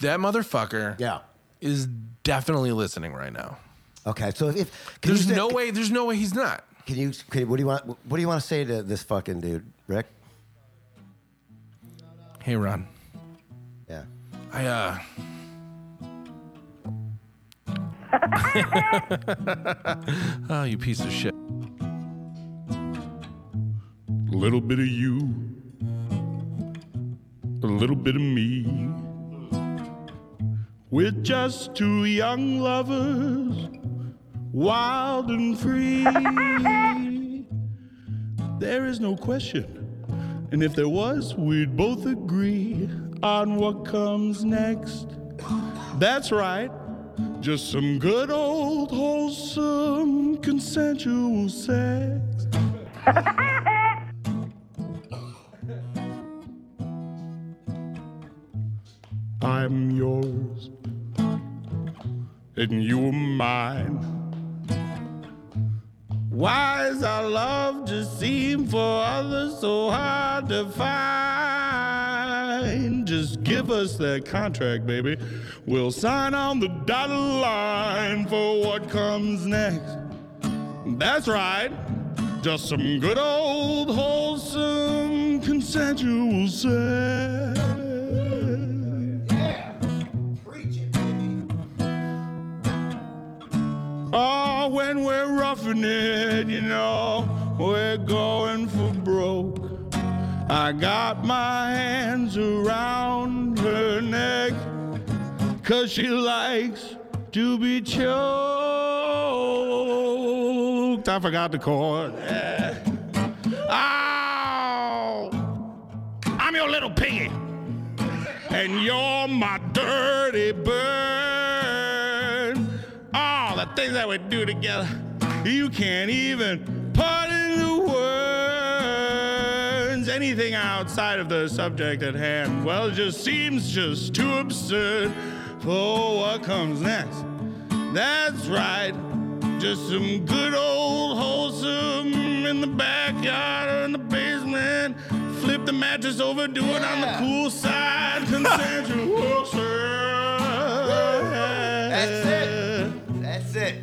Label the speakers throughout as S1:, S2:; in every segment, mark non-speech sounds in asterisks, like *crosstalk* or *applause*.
S1: That motherfucker
S2: Yeah.
S1: is definitely listening right now.
S2: Okay. So if, if can
S1: There's
S2: you say-
S1: no way. There's no way he's not.
S2: Can you? Can, what do you want? What do you want to say to this fucking dude, Rick?
S1: Hey, Ron.
S2: Yeah.
S1: I
S2: *laughs*
S1: uh. oh, you piece of shit.
S3: little bit of you, a little bit of me. We're just two young lovers, wild and free. there is no question, and if there was, we'd both agree on what comes next. That's right, just some good old wholesome consensual sex. I'm yours, and you are mine. Why is our love just seem for others so hard to find? Just give us that contract, baby. We'll sign on the dotted line for what comes next. That's right, just some good old wholesome consensual sex. Oh, when we're roughing it, you know, we're going for broke. I got my hands around her neck, cause she likes to be choked. I forgot the chord. Yeah. Ow! I'm your little piggy and you're my dirty bird. All the things that we do together, you can't even put into words. Anything outside of the subject at hand, well, it just seems just too absurd for what comes next. That's right, just some good old wholesome in the backyard or in the basement. Flip the mattress over, do it on the cool side. Consensual That's
S2: it. That's it.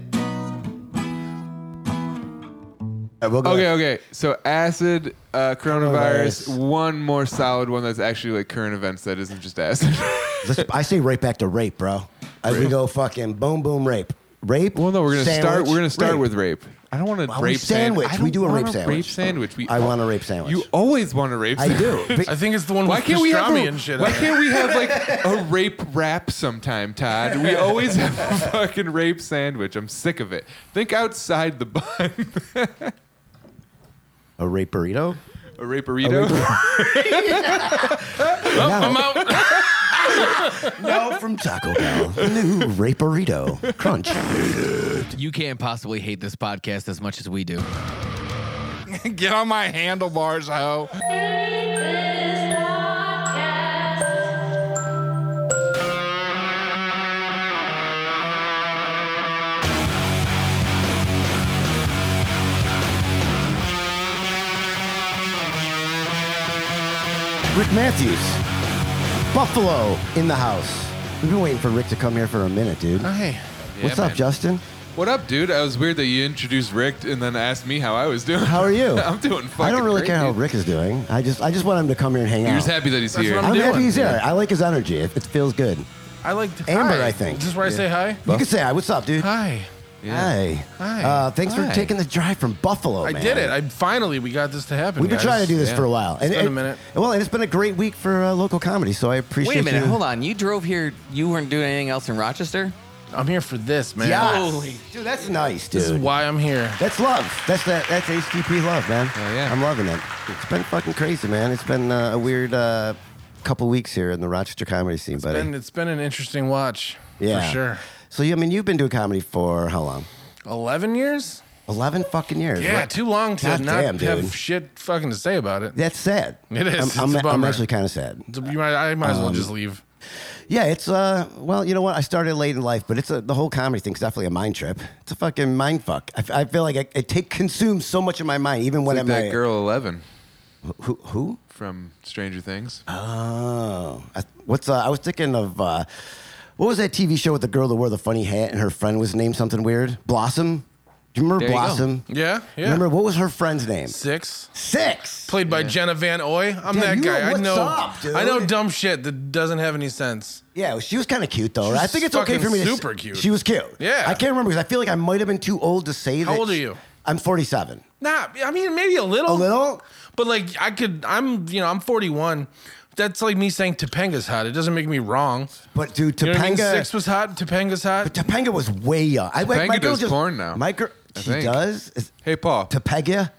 S2: we'll go
S4: Okay, okay. So acid, uh, coronavirus,
S2: Coronavirus.
S4: One more solid one that's actually like current events that isn't just acid. *laughs*
S2: Let's, I say right back to rape, bro. As we go fucking boom, boom, rape, rape.
S4: well, no, we're gonna start.
S2: sandwich,
S4: We're gonna start
S2: rape.
S4: with rape. I don't want to
S2: Well, we
S4: rape sand-
S2: sandwich.
S4: I
S2: We
S4: don't
S2: do a rape
S4: want
S2: sandwich.
S4: sandwich. We.
S2: I want a rape sandwich.
S4: You always want a
S2: *laughs*
S4: rape.
S2: I
S4: sandwich. *laughs*
S2: *laughs* do.
S1: I think it's the one
S4: Why
S1: with
S4: can't we have?
S1: pastrami
S4: A,
S1: and shit.
S4: why
S1: on *laughs* it.
S4: can't we have like a rape wrap sometime, Todd? We always
S2: *laughs*
S4: have a fucking rape sandwich. I'm sick of it. Think outside the bun.
S2: a rape burrito.
S4: *laughs* a raperito.
S2: No,
S1: I'm out.
S2: no, from Taco Bell. *laughs* New rape burrito. Crunch.
S5: You can't possibly hate this podcast as much as we do.
S6: Get on my handlebars, ho.
S2: Rick Matthews, Buffalo in the house. We've been waiting for Rick to come here for a minute, dude.
S1: Hey.
S2: What's up,
S4: man.
S2: Justin?
S4: What up, dude? I was weird that you introduced Rick and then asked me how I was doing.
S2: How are you?
S4: *laughs* I'm doing fucking.
S2: I don't really
S4: great,
S2: care how
S4: dude.
S2: Rick is doing. I just I just want him to come here and hang
S4: You're
S2: out.
S4: just happy that he's here.
S1: what
S2: I'm, happy
S1: doing.
S2: he's here. I like his energy. It, it feels good.
S1: I like
S2: Amber,
S1: hi.
S2: I think.
S1: Is this where I say hi?
S2: You can say hi. What's up, dude?
S1: Hi.
S2: Hi.
S1: Hi.
S2: Uh, thanks
S4: Hi.
S2: for taking the drive from Buffalo.
S1: I
S2: man.
S1: did it. I finally we got this to happen.
S2: We've been
S1: guys.
S2: trying to do this
S4: yeah.
S2: for a while.
S1: It's been a minute.
S2: and- well, and it's been a great week for uh, local comedy, so I appreciate
S5: Wait a minute,
S2: you.
S5: hold on. You drove here. You weren't doing anything else in Rochester.
S1: I'm here for this, man.
S2: Yes.
S5: Holy-
S2: Dude, that's nice, dude.
S1: This is why I'm here.
S2: That's love. That's that. That's HTP love, man.
S4: Oh, yeah.
S2: I'm loving it. It's been fucking crazy, man. It's been uh, a weird uh, couple weeks here in the Rochester comedy scene,
S1: It's
S2: buddy.
S1: been, it's been an interesting watch.
S2: yeah,
S1: For sure.
S2: So you, I mean, you've been doing comedy for how long?
S1: 11 years?
S2: Eleven fucking years.
S1: Yeah,
S2: What-
S1: too long to
S2: God
S1: not
S2: damn,
S1: have
S2: dude.
S1: shit fucking to say about it.
S2: That's sad.
S1: It is.
S2: I'm,
S1: It's
S2: I'm,
S1: a
S2: I'm
S1: bummer.
S2: actually kind of sad.
S1: So you might, I might as
S2: Um,
S1: well just leave.
S2: Yeah, it's uh. Well, you know what? I started late in life, but it's a, the whole comedy thing's definitely a mind trip. It's a fucking mind fuck. I, f- I feel like I, it take consumes so much of my mind, even when
S4: Like
S2: I'm
S4: that
S2: at-
S4: girl eleven.
S2: Who? Who?
S4: from Stranger Things.
S2: Oh, I, what's uh, I was thinking of uh, what was that TV show with the girl that wore the funny hat and her friend was named something weird? Blossom. Do you remember
S4: There you go.
S2: Blossom?
S1: Yeah, yeah.
S2: Remember what was her friend's name?
S1: Six,
S2: Six.
S1: played by Jenna Van Oy. I'm
S2: Damn,
S1: that
S2: you
S1: guy.
S2: know
S1: I
S2: what's
S1: know.
S2: up, dude.
S1: I know dumb shit that doesn't have any sense.
S2: Yeah, she was kind of cute though. right? I
S1: She's
S2: think it's okay
S1: fucking
S2: for me. to-
S1: super cute.
S2: She was cute.
S1: Yeah.
S2: I can't remember because I feel like I might have been too old to say that.
S1: How old are
S2: she-
S1: you?
S2: I'm 47.
S1: Nah, I mean maybe a little.
S2: A little?
S1: But like I could I'm you know, I'm 41. That's like me saying Topanga's hot. It doesn't make me wrong.
S2: But dude, Topanga.
S1: You know what I mean? Six was hot, Topanga's hot.
S2: Topanga was way young. I,
S4: Topanga does porn now,
S2: My girl,
S4: I
S2: she
S4: think.
S2: does. Is,
S4: Hey, Paul.
S2: Topanga?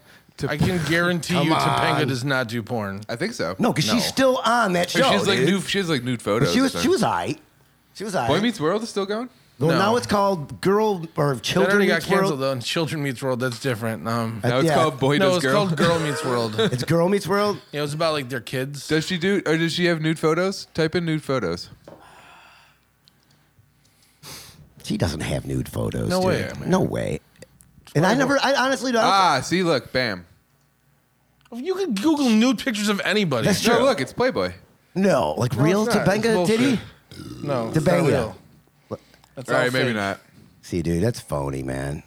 S1: I can guarantee you
S2: Come
S1: Topanga
S2: on.
S1: does not do porn.
S4: I think so.
S2: No, because she's still on that
S4: She
S2: show.
S4: has like
S2: dude.
S4: nude. She has like nude photos.
S2: But she was
S4: or
S2: she was alright. She was
S4: Boy
S2: alright.
S4: Meets World is still going.
S2: well,
S1: No.
S2: now it's called Girl or
S1: That
S2: Children
S1: already got
S2: Meets
S1: canceled
S2: World.
S1: though. And Children Meets World, that's different. Um,
S4: Now it's
S2: Uh, yeah.
S4: called Boy
S1: no,
S4: Does
S1: it's
S4: Girl.
S1: called Girl Meets
S4: *laughs*
S1: World. yeah,
S2: It's Girl Meets World.
S1: it was about like their kids.
S4: Does she do or does she have nude photos? Type in nude photos.
S2: She doesn't have nude photos.
S1: No
S2: dude.
S1: way, man.
S2: No way. And I never. I honestly don't.
S4: Ah, see, look, bam.
S1: You can Google nude pictures of anybody.
S2: That's
S4: No,
S2: Sure.
S4: look, it's Playboy.
S2: no, like real
S1: it's not. It's
S2: Topanga
S1: bullshit.
S2: titty.
S1: No, it's not
S2: Topanga.
S1: real. That's
S4: All
S1: all
S4: right, maybe
S1: fake.
S4: not.
S2: See, dude, that's phony, man.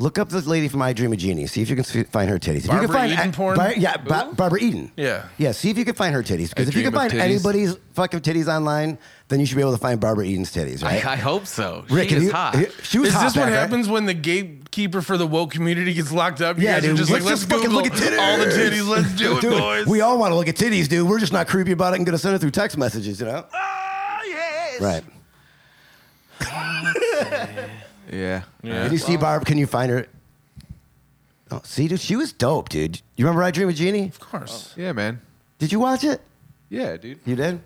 S2: Look up this lady from I Dream of Genie. See if you can see- find her titties. If you
S1: Barbara
S2: can find
S1: Eden porn?
S2: Bar- yeah, Ba- Barbara Eden.
S1: Yeah.
S2: Yeah, see if you can find her titties. Because if you
S4: Dream
S2: can find
S4: of Titties.
S2: anybody's fucking titties online, then you should be able to find Barbara Eden's titties, right?
S5: I, I hope so.
S2: Rick,
S5: she
S2: have
S5: is
S2: you-
S5: hot.
S2: She was
S1: Is
S2: hot
S1: this what
S2: back, right?
S1: happens when the gatekeeper for the woke community gets locked up? You
S2: Yeah,
S1: guys are
S2: dude,
S1: just like,
S2: let's
S1: let's
S2: just fucking
S1: Google
S2: look at titties."
S1: all the titties. Let's do it,
S2: Dude,
S1: boys.
S2: We all want to look at titties, dude. We're just not creepy about it and gonna send it through text messages, you know? Right.
S4: Yeah.
S2: Can you see Barb? Can you find her? Oh, see, dude, she was dope, dude. You remember I Dream of Genie?
S1: of course.
S4: Yeah, man.
S2: Did you watch it?
S4: Yeah, dude.
S2: You did.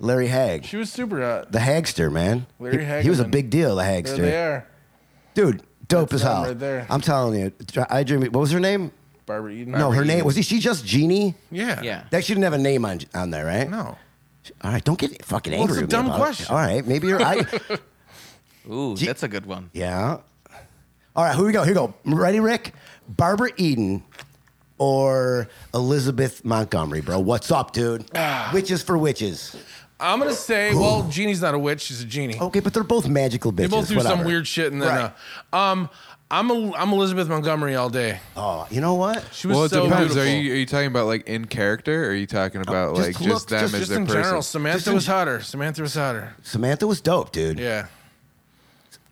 S2: Larry Hag,
S1: She was super hot.
S2: the Hagster, man.
S1: Larry
S2: he, he was a
S1: Hagman.
S2: big deal, the
S1: There
S2: Hagster,
S1: they are.
S2: dude. Dope
S1: That's
S2: as
S1: them
S2: hell.
S1: right there.
S2: I'm telling you, I Dream. What was her name?
S1: Barbara Eden.
S2: no,
S1: Barbara
S2: her
S1: Eden.
S2: name was she- she just Genie?
S1: Yeah.
S5: yeah.
S2: That she didn't have a name on on there, right?
S1: No.
S2: All right, don't get fucking
S1: Well, it's
S2: angry.
S1: a
S2: with me
S1: dumb
S2: about it.
S1: question.
S2: All right, maybe you're. I,
S5: Ooh, that's a good one.
S2: yeah. All right, here we go. Here we go. Ready, Rick? Barbara Eden or Elizabeth Montgomery, bro? What's
S1: *sighs*
S2: up, dude? witches for witches.
S1: I'm gonna say, well, Jeannie's not a witch. She's a genie.
S2: Okay, but they're both magical bitches.
S1: they both do some
S2: Oh, whatever.
S1: weird shit, and then,
S2: Right.
S1: uh, um, I'm a, I'm Elizabeth Montgomery all day.
S2: Oh, you know what?
S1: She was
S4: Well, it
S1: so
S4: depends.
S1: beautiful.
S4: Are you are you talking about like in character? Or are you talking about
S2: Uh, just
S4: like just
S2: look,
S4: them
S1: just,
S4: as
S1: just
S4: their
S1: in
S4: person?
S1: general, Samantha
S2: in-
S1: was hotter. Samantha was hotter.
S2: Samantha was dope, dude.
S1: Yeah.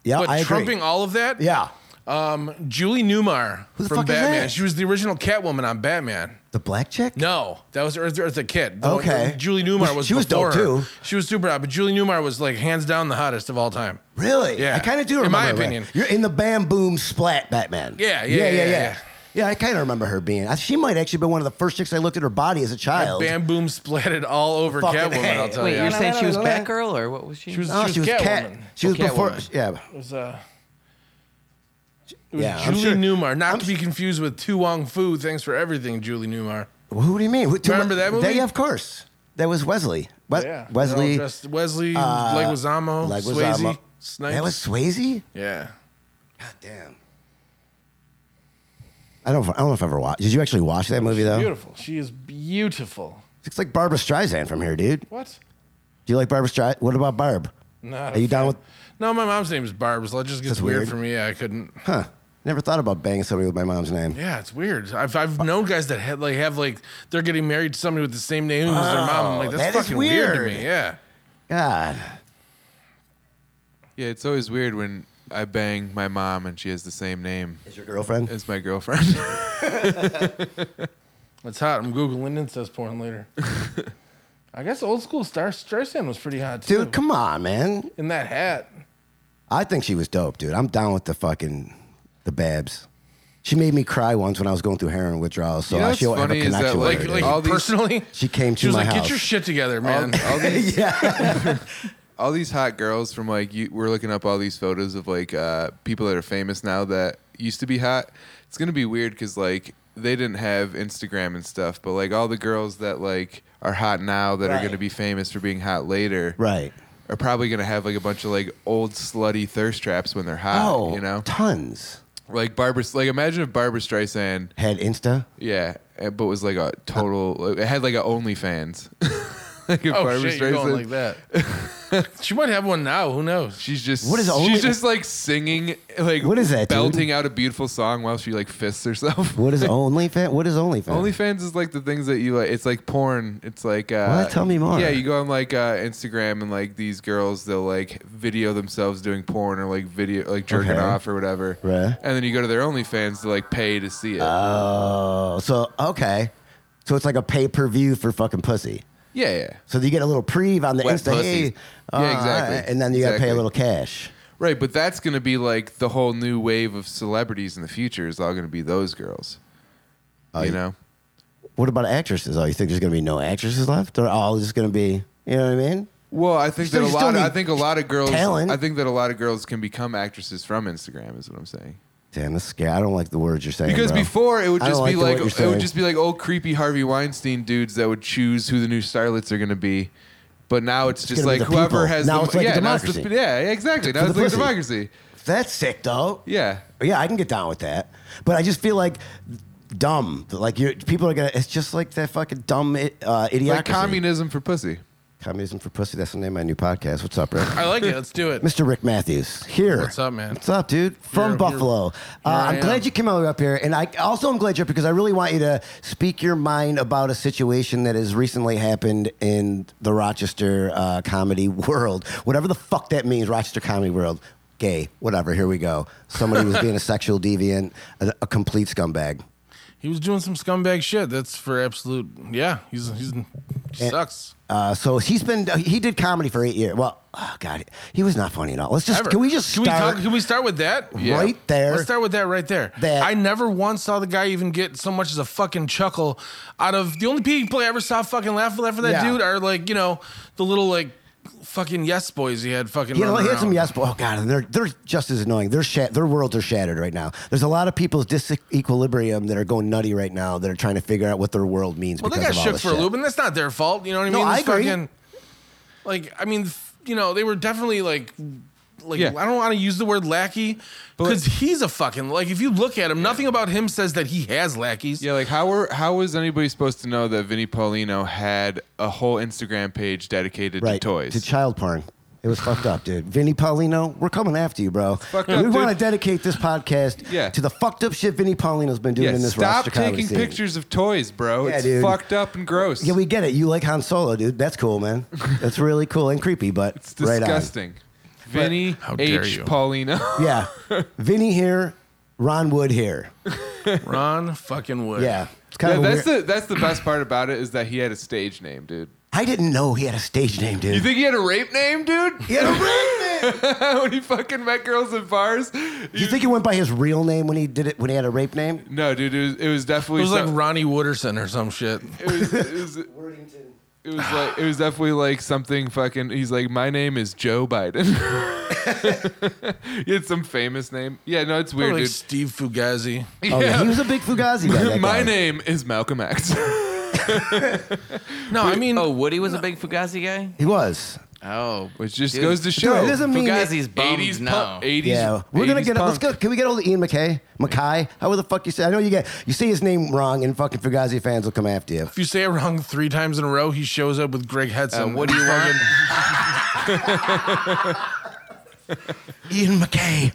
S2: yeah
S1: But
S2: I agree.
S1: trumping all of that,
S2: yeah,
S1: Um, Julie Newmar
S2: the
S1: from
S2: fuck is that?
S1: Batman. She was the original Catwoman on Batman.
S2: the black chick.
S1: No, that was Earth Eartha Kitt. The-
S2: Okay.
S1: Julie Newmar
S2: She-
S1: was
S2: she was
S1: before
S2: dope,
S1: her.
S2: too.
S1: She was super hot, but Julie Newmar was like hands down the hottest of all time.
S2: Really?
S1: Yeah.
S2: I kind of do remember.
S1: In my
S2: her, right?
S1: opinion.
S2: you're in the Bam Boom Splat Batman.
S1: Yeah, yeah, yeah, yeah.
S2: Yeah, I kind of remember her being. I- She might actually been one of the first chicks I looked at her body as a child.
S1: Bam boom splatted all over
S2: Fucking
S1: Catwoman,
S2: hey.
S1: I'll tell
S5: Wait,
S1: you.
S5: you're saying she was Batgirl or what was she?
S1: she was,
S2: No, she was
S1: Catwoman.
S2: cat. She
S5: Oh,
S2: was before.
S5: Catwoman.
S2: Yeah,
S1: It was, uh,
S2: yeah. I'm
S1: Julie
S2: sure-
S1: Newmar, not to be confused with Tu Wong Fu. Thanks for everything, Julie Newmar.
S2: Well, Who do you mean? Who- do you
S1: Remember that movie?
S2: Yeah, of course. That was Wesley. We-
S1: yeah,
S2: Wesley. Uh,
S1: They're all dressed- Wesley, Leguizamo,
S2: Leguizamo.
S1: Swayze, Snipes.
S2: That was Swayze.
S1: yeah.
S2: God damn. I don't. I don't know if I ever watched. Did you actually watch that movie though?
S1: Beautiful. She is beautiful.
S2: It's like Barbara Streisand from here, dude.
S1: What?
S2: Do you like Barbara Streisand? What about Barb?
S1: Not
S2: Are you
S1: a
S2: down
S1: fan.
S2: with?
S1: No, my mom's name is Barb, so that just gets
S2: That's
S1: weird.
S2: weird.
S1: for me. Yeah, I couldn't.
S2: Huh? Never thought about banging somebody with my mom's name.
S1: Yeah, it's weird. I've, I've known guys that had, like have like they're getting married to somebody with the same name as their mom. I'm like,
S2: Oh, that
S1: that's
S2: is
S1: fucking weird.
S2: weird.
S1: to me. Yeah.
S2: God.
S4: Yeah, it's always weird when I bang my mom and she has the same name
S2: Is your girlfriend?
S4: as my girlfriend.
S1: That's hot. I'm googling incest porn
S2: *laughs*
S1: later. I guess old school Star Streisand was pretty hot too.
S2: Dude, come on, man.
S1: in that hat.
S2: I think she was dope, dude. I'm down with the fucking the Babs. She made me cry once when I was going through heroin withdrawals, so
S4: You know
S2: I should
S4: what's
S2: have a
S4: funny is that,
S2: connection with
S1: Like,
S2: her.
S4: Weird,
S1: like
S4: dude. All these-
S1: personally,
S2: She came to
S1: she was
S2: my
S1: like,
S2: house.
S1: "Get your shit together, man."
S4: all these
S2: dude. *laughs* yeah.
S4: *laughs* all these hot girls from like you we're looking up all these photos of like uh, people that are famous now that used to be hot it's gonna be weird because like they didn't have instagram and stuff but like all the girls that like are hot now that
S2: Right.
S4: are gonna be famous for being hot later
S2: Right.
S4: are probably gonna have like a bunch of like old slutty thirst traps when they're hot
S2: Oh,
S4: uh, you know
S2: tons.
S4: Like Barbara, like imagine if Barbara Streisand,
S2: Had Insta.
S4: yeah, eh, but was like a total. like, It had like a OnlyFans. *laughs* like
S1: *laughs*
S4: if
S1: Oh
S4: Barbara
S1: shit, you're going
S4: Streisand,
S1: like that. *laughs* she might have one now. Who knows?
S4: she's just
S2: What is Only-
S4: she's just like singing, like
S2: What is that, dude?
S4: Belting out a beautiful song while she like fists
S2: *laughs*
S4: herself. *laughs*
S2: What is OnlyFans? What is OnlyFans?
S4: OnlyFans is like the things that you like. It's like porn. It's like uh,
S2: What? Tell me more.
S4: Yeah, you go on like uh, Instagram and like these girls, they'll like video themselves doing porn or like video like jerking
S2: Okay.
S4: off or whatever.
S2: Right.
S4: And then you go to their OnlyFans to like pay to see it.
S2: Oh, so okay. So it's like a pay per view for fucking pussy.
S4: yeah, yeah,
S2: So you get a little preve on the
S4: Wet
S2: Insta,
S4: pussy.
S2: hey,
S4: Yeah,
S2: all
S4: exactly.
S2: and then you gotta pay a
S4: Exactly.
S2: little cash.
S4: right. But that's gonna be like the whole new wave of celebrities in the future is all gonna be those girls. you know,
S2: What about actresses? Oh, you think there's gonna be no actresses left? Or all just gonna be, you know what I mean?
S4: Well, I think
S2: Still-
S4: that
S2: you
S4: a
S2: still
S4: lot. Of,
S2: need
S4: I think a lot of girls.
S2: talent.
S4: I think that a lot of girls can become actresses from Instagram. Is what I'm saying.
S2: Damn, this is scary. I don't like the words you're saying.
S4: Because
S2: bro.
S4: before it would
S2: I don't
S4: just be
S2: the- what
S4: like,
S2: you're
S4: it
S2: saying.
S4: would just be like old creepy Harvey Weinstein dudes that would choose who the new starlets are going to be. But now it's, just
S2: gonna be
S4: like
S2: the people.
S4: whoever has
S2: Now
S4: the,
S2: it's like a
S4: yeah, now it's the-
S2: democracy.
S4: yeah, yeah, exactly. Now
S2: the
S4: it's like a
S2: pussy.
S4: democracy.
S2: That's sick though.
S4: Yeah.
S2: Yeah, I can get down with that. But I just feel like dumb. Like you people are gonna it's just like that fucking dumb i- uh idiocracy.
S4: Like communism for pussy.
S2: Communism for pussy, that's the name of my new podcast. What's up, Rick?
S1: I like it. Let's do it.
S2: Mr. Rick Matthews here.
S1: What's up, man?
S2: What's up, dude? From
S1: Here-
S2: Buffalo.
S1: here
S2: uh,
S1: I
S2: I'm
S1: am.
S2: glad you came out up here, and I also am glad you're up because I really want you to speak your mind about a situation that has recently happened in the Rochester uh, comedy world, whatever the fuck that means. Rochester comedy world, gay, whatever. Here we go. Somebody was being a sexual deviant, a, a complete scumbag.
S1: He was doing some scumbag shit. That's for absolute. Yeah, he's he's he sucks.
S2: Uh, so he's been he did comedy for eight years. Well, oh god, he was not funny at all. Let's just
S1: Ever.
S2: can we just
S1: can
S2: start
S1: we talk, can we start with that?
S4: Yeah.
S2: right there?
S1: Let's start with that right there.
S2: That-
S1: I never once saw the guy even get so much as a fucking chuckle out of the only people I ever saw fucking laugh laugh at that
S2: Yeah.
S1: dude are like you know the little like fucking yes boys he had fucking.
S2: Yeah,
S1: running
S2: he had some
S1: around.
S2: yes, but oh god, and they're they're just as annoying. Their shat, their worlds are shattered right now. There's a lot of people's disequilibrium that are going nutty right now. That are trying to figure out what their world means.
S1: Well, they
S2: because
S1: got
S2: of all
S1: shook
S2: this
S1: for a
S2: shit.
S1: loop, and that's not their fault. You know what I
S2: No,
S1: mean?
S2: I
S1: It's
S2: agree.
S1: like, I mean, f- you know, they were definitely like, like
S4: Yeah.
S1: I don't want to use the word lackey because he's a fucking like. If you look at him, nothing about him says that he has lackeys.
S4: Yeah, like how were how was anybody supposed to know that Vinnie Paulino had a whole Instagram page dedicated
S2: Right
S4: to toys?
S2: to child porn. It was fucked up, dude. Vinny Paulino, we're coming after you, bro.
S4: fucked
S2: we
S4: up,
S2: want to
S4: dude.
S2: dedicate this podcast
S4: Yeah.
S2: to the fucked up shit Vinny Paulino's been doing
S4: yeah,
S2: in this
S4: stop
S2: Rochester comedy
S4: taking
S2: scene.
S4: pictures of toys, bro.
S2: Yeah,
S4: it's
S2: dude.
S4: fucked up and gross.
S2: Yeah, we get it. You like Han Solo, dude. That's cool, man.
S4: *laughs*
S2: That's really cool and creepy, but
S4: it's
S2: right on.
S4: disgusting. Vinny
S1: How dare
S4: H.
S1: you.
S4: Paulino. *laughs*
S2: Yeah, Vinny here, Ron Wood here.
S1: Ron fucking Wood.
S2: Yeah, it's kind
S4: Yeah,
S2: of
S4: that's
S2: weird.
S4: the that's the best part about it is that he had a stage name, dude.
S2: I didn't know he had a stage name, dude.
S4: You think he had a rape name, dude?
S2: he had a rape name?
S4: *laughs* when he fucking met girls in bars.
S2: you think he went by his real name when he did it? When he had a rape name?
S4: No, dude, it was, it was
S1: It
S4: definitely
S1: was like
S4: some-
S1: Ronnie Wooderson or some shit.
S4: it was, it was, it was like it was definitely like something fucking. He's like, my name is Joe Biden. *laughs* he had some famous name. Yeah, no, it's weird,
S1: Probably like
S4: *laughs* dude.
S1: Steve Fugazi.
S2: Oh yeah,
S4: *laughs*
S2: he was a big Fugazi guy. that
S4: my
S2: guy.
S4: name is Malcolm X. *laughs*
S1: No, I mean,
S5: Oh, Woody was a big Fugazi guy.
S2: He was.
S5: Oh,
S4: Which just
S5: Dude.
S4: goes to show.
S2: it doesn't mean that-
S5: Fugazi's bummed now.
S4: punk, 80s,
S2: Yeah, we're gonna
S4: 80s
S2: get. Let's go.
S4: punk.
S2: Can we get old Ian McKay? McKay? However the fuck you say? I know you get. You say his name wrong, and fucking Fugazi fans will come after you.
S1: if you say it wrong three times in a row, he shows up with Greg Hudson.
S5: Uh,
S1: *laughs*
S5: what do you want?
S2: Ian McKay.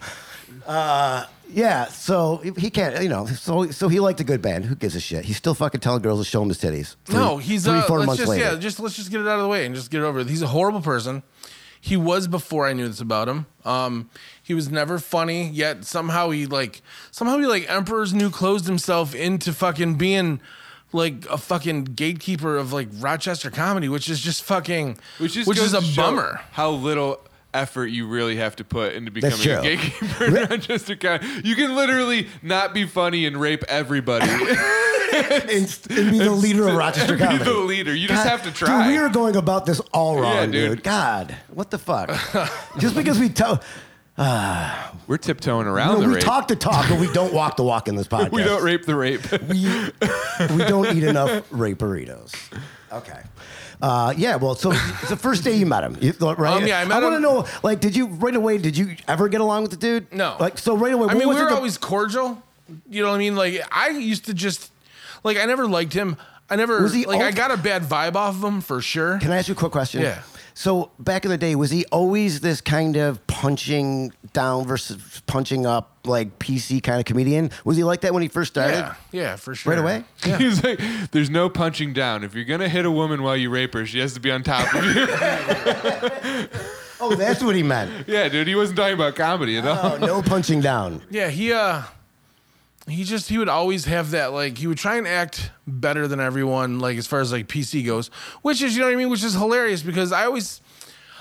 S2: Uh, yeah, so he can't, you know, so so he liked a good band. Who gives a shit? He's still fucking telling girls to show him his titties. Three-
S1: no, he's
S2: three,
S1: uh,
S2: four
S1: let's
S2: months
S1: just,
S2: later.
S1: Yeah, just let's just get it out of the way and just get it over. with. He's a horrible person. He was before I knew this about him. Um, he was never funny yet. Somehow he like somehow he like Emperor's New closed himself into fucking being like a fucking gatekeeper of like Rochester comedy, which is just fucking
S4: Which, just
S1: which
S4: goes
S1: is a
S4: to show
S1: bummer.
S4: How little effort you really have to put into becoming
S2: That's
S4: a
S2: true.
S4: gatekeeper in *laughs* Rochester County. You can literally not be funny and rape
S2: *laughs*
S4: everybody.
S2: and, and be the leader of Rochester
S4: *laughs* be
S2: comedy.
S4: the leader. You just
S2: God,
S4: have to try.
S2: Dude, we are going about this all wrong,
S4: Yeah,
S2: dude.
S4: dude.
S2: God, what the
S1: *laughs*
S2: fuck? Just because we talk,
S4: We're tiptoeing around
S2: no,
S4: the
S2: we
S4: rape. *laughs*
S2: talk the talk, but we don't walk
S1: *laughs*
S2: the walk in this podcast. *laughs*
S4: we don't rape the rape.
S2: We, we don't eat enough rape burritos. Okay. Uh, yeah. Well, so it's the first day you met him, you, thought, right?
S1: Um, yeah, I met
S2: I want to
S1: him-
S2: know, like, did you right away? Did you ever get along with the dude?
S1: No.
S2: Like, so right away.
S1: I
S2: what
S1: mean, we
S2: was it
S1: were
S2: that-
S1: always cordial. You know what I mean? Like I used to just like I never liked him. I never
S2: Was he
S1: like I
S2: alt-
S1: got a bad vibe off of him for sure.
S2: Can I ask you a quick question?
S1: Yeah.
S2: So back in the day, was he always this kind of punching down versus punching up, like PC kind of comedian? Was he like that when he first started?
S1: yeah, yeah, for sure.
S2: Right away?
S4: *laughs* He's like, there's no punching down. If you're gonna hit a woman while you rape her, she has to be on top of you. *laughs*
S2: Oh, that's what he meant.
S4: yeah, dude, he wasn't talking about comedy at all.
S2: Oh, no punching down.
S1: Yeah, he uh he just he would always have that like he would try and act better than everyone like as far as like PC goes, which is you know what I mean, which is hilarious because I always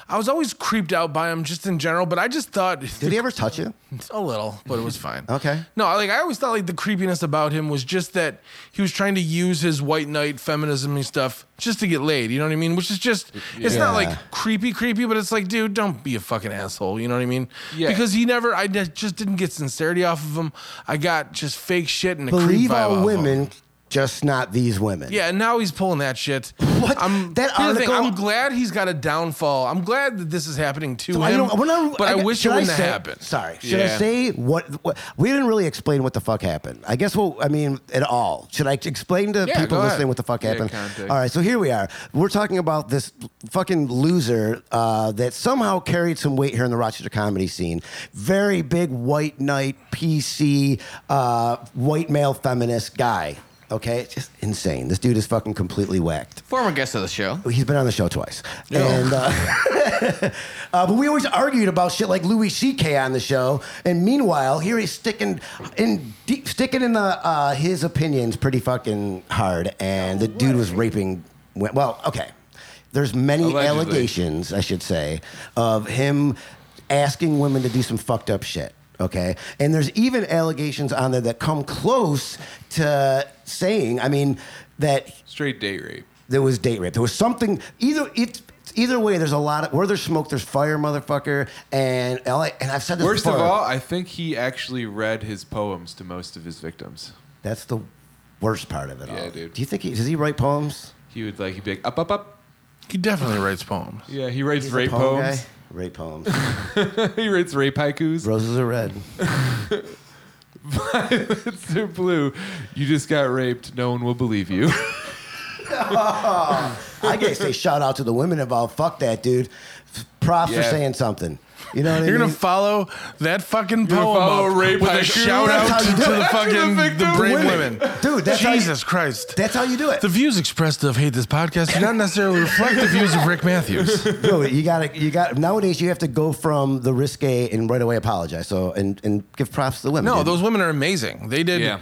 S1: I was always creeped out by him just in general, but I just thought
S2: Did he ever touch you?
S1: a little, but it was fine.
S2: *laughs* Okay.
S1: No, like I always thought like the creepiness about him was just that he was trying to use his white knight feminism and stuff just to get laid, you know what I mean? Which is just it's not
S2: Yeah.
S1: like creepy creepy, but it's like dude, don't be a fucking asshole, you know what I mean?
S4: Yeah.
S1: Because he never I di- just didn't get sincerity off of him. I got just fake shit and a creep
S2: Believe
S1: vibe off
S2: all
S1: of him.
S2: women, just not these women.
S1: Yeah, and now he's pulling that shit.
S2: What?
S1: I'm,
S2: That
S1: here's the thing,
S2: article-
S1: I'm glad he's got a downfall. I'm glad that this is happening to him.
S2: I don't, we're not,
S1: but I,
S2: got-
S1: wish it
S2: should I
S1: wouldn't have
S2: say-
S1: happened.
S2: Sorry. Should I
S4: Yeah.
S2: say what, what? We didn't really explain what the fuck happened. I guess, well, I mean, at all. Should I explain to
S1: Yeah,
S2: people
S1: go ahead.
S2: listening what the fuck
S4: Yeah,
S2: happened?
S4: context.
S2: all right, so here we are. We're talking about this fucking loser uh, that somehow carried some weight here in the Rochester comedy scene. Very big white knight, PC, uh, white male feminist guy. Okay, it's just insane. This dude is fucking completely whacked.
S5: Former guest of the show.
S2: He's been on the show twice, and uh, *laughs* uh, but we always argued about shit like Louis C.K. on the show, and meanwhile here he's sticking in deep, sticking in the uh, his opinions pretty fucking hard, and the dude was raping. wo- Well, okay, there's many
S4: Allegedly.
S2: allegations, I should say, of him asking women to do some fucked up shit. Okay, and there's even allegations on there that come close to saying, I mean, that
S4: Straight date rape.
S2: there was date rape. There was something. Either it. Either way, there's a lot of where there's smoke, there's fire, motherfucker. And LA, and I've said this
S4: Worst of
S2: before,
S4: all, I think he actually read his poems to most of his victims.
S2: that's the worst part of it all.
S4: Yeah, dude.
S2: Do you think he does he write poems?
S4: He would like he'd be like up up up.
S1: He definitely writes poems.
S4: Yeah, he writes
S2: He's a
S4: rape
S2: poem
S4: poems.
S2: guy? Rape poems. *laughs*
S4: *laughs* he writes rape haikus. *laughs*
S2: Roses are red.
S4: Violets are blue. You just got raped. No one will
S2: *laughs*
S4: believe you.
S2: I gotta say shout out to the women involved. Fuck that, dude. F- Props for
S4: Yeah.
S2: saying something. You know what
S1: You're
S2: I mean?
S1: gonna follow that fucking
S4: gonna
S1: poem
S4: follow
S1: up
S4: rape
S1: with a
S4: haiku?
S1: shout
S2: That's
S1: out
S2: how you
S1: to,
S2: do it.
S1: the fucking the,
S4: victim
S1: brave
S4: women.
S1: women,
S2: Dude, that's how you-
S1: Jesus Christ.
S2: that's how you do it.
S1: the views expressed of Hate This Podcast do not necessarily reflect the views of Rick
S2: *laughs*
S1: Matthews.
S2: Bro, you gotta, you got. Nowadays, you have to go from the risque and right away apologize. So, and and give props to the women.
S1: No,
S2: dude.
S1: those women are amazing. They did.
S4: Yeah.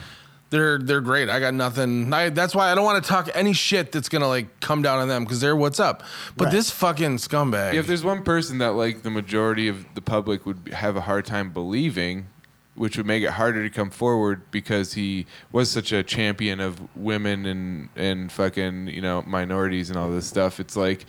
S1: They're they're great. I got nothing. I, that's why I don't want to talk any shit that's gonna like come down on them because they're what's up. But
S2: Right.
S1: this fucking scumbag.
S4: if there's one person that like the majority of the public would have a hard time believing, which would make it harder to come forward because he was such a champion of women and and fucking you know minorities and all this stuff. It's like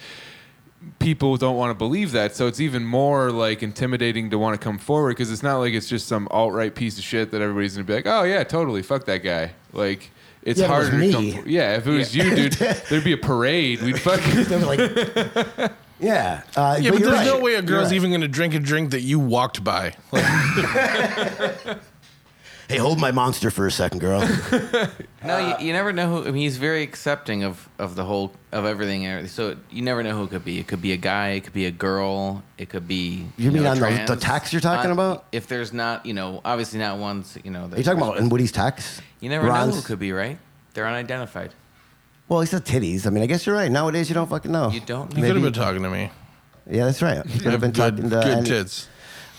S4: people don't want to believe that, so it's even more like intimidating to want to come forward because it's not like it's just some alt right piece of shit that everybody's gonna be like, oh yeah, totally, fuck that guy, like. It's
S2: Yeah, if it was
S4: harder to come
S2: me.
S4: for- Yeah, if it was you, dude,
S2: *laughs*
S4: there'd be a parade. We'd fucking
S2: They were like,
S1: *laughs*
S2: yeah. Uh,
S1: yeah, but,
S2: you're
S1: there's
S2: right.
S1: no way a
S2: You're
S1: girl's
S2: right.
S1: even gonna drink a drink that you walked by. Like,
S2: Hey, hold my monster for a
S1: *laughs*
S2: second, girl.
S5: No, you, you never know who. I mean, he's very accepting of, of the whole of everything. and everything. So you never know who it could be. It could be a guy. It could be a girl. It could be.
S2: You mean
S5: know,
S2: on the-
S5: trans.
S2: the text you're talking
S5: Uh,
S2: about?
S5: If there's not, you know, obviously not ones. You know, that,
S2: Are you talking about in Woody's text?
S5: You never know
S2: Ron's-
S5: who it could be, right? They're unidentified.
S2: Well, he said titties. I mean, I guess you're right. Nowadays, you don't fucking know.
S5: You don't
S1: you
S5: know.
S1: could have been talking to me.
S2: Yeah, that's right. You could have been
S1: good,
S2: talking to.
S1: good
S2: any-
S1: tits.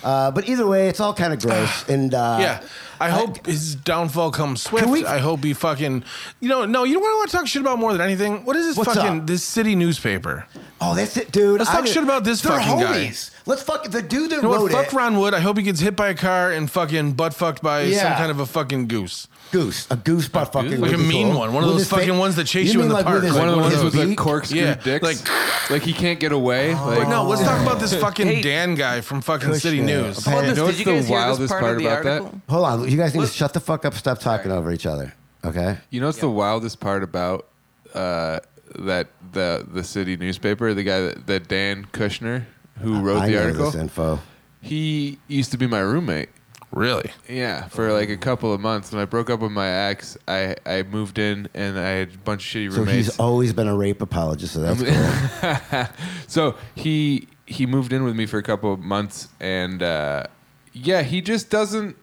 S2: Uh, but either way, it's all kind of
S1: *sighs*
S2: gross. And uh,
S1: Yeah, I hope his downfall comes swift.
S2: we-
S1: I hope he fucking, you know, no, you know what I want to talk shit about more than anything. What is this
S2: What's
S1: fucking
S2: up?
S1: this city newspaper?
S2: Oh, that's it, dude.
S1: Let's
S2: I
S1: talk
S2: did-
S1: shit about this
S2: They're
S1: fucking guy.
S2: homies. Let's fuck the dude that
S1: You know
S2: wrote
S1: what? Fuck
S2: it.
S1: Ron Wood. I hope he gets hit by a car and fucking butt fucked by some
S2: Yeah.
S1: kind of a fucking goose.
S2: goose, a goose butt fucking,
S1: Like
S2: with
S1: a
S2: his
S1: mean
S2: little-
S1: one. One of
S2: with
S1: those
S2: his fa-
S1: fucking ones that chase you in
S2: mean
S1: the
S2: like with
S1: park.
S2: his-
S1: Like
S4: one of the
S2: with
S4: ones
S2: his
S4: with the
S2: beak?
S4: corkscrew
S1: Yeah,
S4: dicks. Oh.
S1: like-
S4: Like, he can't get away. like,
S1: No,
S2: Oh.
S1: let's talk about
S2: *laughs*
S1: this fucking
S5: Hey.
S1: Dan guy from fucking City
S2: Kushner.
S1: News.
S2: Okay.
S5: How about
S2: You
S4: know
S5: this? Did
S4: what's
S5: you
S4: the
S5: guys hear this
S4: wildest
S5: part,
S4: part
S5: of the
S4: about that?
S5: article?
S2: Hold on, you guys need to shut the fuck up. Stop talking over each other. Okay.
S4: you know what's the wildest part about uh, that the the city newspaper, the guy that, that Dan Kushner who wrote
S2: I
S4: the
S2: know
S4: article,
S2: this info.
S4: he used to be my roommate.
S1: Really?
S4: Yeah, for like a couple of months. When I broke up with my ex, I, I moved in and I had a bunch of shitty
S2: So
S4: roommates.
S2: he's always been a rape apologist. So *laughs* that's
S4: so he he moved in with me for a couple of months and uh, yeah he just doesn't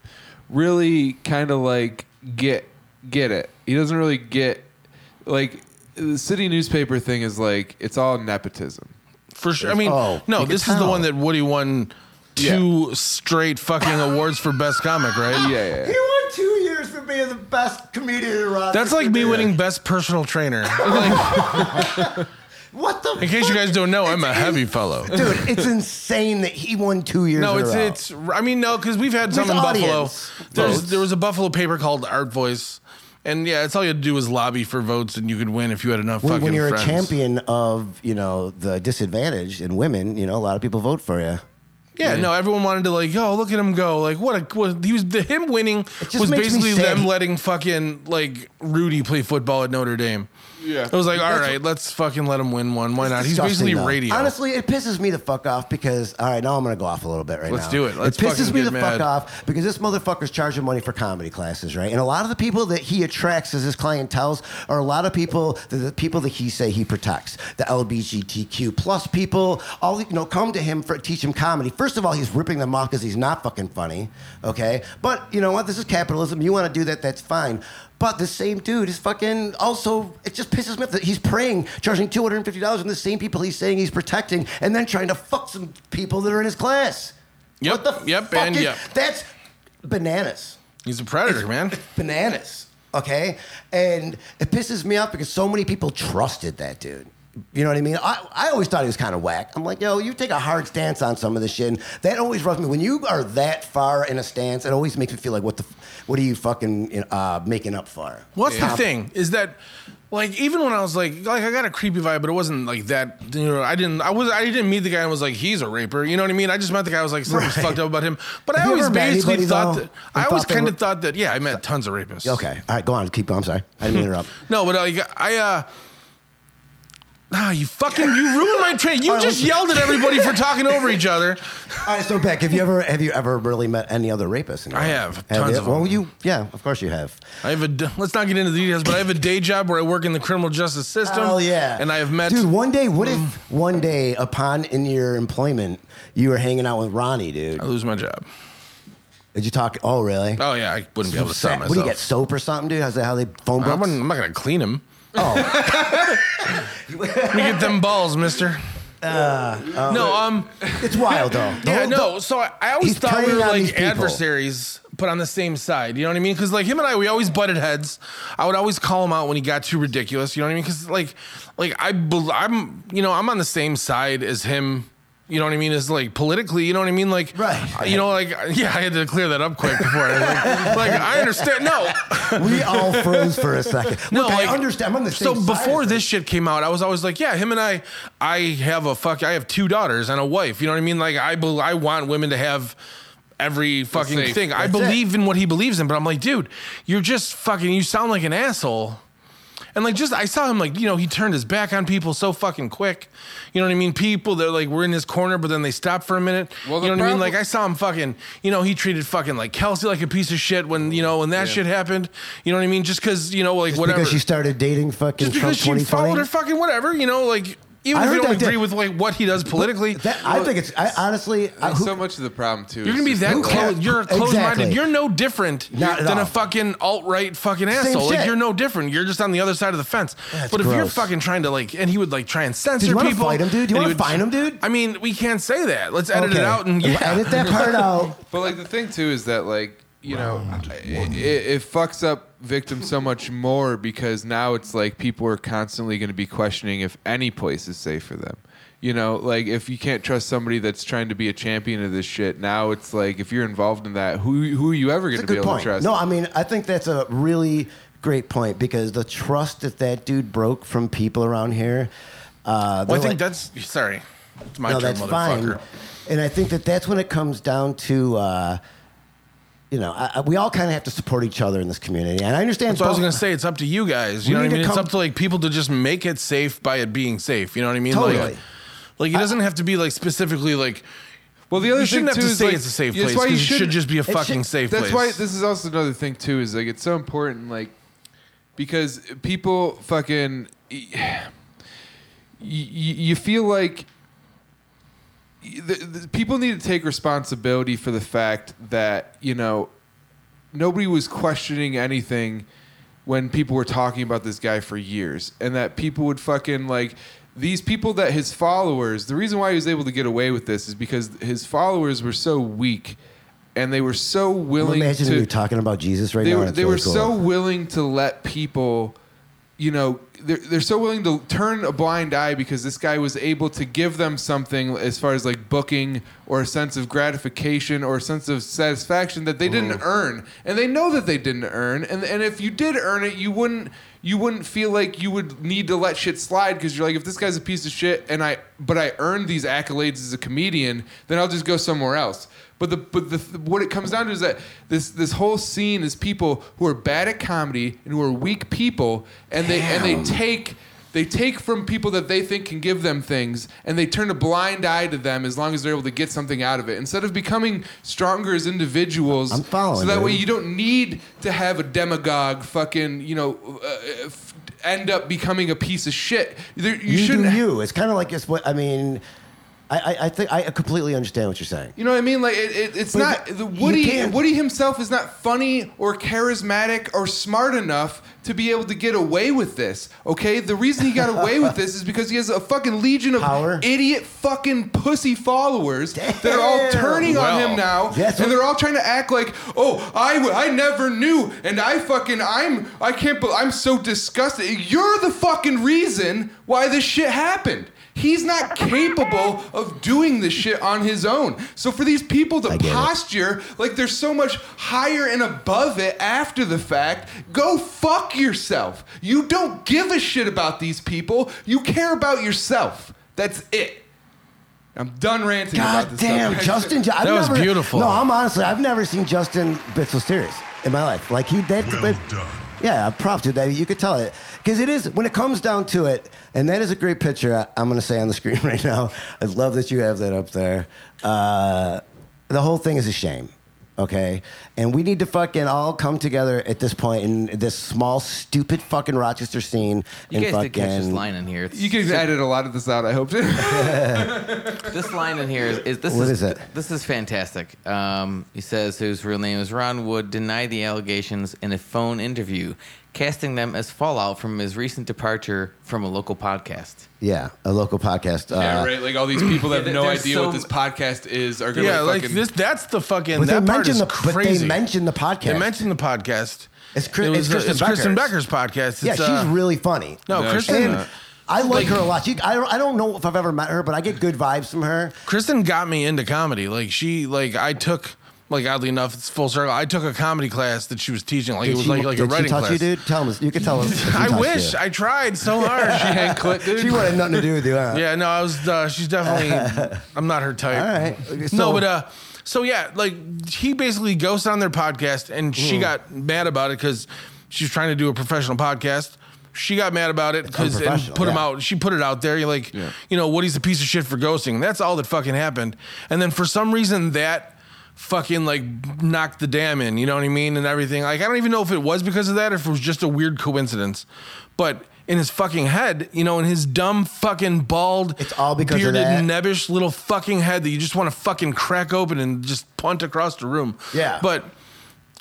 S4: really kind of like get get it he doesn't really get like the city newspaper thing is like it's all nepotism
S1: For sure. I mean,
S2: Oh,
S1: no,
S2: you can
S1: this is the
S2: tell.
S1: one that Woody won two straight fucking awards for best comic, right?
S4: yeah, yeah, yeah.
S2: won two years for being the best comedian in Rochester.
S1: That's like me winning best personal trainer. Like,
S2: What the?
S1: in case you guys don't know, I'm a heavy fellow.
S2: dude, it's insane that he won two years.
S1: No,
S2: in
S1: it's
S2: a row.
S1: it's. I mean, no, because we've had some in
S2: With
S1: Buffalo.
S2: audience
S1: There's,
S2: votes.
S1: there was a Buffalo paper called Art Voice, and yeah, it's all you had to do was lobby for votes, and you could win if you had enough
S2: when,
S1: fucking
S2: when you're
S1: friends.
S2: a champion of you know the disadvantaged in women. You know, a lot of people vote for you.
S1: Yeah, no, everyone wanted to like, oh, look at him go! Like, what a what, he was. The, him winning
S2: It just
S1: was
S2: makes me
S1: basically
S2: sad.
S1: them letting fucking like Rudy play football at Notre Dame.
S4: Yeah.
S1: it was like, all right, let's fucking let him win one. Why not? He's
S2: Disgusting,
S1: basically
S2: though.
S1: radio.
S2: Honestly, it pisses me the fuck off because all right, now I'm gonna go off a little bit right
S1: Let's
S2: now.
S1: do it. Let's
S2: it pisses
S1: fucking
S2: me
S1: get
S2: the
S1: mad.
S2: fuck off because this motherfucker's charging money for comedy classes, right? And a lot of the people that he attracts as his clientele are a lot of people, the, the people that he say he protects, the LBGTQ plus people. All the- you know, come to him for teach him comedy. First of all, he's ripping them off because he's not fucking funny, okay? But you know what? This is capitalism. You want to do that? That's fine. But the same dude is fucking also, it just pisses me off that he's praying, charging $250 on the same people he's saying he's protecting, and then trying to fuck some people that are in his class.
S1: Yep,
S2: What the
S1: yep,
S2: fuck
S1: and
S2: is-
S1: yep.
S2: That's bananas.
S1: He's a predator, man.
S2: Bananas. Okay? And it pisses me off because so many people trusted that dude. You know what I mean? I, I always thought he was kind of whack. I'm like, yo, you take a hard stance on some of this shit. And that always rubs me. When you are that far in a stance, it always makes me feel like, what the, f- what are you fucking uh, making up for?
S1: What's the thing is that, like, even when I was like, like I got a creepy vibe, but it wasn't like that. You know, I didn't, I was, I didn't meet the guy and was like, he's a raper. You know what I mean? I just met the guy. I was like, something's
S2: Right.
S1: fucked up about him. But I
S2: Have you
S1: always
S2: ever met
S1: basically
S2: anybody,
S1: thought
S2: though,
S1: that,
S2: who
S1: I always
S2: thought they
S1: kind
S2: were-
S1: of thought that. Yeah, I met tons of rapists.
S2: Okay. All right, go on. Keep going. I'm sorry. I didn't mean
S1: *laughs*
S2: to interrupt.
S1: No, but like I, uh, ah, you fucking, you ruined my train.
S2: *laughs*
S1: You
S2: right,
S1: just
S2: listen.
S1: yelled at everybody for talking over each other.
S2: *laughs* All right, so Beck, have you ever have you ever really met any other rapists? In your
S1: I
S2: life?
S1: have, tons
S2: you?
S1: of
S2: Well,
S1: them.
S2: you yeah, of course you have.
S1: I have a, d- let's not get into the details, but I have a day job where I work in the criminal justice system.
S2: Hell Oh, yeah!
S1: And I have met, Mm.
S2: dude. One day, what if one day upon in your employment you were hanging out with Ronnie, dude?
S1: I lose my job.
S2: Did you talk? Oh, really?
S1: Oh yeah, I wouldn't be able to sell myself.
S2: What do you get soap or something, dude? How's that? How they phone
S1: I
S2: books?
S1: wouldn't, I'm not gonna clean him.
S2: Oh,
S1: *laughs* Let me get them balls, Mister. no, um,
S2: it's wild though. Uh, oh.
S1: *laughs*
S2: The
S1: yeah,
S2: whole-
S1: no.
S2: the-
S1: so I, I always
S2: he's
S1: thought we
S2: preying
S1: were
S2: on these
S1: like
S2: people.
S1: adversaries, but on the same side. You know what I mean? Because like him and I, we always butted heads. I would always call him out when he got too ridiculous. You know what I mean? Because like, like I, bel- I'm, you know, I'm on the same side as him. You know what I mean? As like politically, you know what I mean? Like,
S2: Right.
S1: You know, like, yeah, I had to clear that up quick before. I, like, *laughs* like, I understand. No,
S2: we all froze for a second.
S1: *laughs* No,
S2: Look,
S1: like-
S2: I understand. I'm on the
S1: so
S2: same side
S1: before
S2: as
S1: this shit came out, I was always like, yeah, him and I, I have a fuck, I have two daughters and a wife. You know what I mean? Like I, bel I want women to have every fucking
S4: safe.
S1: thing. I
S2: That's it.
S1: believe in what he believes in, but I'm like, dude, you're just fucking. You sound like an asshole. And like just I saw him like, you know, he turned his back on people so fucking quick. You know what I mean? People that like were in his corner, but then they stopped for a minute.
S4: Well, the
S1: you know what I mean?
S4: problem-
S1: Like I saw him fucking, you know, he treated fucking like Kelsey like a piece of shit when, you know, when that shit happened. You know what I mean? Just cause, you know, like
S2: Just
S1: whatever
S2: because she started dating fucking
S1: just because
S2: Trump
S1: she followed
S2: 2020?
S1: her fucking whatever, you know, like even
S2: I
S1: if you
S2: heard
S1: don't
S2: that
S1: agree
S2: that-
S1: with like what he does politically,
S2: That, I think it's I, honestly. I,
S4: That's
S2: who,
S4: so much of the problem too
S1: you're
S4: is
S1: gonna be
S4: just
S1: that
S2: Who
S1: close.
S2: cares?
S1: You're close-minded.
S2: Exactly.
S1: You're no different
S2: Not at
S1: than a
S2: all.
S1: fucking alt-right fucking asshole. Like
S2: shit.
S1: you're no different. You're just on the other side of the fence.
S2: That's
S1: but if you're
S2: gross.
S1: fucking trying to like, and he would like try and censor
S2: wanna
S1: people.
S2: fight him, dude? Do you
S1: and he
S2: wanna
S1: would-
S2: fight him, dude?
S1: I mean, we can't say that. Let's edit it
S2: Okay.
S1: out and yeah.
S2: Edit
S1: *laughs*
S2: that part out.
S4: But like the thing too is that like you know it, it fucks up victims so much more because now it's like people are constantly going to be questioning if any place is safe for them. You know, like if you can't trust somebody that's trying to be a champion of this shit, now it's like if you're involved in that, who who are you ever going
S2: That's a
S4: to be
S2: good
S4: able
S2: point.
S4: to trust?
S2: No, I mean, I think that's a really great point because the trust that that dude broke from people around here. Uh,
S1: Well, I
S2: they're
S1: think
S2: like-
S1: that's sorry. It's my
S2: no,
S1: turn,
S2: that's
S1: motherfucker.
S2: fine. And I think that that's when it comes down to. Uh, you know, I, I- we all kind of have to support each other in this community. And I understand.
S1: So I was
S2: both-
S1: gonna say it's up to you guys. You
S2: We
S1: know what
S2: need
S1: I
S2: to
S1: mean? it's
S2: come-
S1: up to like people to just make it safe by it being safe. You know what I mean? Like,
S2: Totally.
S1: like it doesn't have to be like specifically like.
S4: Well, the other
S1: you
S4: thing
S1: shouldn't have
S4: too
S1: to
S4: is
S1: say
S4: like,
S1: it's a safe
S4: that's
S1: place.
S4: why
S1: 'cause
S4: you
S1: it should
S4: shouldn't-
S1: just be a fucking safe
S4: That's
S1: place.
S4: why this is also another thing too. Is like it's so important, like because people fucking y- y- you feel like y- the, the, people need to take responsibility for the fact that you know nobody was questioning anything when people were talking about this guy for years and that people would fucking like these people that his followers the reason why he was able to get away with this is because his followers were so weak and they were so
S2: I'm
S4: willing
S2: imagining
S4: to
S2: you talking about Jesus right
S4: they
S2: now.
S4: were
S2: and it's
S4: they
S2: really
S4: were
S2: cool.
S4: so willing to let people, you know, they're they're so willing to turn a blind eye because this guy was able to give them something as far as like booking or a sense of gratification or a sense of satisfaction that they didn't earn, and they know that they didn't earn, and and if you did earn it, you wouldn't you wouldn't feel like you would need to let shit slide because you're like if this guy's a piece of shit and I but I earned these accolades as a comedian then I'll just go somewhere else but the but the what it comes down to is that this this whole scene is people who are bad at comedy and who are weak people and they and they take they take from people that they think can give them things and they turn a blind eye to them as long as they're able to get something out of it instead of becoming stronger as individuals
S2: I'm following,
S4: so that way
S2: dude.
S4: you don't need to have a demagogue fucking you know uh, uh, f- end up becoming a piece of shit There- you,
S2: you
S4: shouldn't
S2: do you. It's kind of like it's what I mean. I, I, I think I completely understand what you're saying.
S4: You know what I mean? Like it, it, it's
S2: But
S4: not
S2: th-
S4: the
S2: you
S4: Woody.
S2: can't-
S4: Woody himself is not funny or charismatic or smart enough to be able to get away with this. Okay, the reason he got away with this is because he has a fucking legion of
S2: Power.
S4: idiot fucking pussy followers that are all
S2: Damn.
S4: turning
S1: Well,
S4: on him now,
S2: that's
S4: and
S2: what-
S4: they're all trying to act like, oh, I, w- I never knew, and I fucking I'm I can't bel I'm so disgusted. You're the fucking reason why this shit happened. He's not capable of doing this shit on his own. So for these people to
S2: get it.
S4: posture like they're so much higher and above it after the fact, go fuck yourself. You don't give a shit about these people. You care about yourself. That's it. I'm done ranting about
S2: God
S4: this.
S2: damn,
S1: *laughs*
S4: *laughs* subject.
S2: Justin! I've
S1: That was
S2: never-
S1: beautiful.
S2: No, I'm honestly, I've never seen Justin bit so serious in my life. Like he that.
S7: Well
S2: but-
S7: done.
S2: Yeah, props to that. You could tell it because it is when it comes down to it, and that is a great picture. I, I'm going to say on the *laughs* screen right now. I love that you have that up there. Uh, the whole thing is a shame. Okay, and we need to fucking all come together at this point in this small, stupid fucking Rochester scene.
S5: You
S2: and
S5: guys
S2: fucking,
S5: did catch this line in here. It's-
S4: You can edit a lot of this out,
S1: *laughs*
S4: I hope.
S5: this line in here is, is this
S2: What
S5: is
S2: is it?
S5: This is fantastic. Um, he says whose real name is Ron Wood denied the allegations in a phone interview, casting them as fallout from his recent departure from a local podcast.
S2: Yeah, a local podcast. Uh,
S4: Like all these people that
S5: have no there's idea so- what this
S4: podcast is are
S1: yeah, like this. That's the fucking.
S2: But
S1: that
S2: they
S1: part
S2: mentioned
S1: is
S2: the
S1: crazy.
S2: but they mentioned the podcast.
S1: They mentioned the podcast.
S2: It's Chris-
S1: It
S2: it's
S1: uh,
S2: Kristen
S1: it's Kristen Becker's
S2: Becker's.
S1: podcast. It's,
S2: yeah,
S1: uh,
S2: she's really funny.
S1: No,
S4: No,
S1: Kristen.
S2: and I like, her a lot. She, I, don't, I don't know if I've ever met her, but I get good vibes from her.
S1: Kristen got me into comedy. Like she, like I took, like oddly enough, it's full circle. I took a comedy class that she was teaching. Like it was
S2: she,
S1: like like a
S2: did
S1: writing
S2: she touch
S1: class.
S2: you, dude? Tell us. You can tell us.
S1: *laughs*
S2: if she
S1: I
S2: touched
S1: wish
S2: you.
S1: I tried
S2: *laughs*
S1: so hard. She had clit, dude.
S2: she wanted nothing to do with you. Huh?
S1: *laughs* Yeah, no, I was. Uh, she's
S2: *laughs*
S1: definitely. I'm not her type.
S2: All right. Okay,
S1: no,
S2: so-
S1: but uh, so yeah, like he basically goes on their podcast, and
S2: Hmm.
S1: she got mad about it because she was trying to do a professional podcast. She got mad about it because and
S2: unprofessional,
S1: put him
S2: yeah.
S1: out. She put it out there. You're like,
S4: Yeah.
S1: you know, Woody's a piece of shit for ghosting. That's all that fucking happened. And then for some reason that fucking like knocked the dam in. You know what I mean? And everything. Like I don't even know if it was because of that or if it was just a weird coincidence. But in his fucking head, you know, in his dumb fucking bald,
S2: It's all because of
S1: bearded,
S2: that.
S1: nebbish little fucking head that you just want to fucking crack open and just punt across the room.
S2: Yeah.
S1: But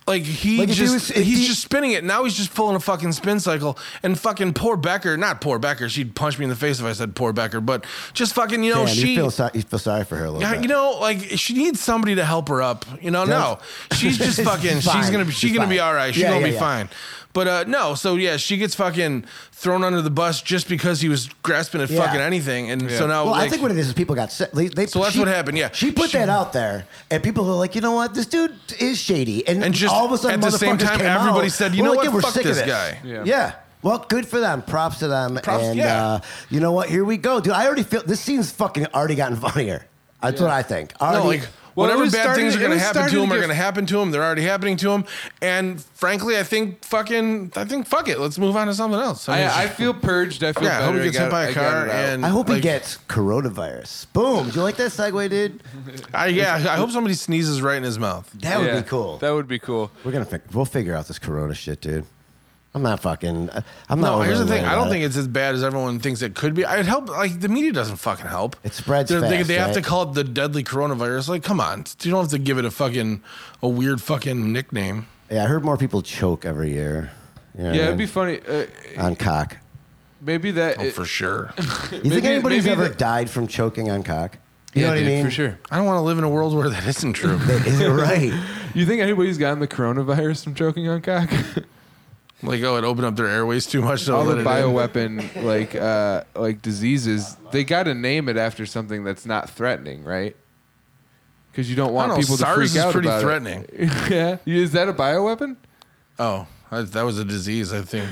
S1: like he
S2: Like, if he
S1: just
S2: was- if
S1: he's
S2: he-
S1: just spinning it. Now he's just pulling a fucking spin cycle and fucking poor Becker, not poor Becker. She'd punch me in the face if I said poor Becker, but just fucking you know
S2: Damn,
S1: she
S2: you, feel so, you feel sorry for her a little
S1: yeah,
S2: bit.
S1: you know, like she needs somebody to help her up. You know, no,
S2: Yes.
S1: she's just
S2: *laughs* She's
S1: fucking. she's
S2: fine.
S1: gonna be. She's
S2: She's
S1: gonna be
S2: fine.
S1: all right. She's
S2: Yeah,
S1: gonna
S2: yeah,
S1: be
S2: yeah.
S1: fine. But uh, no, so yeah, she gets fucking thrown under the bus just because he was grasping at
S2: Yeah.
S1: fucking anything, and so now
S2: Well,
S1: like,
S2: I think what it is is people got sick. They, they,
S1: So that's what happened, yeah.
S2: she put
S1: She-
S2: that out there, and people were like, you know what, this dude is shady, and,
S1: And just
S2: all of a sudden,
S1: at the same
S2: motherfuckers
S1: time,
S2: came
S1: everybody
S2: out,
S1: said, you
S2: "Well,
S1: know
S2: like,
S1: what?
S2: we're
S1: Fuck
S2: sick of
S1: this guy.
S2: Yeah.
S4: Yeah.
S2: Well, good for them. Props to them.
S1: Props-
S2: and
S1: yeah.
S2: uh, you *laughs* know what? Here we go, dude. I already feel this scene's fucking already gotten funnier. That's what I think. Already,
S1: no, like
S4: Well, it
S1: Whatever
S4: was
S1: bad
S4: starting-
S1: things are
S4: it
S1: going to
S4: was
S1: happen to
S4: starting
S1: him
S4: to
S1: are
S4: get-
S1: going to happen to him. They're already happening to him. And frankly, I think fucking, I think fuck it. Let's move on to something else. mean, *laughs*
S4: I, I feel purged. I feel
S1: yeah, I hope
S4: better.
S1: he gets
S4: got-
S1: hit by
S4: I
S1: a
S4: got
S1: car.
S4: it out.
S1: And
S2: I hope he
S1: like,
S2: gets coronavirus. Boom. Do you like that segue,
S4: *laughs*
S2: dude?
S1: I, yeah, I hope somebody sneezes right in his mouth.
S2: That would
S4: Yeah,
S2: be cool.
S4: That would be cool.
S2: We're gonna fi- we'll figure out this corona shit, dude. I'm not fucking. I- I'm not.
S1: No,
S2: over
S1: here's the
S2: it
S1: thing.
S2: right
S1: I don't
S2: now.
S1: think it's as bad as everyone thinks it could be. I'd help. Like the media doesn't fucking help.
S2: It spreads
S1: They're- They,
S2: fast,
S1: they have to
S2: right?
S1: call it the deadly coronavirus. Like, come on, you don't have to give it a fucking a weird fucking nickname.
S2: Yeah, I heard more people choke every year. You know what
S4: Yeah,
S2: I
S4: it'd be
S2: mean?
S4: funny. Uh,
S2: on cock.
S4: maybe that.
S1: Oh, for
S4: *laughs*
S1: sure.
S2: You think
S4: maybe-
S2: anybody's
S4: maybe
S2: ever
S4: the-
S2: died from choking on cock? You
S4: yeah,
S2: know what
S4: dude,
S2: I mean? *laughs*
S4: For sure.
S1: I don't want to live in a world where that isn't true.
S4: *laughs*
S2: Is it right?
S4: You think anybody's gotten the coronavirus from choking on cock?
S1: like, oh, it opened up their airways too much. To
S4: All
S1: let it
S4: the
S1: in.
S4: bioweapon like uh, like diseases, they got to name it after something that's not threatening, right? Because you don't
S1: I
S4: want
S1: don't know.
S4: people to
S1: SARS
S4: freak
S1: is
S4: out
S1: pretty
S4: about it.
S1: threatening.
S4: *laughs* yeah, is that a bioweapon?
S1: Oh, I, that was a disease, I think.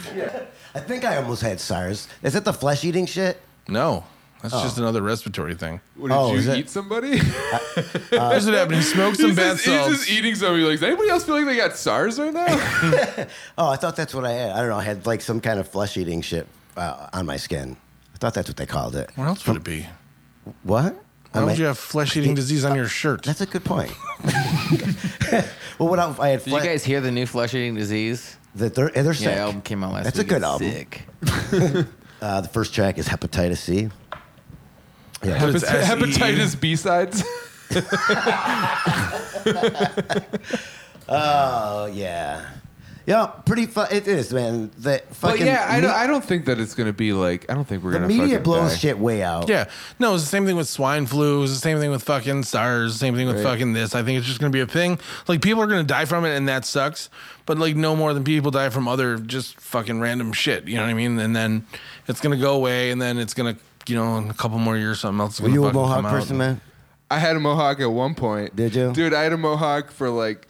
S2: I think I almost had SARS. Is that the flesh eating shit?
S1: No, that's
S4: Oh.
S1: just another respiratory thing.
S4: What,
S2: Oh,
S4: did
S2: is
S4: you
S2: it-
S4: eat somebody? *laughs*
S1: Here's what happened. He smoked some
S4: Uh, he's,
S1: bad
S4: just, he's
S1: salts.
S4: just eating somebody. Like, does anybody else feel like they got SARS
S2: *laughs*
S4: right now?
S2: Oh, I thought that's what I had. I don't know. I had like some kind of flesh eating shit uh, on my skin. I thought that's what they called it.
S1: What else would it be?
S2: What?
S1: Why
S2: I'm
S1: would
S2: a-
S1: you have flesh eating disease on your shirt?
S2: That's a good
S4: *laughs*
S2: point. *laughs* well, what else? I had
S5: Did you
S2: flesh.
S5: guys hear the new flesh eating disease?
S2: that they're, they're sick.
S5: Yeah, album came out last
S2: That's a
S5: week.
S2: good
S5: It's
S2: album.
S5: Sick.
S2: *laughs*
S5: *laughs*
S2: Uh, the first track is hepatitis C.
S1: But it's SE.
S4: E. Hepatitis
S2: *laughs*
S4: B sides.
S2: Oh yeah, yeah, pretty fun. It is, man. That
S4: But
S2: fucking
S4: yeah, I
S2: me-
S4: don't, I don't think that it's gonna be like. I don't think we're
S2: the
S4: gonna.
S2: media
S4: fucking
S2: blows
S4: die.
S2: shit way out.
S1: Yeah. No, it's the same thing with swine flu. It's the same thing with fucking SARS. Same thing with fucking this. I think it's just going to be a thing. Like people are going to die from it, and that sucks. But like no more than people die from other just fucking random shit. You know what I mean? And then it's going to go away, and then it's going to you know in a couple more years something else. is
S2: Were
S1: gonna
S2: you a
S1: fucking
S2: Mohawk
S1: come out.
S2: person, man?
S4: I had a mohawk at one point.
S2: Did you?
S4: dude? I had a mohawk for like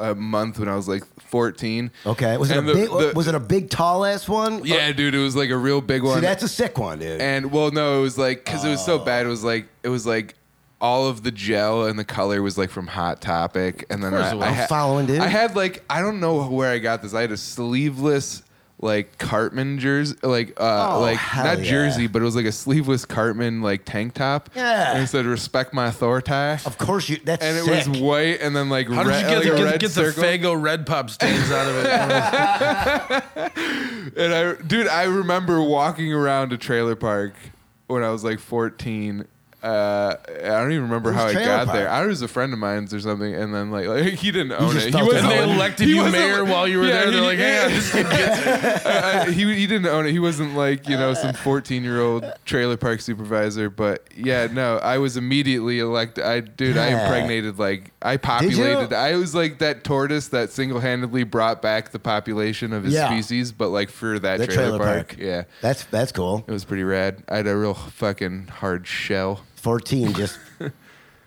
S4: a month when I was like fourteen.
S2: Okay, was it
S4: And
S2: a
S4: the-
S2: big?
S4: the-
S2: was it a big tall ass one?
S4: Yeah, dude, it was like a real big
S2: See,
S4: one.
S2: that's a sick one, dude.
S4: and well, no, it was like because it was so bad. It was like it was like all of the gel and the color was like from Hot Topic, and then
S1: course
S4: I,
S1: it was.
S4: I
S1: I'm
S4: ha-
S2: following, dude.
S4: I had like I don't know where I got this. I had a sleeveless like Cartman jersey, like uh,
S2: Oh,
S4: like
S2: hell
S4: not
S2: yeah.
S4: jersey, but it was like a sleeveless Cartman like tank top.
S2: Yeah.
S4: and it said "Respect my authority."
S2: of course you. That's
S4: and it
S2: sick.
S4: was white, and then like
S1: How did
S4: red,
S1: you get,
S4: like a
S1: the,
S4: red
S1: get, get the
S4: circle.
S1: Fago red pop stains out of it?
S4: And I, dude, I remember walking around a trailer park when I was like 14. Uh, I don't even remember
S2: Whose
S4: how I
S2: trailer
S4: got
S2: park?
S4: there. I was a friend of mine's or something, and then like, *laughs* like he didn't own
S2: just
S4: it. He
S2: felt
S4: wasn't
S2: it.
S1: they
S2: They
S1: elected
S4: he
S1: you
S4: wasn't-
S1: mayor while you were
S4: yeah,
S1: there. They're
S4: he-
S1: like, hey, this kid gets it.
S4: *laughs* I- I- he he didn't own it. He wasn't like you know some fourteen year old trailer park supervisor. But yeah, no, I was immediately elected. I dude, I
S2: Yeah.
S4: impregnated like I
S2: you?
S4: populated. I was like that tortoise that single handedly brought back the population of his
S2: Yeah.
S4: species, but like for that
S2: the
S4: trailer, park. Yeah,
S2: That's that's cool.
S4: it was pretty rad. I had a real fucking hard shell.
S2: Fourteen,
S4: *laughs*
S2: just. were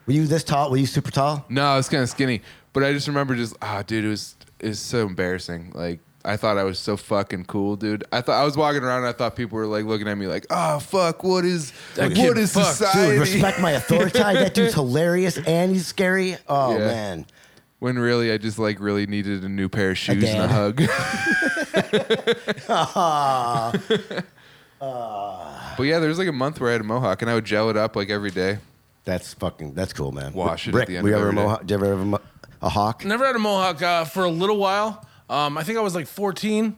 S2: you this tall? Were you super tall?
S4: No, I was kind of skinny, but I just remember just ah, dude, it was it was so embarrassing. Like I thought I was so fucking cool, dude. I thought I was walking around and I thought people were like looking at me like, oh fuck, what is
S1: That
S4: what
S1: kid
S4: is
S1: fucked. Dude,
S2: Dude,
S4: society?
S2: respect my authority. that
S4: *laughs*
S2: dude's hilarious and he's scary. Oh
S4: Yeah.
S2: man.
S4: when really I just like really needed a new pair of shoes and a
S2: dad.
S4: hug.
S2: *laughs*
S4: *laughs* but yeah, there was like a month where I had a mohawk and I would gel it up like every day.
S2: That's fucking. That's cool, man.
S4: Wash it at
S2: Rick,
S4: the end
S2: were you
S4: of
S2: ever a
S4: every day.
S2: mohawk? Did you ever have a, mo- a hawk?
S1: Never had a mohawk uh, for a little while. Um, I think I was like 14.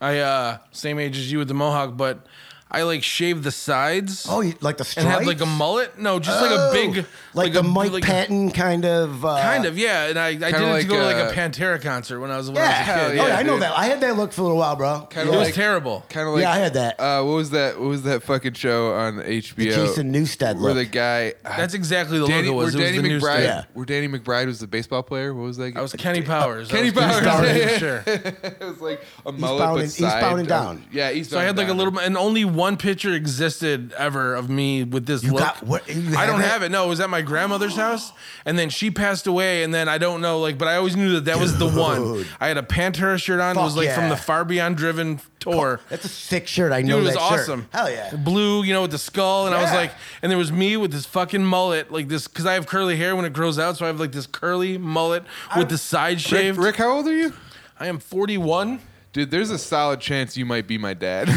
S1: I uh, same age as you with the mohawk, but I like shaved the sides
S2: Oh, you, like the
S1: and
S2: stripes?
S1: had like a mullet. No, just like a
S2: Oh,
S1: big,
S2: like, the
S1: a,
S2: Mike
S1: like a-
S2: Patton kind of. Uh,
S1: kind of yeah. And I, I did it
S4: like,
S1: to go to like
S4: uh,
S1: a Pantera concert when I was when
S2: Yeah.
S1: I was a
S2: Hell
S1: kid.
S2: yeah,
S4: yeah,
S2: I know
S4: dude.
S2: that. I had that look for a little while, bro.
S4: Kinda
S1: It was
S4: like-
S1: terrible.
S4: Kind of like
S2: Yeah, I had that.
S4: Uh, what was that? What was that fucking show on HBO?
S2: Jason Newsted look.
S4: Where the guy uh,
S1: That's exactly the
S4: Danny,
S1: logo
S4: where
S1: was. It was
S4: Danny
S1: the new
S4: McBride,
S1: state.
S2: Yeah.
S4: where Danny McBride was the baseball player. What was that?
S1: I was Kenny Powers. I
S4: *laughs* Kenny
S1: was Kenny
S4: Powers,
S1: Powers,
S4: yeah.
S1: sure.
S4: it was like a mullet,
S2: bound
S4: but
S2: and-
S4: side.
S2: eastbound and
S4: I was-
S2: down.
S4: Yeah, eastbound.
S1: So I had
S4: and
S1: like a
S4: down.
S1: little, and only one picture existed ever of me with this look.
S2: got- what- you
S1: I don't
S2: have it?
S1: have it. No, it was at my grandmother's house, and then she passed away, and then I don't know. Like, but I always knew that that was the one.
S2: Dude.
S1: I had a Pantera shirt on. it
S2: Fuck
S1: was like from
S2: yeah.
S1: the Far Beyond Driven tour.
S2: That's a sick shirt. I know
S1: Dude, it was
S2: that shirt.
S1: awesome. *laughs*
S2: Hell yeah.
S1: Blue, you know, with the skull, and I was
S2: Yeah.
S1: like, and there was me with this fucking mullet, like this, because I have curly hair when it grows out, so I have like this curly mullet with the side
S4: Rick,
S1: shaved.
S4: Rick, how old are you?
S1: I am 41.
S4: Dude, there's a solid chance you might be my
S2: *laughs*
S4: dad.
S1: I,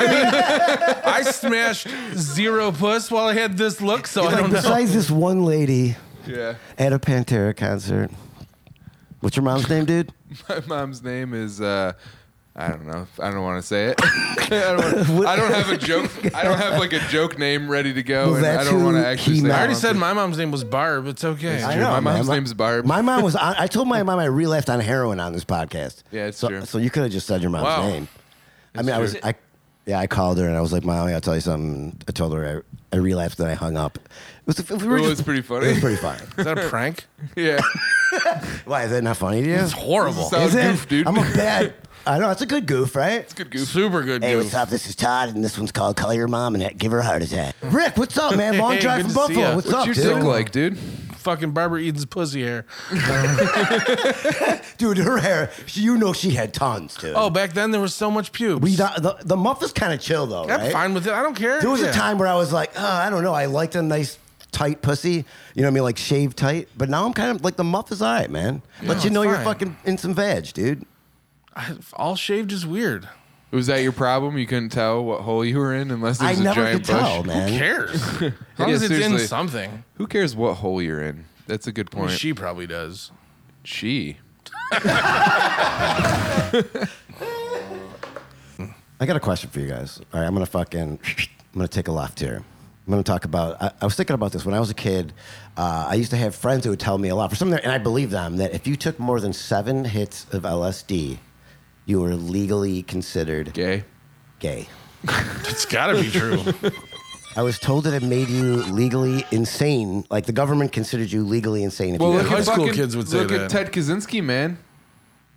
S1: I mean, I smashed zero puss while I had this look, so I
S2: Like,
S1: don't know.
S2: besides this one lady
S4: *laughs* yeah.
S2: at a Pantera concert. What's your mom's name, dude?
S4: My mom's name is uh I don't know. I don't want to say it. *laughs* I, don't wanna- I don't have a joke. I don't have like a joke name ready to go,
S2: Well,
S4: and I
S2: that's
S4: don't want
S2: who
S4: to actually.
S2: he
S4: Say
S2: met.
S1: I already
S4: mom's
S1: said
S4: name.
S1: my mom's name was Barb. It's okay.
S2: I
S4: true.
S2: know.
S4: My mom's
S2: man.
S4: name's
S2: *laughs*
S4: Barb.
S2: My mom was on. I told my mom I relapsed on heroin on this podcast.
S4: Yeah, it's
S2: so,
S4: true.
S2: So you could have just said your mom's
S1: Wow.
S2: name. I mean, I was.
S4: true.
S2: I yeah, I called her and I was like, "Mom, I gotta tell you something." I told her I, I relapsed and I hung up. It was, if we were
S4: It was
S2: just-
S4: pretty funny.
S2: It was pretty
S4: *laughs*
S2: funny.
S1: Is that a prank?
S4: *laughs* Yeah,
S2: Why is that not funny to you?
S1: It's horrible.
S4: So-
S2: Is it?
S4: goof, dude.
S2: I'm a bad. I know it's a good goof, right?
S4: good goof.
S1: Super good
S2: *laughs* Hey,
S1: goof.
S2: what's up? This is Todd, and this one's called "Call Your Mom and Give Her a Heart Attack." Rick, what's up,
S4: *laughs*
S2: man? Long
S1: Hey,
S2: drive
S1: good
S2: from
S1: to see ya.
S2: Buffalo. What's
S4: What's
S2: up,
S4: your
S2: dude?
S4: dick like, dude?
S1: Fucking Barbara Eden's pussy
S2: *clears throat*
S1: hair.
S2: Dude, her hair. She, you know she had tons, dude.
S1: Oh, back then there was so much pubes.
S2: we the, the, the muff is kind of chill though,
S1: I'm
S2: right?
S1: fine with it. I don't care.
S2: There was
S1: Yeah.
S2: a time where I was like, oh, I don't know. I liked a nice tight pussy. You know what I mean? Like shaved tight. But now I'm kind of like the muff is all right, man. Let you
S1: it's
S2: know you're
S1: fine.
S2: fucking in some veg, dude.
S1: I- all shaved is weird.
S4: Was that your problem? You couldn't tell what hole you were in unless there
S2: I
S4: was a
S2: never could
S4: giant
S2: tell,
S4: bush.
S1: Who
S2: man. *laughs*
S1: cares? As long
S4: Yeah,
S1: as it's
S4: seriously.
S1: in something.
S4: Who cares what hole you're in? That's a good point.
S1: She probably does.
S4: she.
S2: I got a question for you guys. All right, I'm gonna fucking, I'm gonna take a left here. I'm gonna talk about. I, I was thinking about this when I was a kid. Uh, I used to have friends who would tell me a lot for something, and I believe them that if you took more than seven hits of LSD, you were legally considered
S4: Gay.
S2: gay.
S1: It's gotta be
S2: *laughs*
S1: true.
S2: I was told that it made you legally insane. Like the government considered you legally insane. If you
S1: look
S2: did.
S1: high
S4: at
S1: school
S4: fucking-
S1: kids would say
S4: Look at
S1: that.
S4: Ted Kaczynski, man.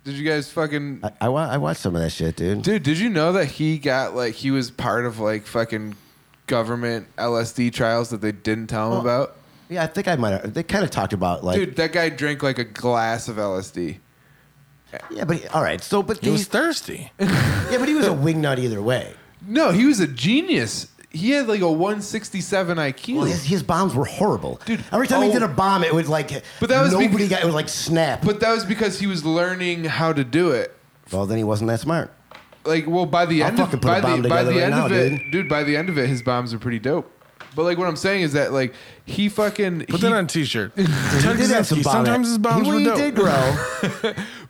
S4: Did you guys fucking
S2: I, I, wa- I watched some of that shit, dude.
S4: Dude, did you know that he got like he was part of like fucking government LSD trials that they didn't tell him about?
S2: Yeah, I think I might. have They kind of talked about Oh, like.
S4: Dude, that guy drank like a glass of LSD.
S2: Yeah, but all right. So, but
S1: he was
S2: he's,
S1: thirsty.
S2: yeah, but he was a wingnut either way.
S4: No, he was a genius. He had like a 167 IQ.
S2: Well, his, his bombs were horrible, dude. Every time he
S4: oh.
S2: did a bomb, it would like.
S4: But that was
S2: nobody
S4: because-
S2: got. It would like snap.
S4: but that was because he was learning how to do it.
S2: well, then he wasn't that smart.
S4: Like, well, by the
S2: I'll
S4: end of
S2: fucking put
S4: by
S2: a bomb
S4: the, by
S2: together
S4: the
S2: right
S4: end
S2: now,
S4: of it,
S2: dude.
S4: dude. by the end of it, his bombs are pretty dope. But like, what I'm saying is that like he fucking
S1: Put
S4: he-
S1: that on a t-shirt.
S2: *laughs* He did have some
S1: Kaczynski,
S2: bomb
S1: Sometimes
S2: act-
S1: his bombs
S2: he,
S1: were
S2: he
S1: dope.
S2: did grow.
S1: *laughs*
S4: *laughs*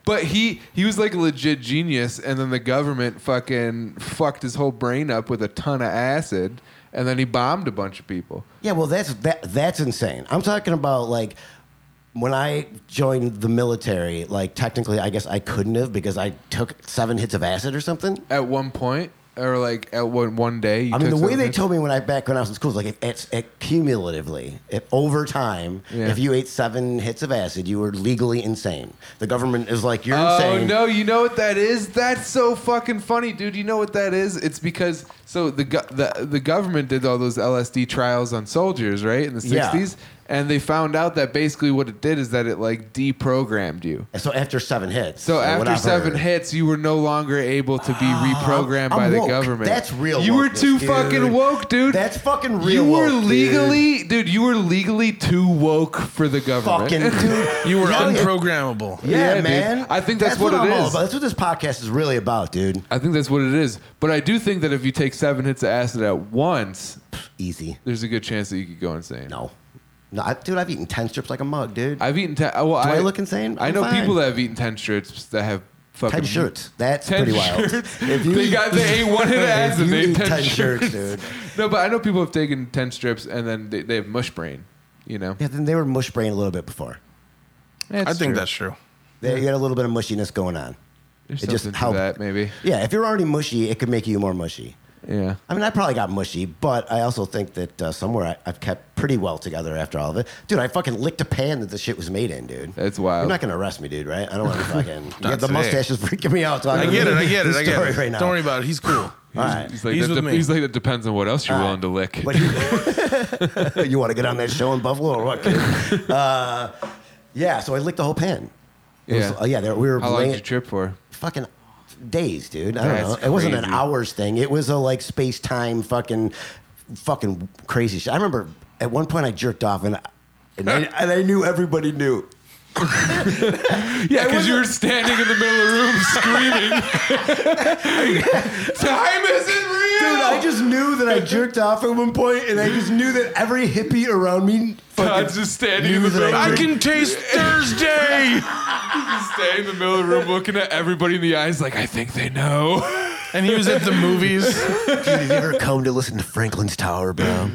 S4: But he he was like a legit genius, and then the government fucking fucked his whole brain up with a ton of acid, and then he bombed a bunch of people.
S2: Yeah, well, that's that, that's insane. I'm talking about like when I joined the military. Like technically, I guess I couldn't have because I took seven hits of acid or something.
S4: At one point, or like at one one day, you
S2: I mean,
S4: took
S2: the way they
S4: something-
S2: told me when I back when I was in school is like it, it's it cumulatively, it, over time,
S4: Yeah.
S2: if you ate seven hits of acid, you were legally insane. The government is like, you're
S4: Oh
S2: insane.
S4: no! You know what that is? That's so fucking funny, dude. You know what that is? It's because so the go- the the government did all those LSD trials on soldiers, right, in the
S2: Yeah.
S4: '60s, and they found out that basically what it did is that it like deprogrammed you.
S2: So after seven hits,
S4: So
S2: or what
S4: after
S2: I've
S4: seven
S2: heard. Uh,
S4: hits, you were no longer able to be reprogrammed
S2: I'm
S4: by the
S2: woke.
S4: government.
S2: That's real
S4: You were
S2: wokeness,
S4: too
S2: dude.
S4: fucking woke, dude.
S2: That's fucking real.
S4: you were
S2: woke, dude.
S4: legally, dude. You were legally too woke for the government. *laughs*
S2: fucking dude.
S1: You were
S2: Hell yeah.
S1: unprogrammable.
S2: Yeah,
S4: Yeah, dude.
S2: man.
S4: I think that's what
S2: I'm
S4: it
S2: all
S4: is.
S2: about. That's what this podcast is really about, dude.
S4: I think that's what it is. But I do think that if you take seven hits of acid at once,
S2: Easy.
S4: there's a good chance that you could go insane.
S2: No. No, I, dude, I've eaten 10 strips like a mug, dude.
S4: I've eaten. Ten, well,
S2: Do I
S4: I
S2: look insane?
S4: I
S2: I'm
S4: know
S2: fine.
S4: people that have eaten ten strips that have fucking
S1: *laughs*
S2: 10 shirts. That's
S4: 10
S2: pretty wild.
S4: shirts.
S2: If you
S4: They
S2: eat- *laughs*
S4: got- they ate one hit of
S2: If
S4: ads and
S2: you
S4: they ate
S2: eat
S4: 10
S2: shirts, dude.
S4: No, but I know people have taken ten strips and then they, they have mush brain. You know,
S2: Yeah, then they were mush brain a little bit before.
S1: I think that's true.
S2: They got a little bit of mushiness going on.
S4: There's
S2: It
S4: something
S2: just
S4: to
S2: helped.
S4: that, maybe.
S2: Yeah, if you're already mushy, it could make you more mushy.
S4: Yeah.
S2: I mean, I probably got mushy, but I also think that uh, somewhere I, I've kept pretty well together after all of it. Dude, I fucking licked a pan that the shit was made in, dude.
S4: That's wild.
S2: You're not gonna arrest me, dude,
S1: *laughs*
S2: right? I don't want to fucking. yeah, the
S1: today.
S2: mustache is *laughs* freaking me out. So
S1: I get it. I get it.
S2: This
S1: I get
S2: story
S1: it.
S2: Right now.
S1: Don't worry about it. He's cool.
S2: All right.
S4: He's like,
S1: He's
S4: that
S1: with
S4: de-
S1: me.
S4: he's like, that depends on what else you're
S2: All right.
S4: willing to lick.
S2: But you want to get on that show in Buffalo or what? Kid?
S4: *laughs*
S2: Uh, yeah, so I licked the whole pen. It was-
S4: Yeah.
S2: uh, yeah. There, we were
S4: How long
S2: laying-
S4: did you trip for?
S2: fucking days, dude. I don't
S4: That's
S2: know. It wasn't an
S4: crazy.
S2: hours thing. It was a like space time fucking fucking crazy shit. I remember at one point I jerked off and I- and
S4: *laughs*
S2: I, and I knew everybody knew.
S4: Yeah, because you were standing in the middle of the
S1: *laughs*
S4: room screaming. Time isn't real.
S2: Dude, I just knew that I jerked off at one point, and I just knew that every hippie around me
S4: Todd's
S2: fucking
S4: just standing in the
S2: knew that
S4: middle.
S2: I
S4: I
S2: jerked-
S4: can
S1: can taste Thursday.
S4: just stand in the middle of the room, looking at everybody in the eyes, like I think they know.
S1: *laughs* and he was at the movies.
S2: Dude, *laughs* have you ever come to listen to Franklin's Tower, bro?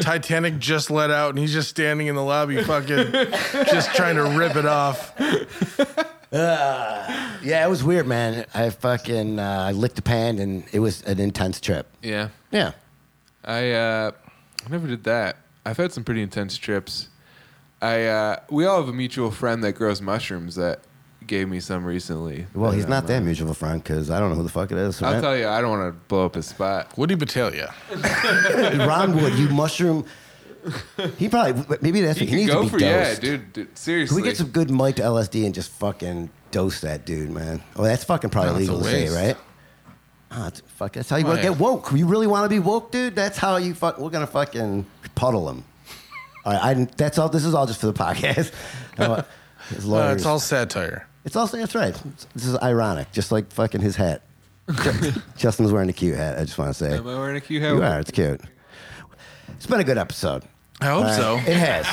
S1: Titanic just let out, and he's just standing in the lobby, fucking, just trying to rip it off.
S2: yeah, it was weird, man. I fucking uh, I licked a pan, and it was an intense trip.
S4: Yeah,
S2: *laughs* Yeah.
S4: I uh, I never did that. I've had some pretty intense trips. I uh, we all have a mutual friend that grows mushrooms that gave me some recently.
S2: Well, he's not that mutual of a friend because I don't know who the fuck it is.
S4: I'll
S2: right?
S4: tell you, I don't want to blow up his spot.
S1: Woody Battalia.
S2: Ron Wood, you mushroom. He probably maybe that's
S4: You
S2: what he
S4: can
S2: needs
S4: go
S2: to be
S4: for yeah,
S2: dosed.
S4: dude. dude seriously,
S2: Can we get some good Mike to LSD and just fucking dose that dude, man? Oh, that's fucking probably
S1: No, it's a
S2: legal to say,
S1: waste.
S2: right? Ah, it's- fuck, that's how you
S1: Oh,
S2: wanna
S1: yeah.
S2: get woke. You really want to be woke, dude? That's how you fuck. We're gonna fucking puddle him. All right, I, that's all. This is all just for the podcast. *laughs* Uh, his
S1: Uh,
S2: lawyers.
S1: it's all satire.
S2: It's also that's right. This is ironic, just like fucking his
S4: *laughs*
S2: hat. Ju- Justin's wearing a cute hat. I just want to say
S4: Am I wearing a cute
S2: you
S4: hat?
S2: are. It's cute. It's been a good episode.
S1: I hope so.
S2: It has.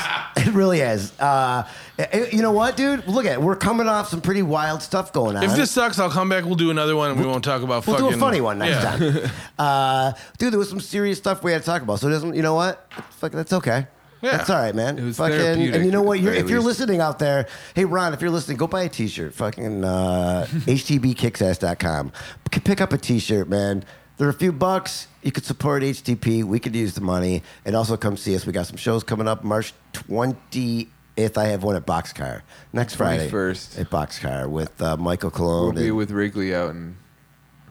S4: *laughs*
S2: It really has. Uh, it- it- you know what, dude? Look at it. We're coming off some pretty wild stuff going on.
S1: If this sucks, I'll come back. We'll do another one, and we won't talk about.
S2: we'll
S1: fucking,
S2: do a funny one next
S1: Yeah.
S4: *laughs*
S2: time. Uh, dude, there was some serious stuff we had to talk about. So it doesn't, you know what? Fuck, that's okay.
S1: Yeah.
S2: That's all right, man.
S4: It was
S2: fucking,
S4: therapeutic
S2: and you know
S4: at
S2: what?
S4: the
S2: You're,
S4: very
S2: if you're
S4: least.
S2: listening out there, hey Ron, if you're listening, go buy a t-shirt. Fucking
S4: *laughs*
S2: uh, htbkicksass.com. P- Pick up a t-shirt, man. They're a few bucks. You could support HTP. We could use the money, and also come see us. We got some shows coming up. March 20th, I have one at Boxcar next Friday.
S4: 21st.
S2: at Boxcar with uh, Michael Cologne.
S4: We'll be
S2: and-
S4: with Wrigley out in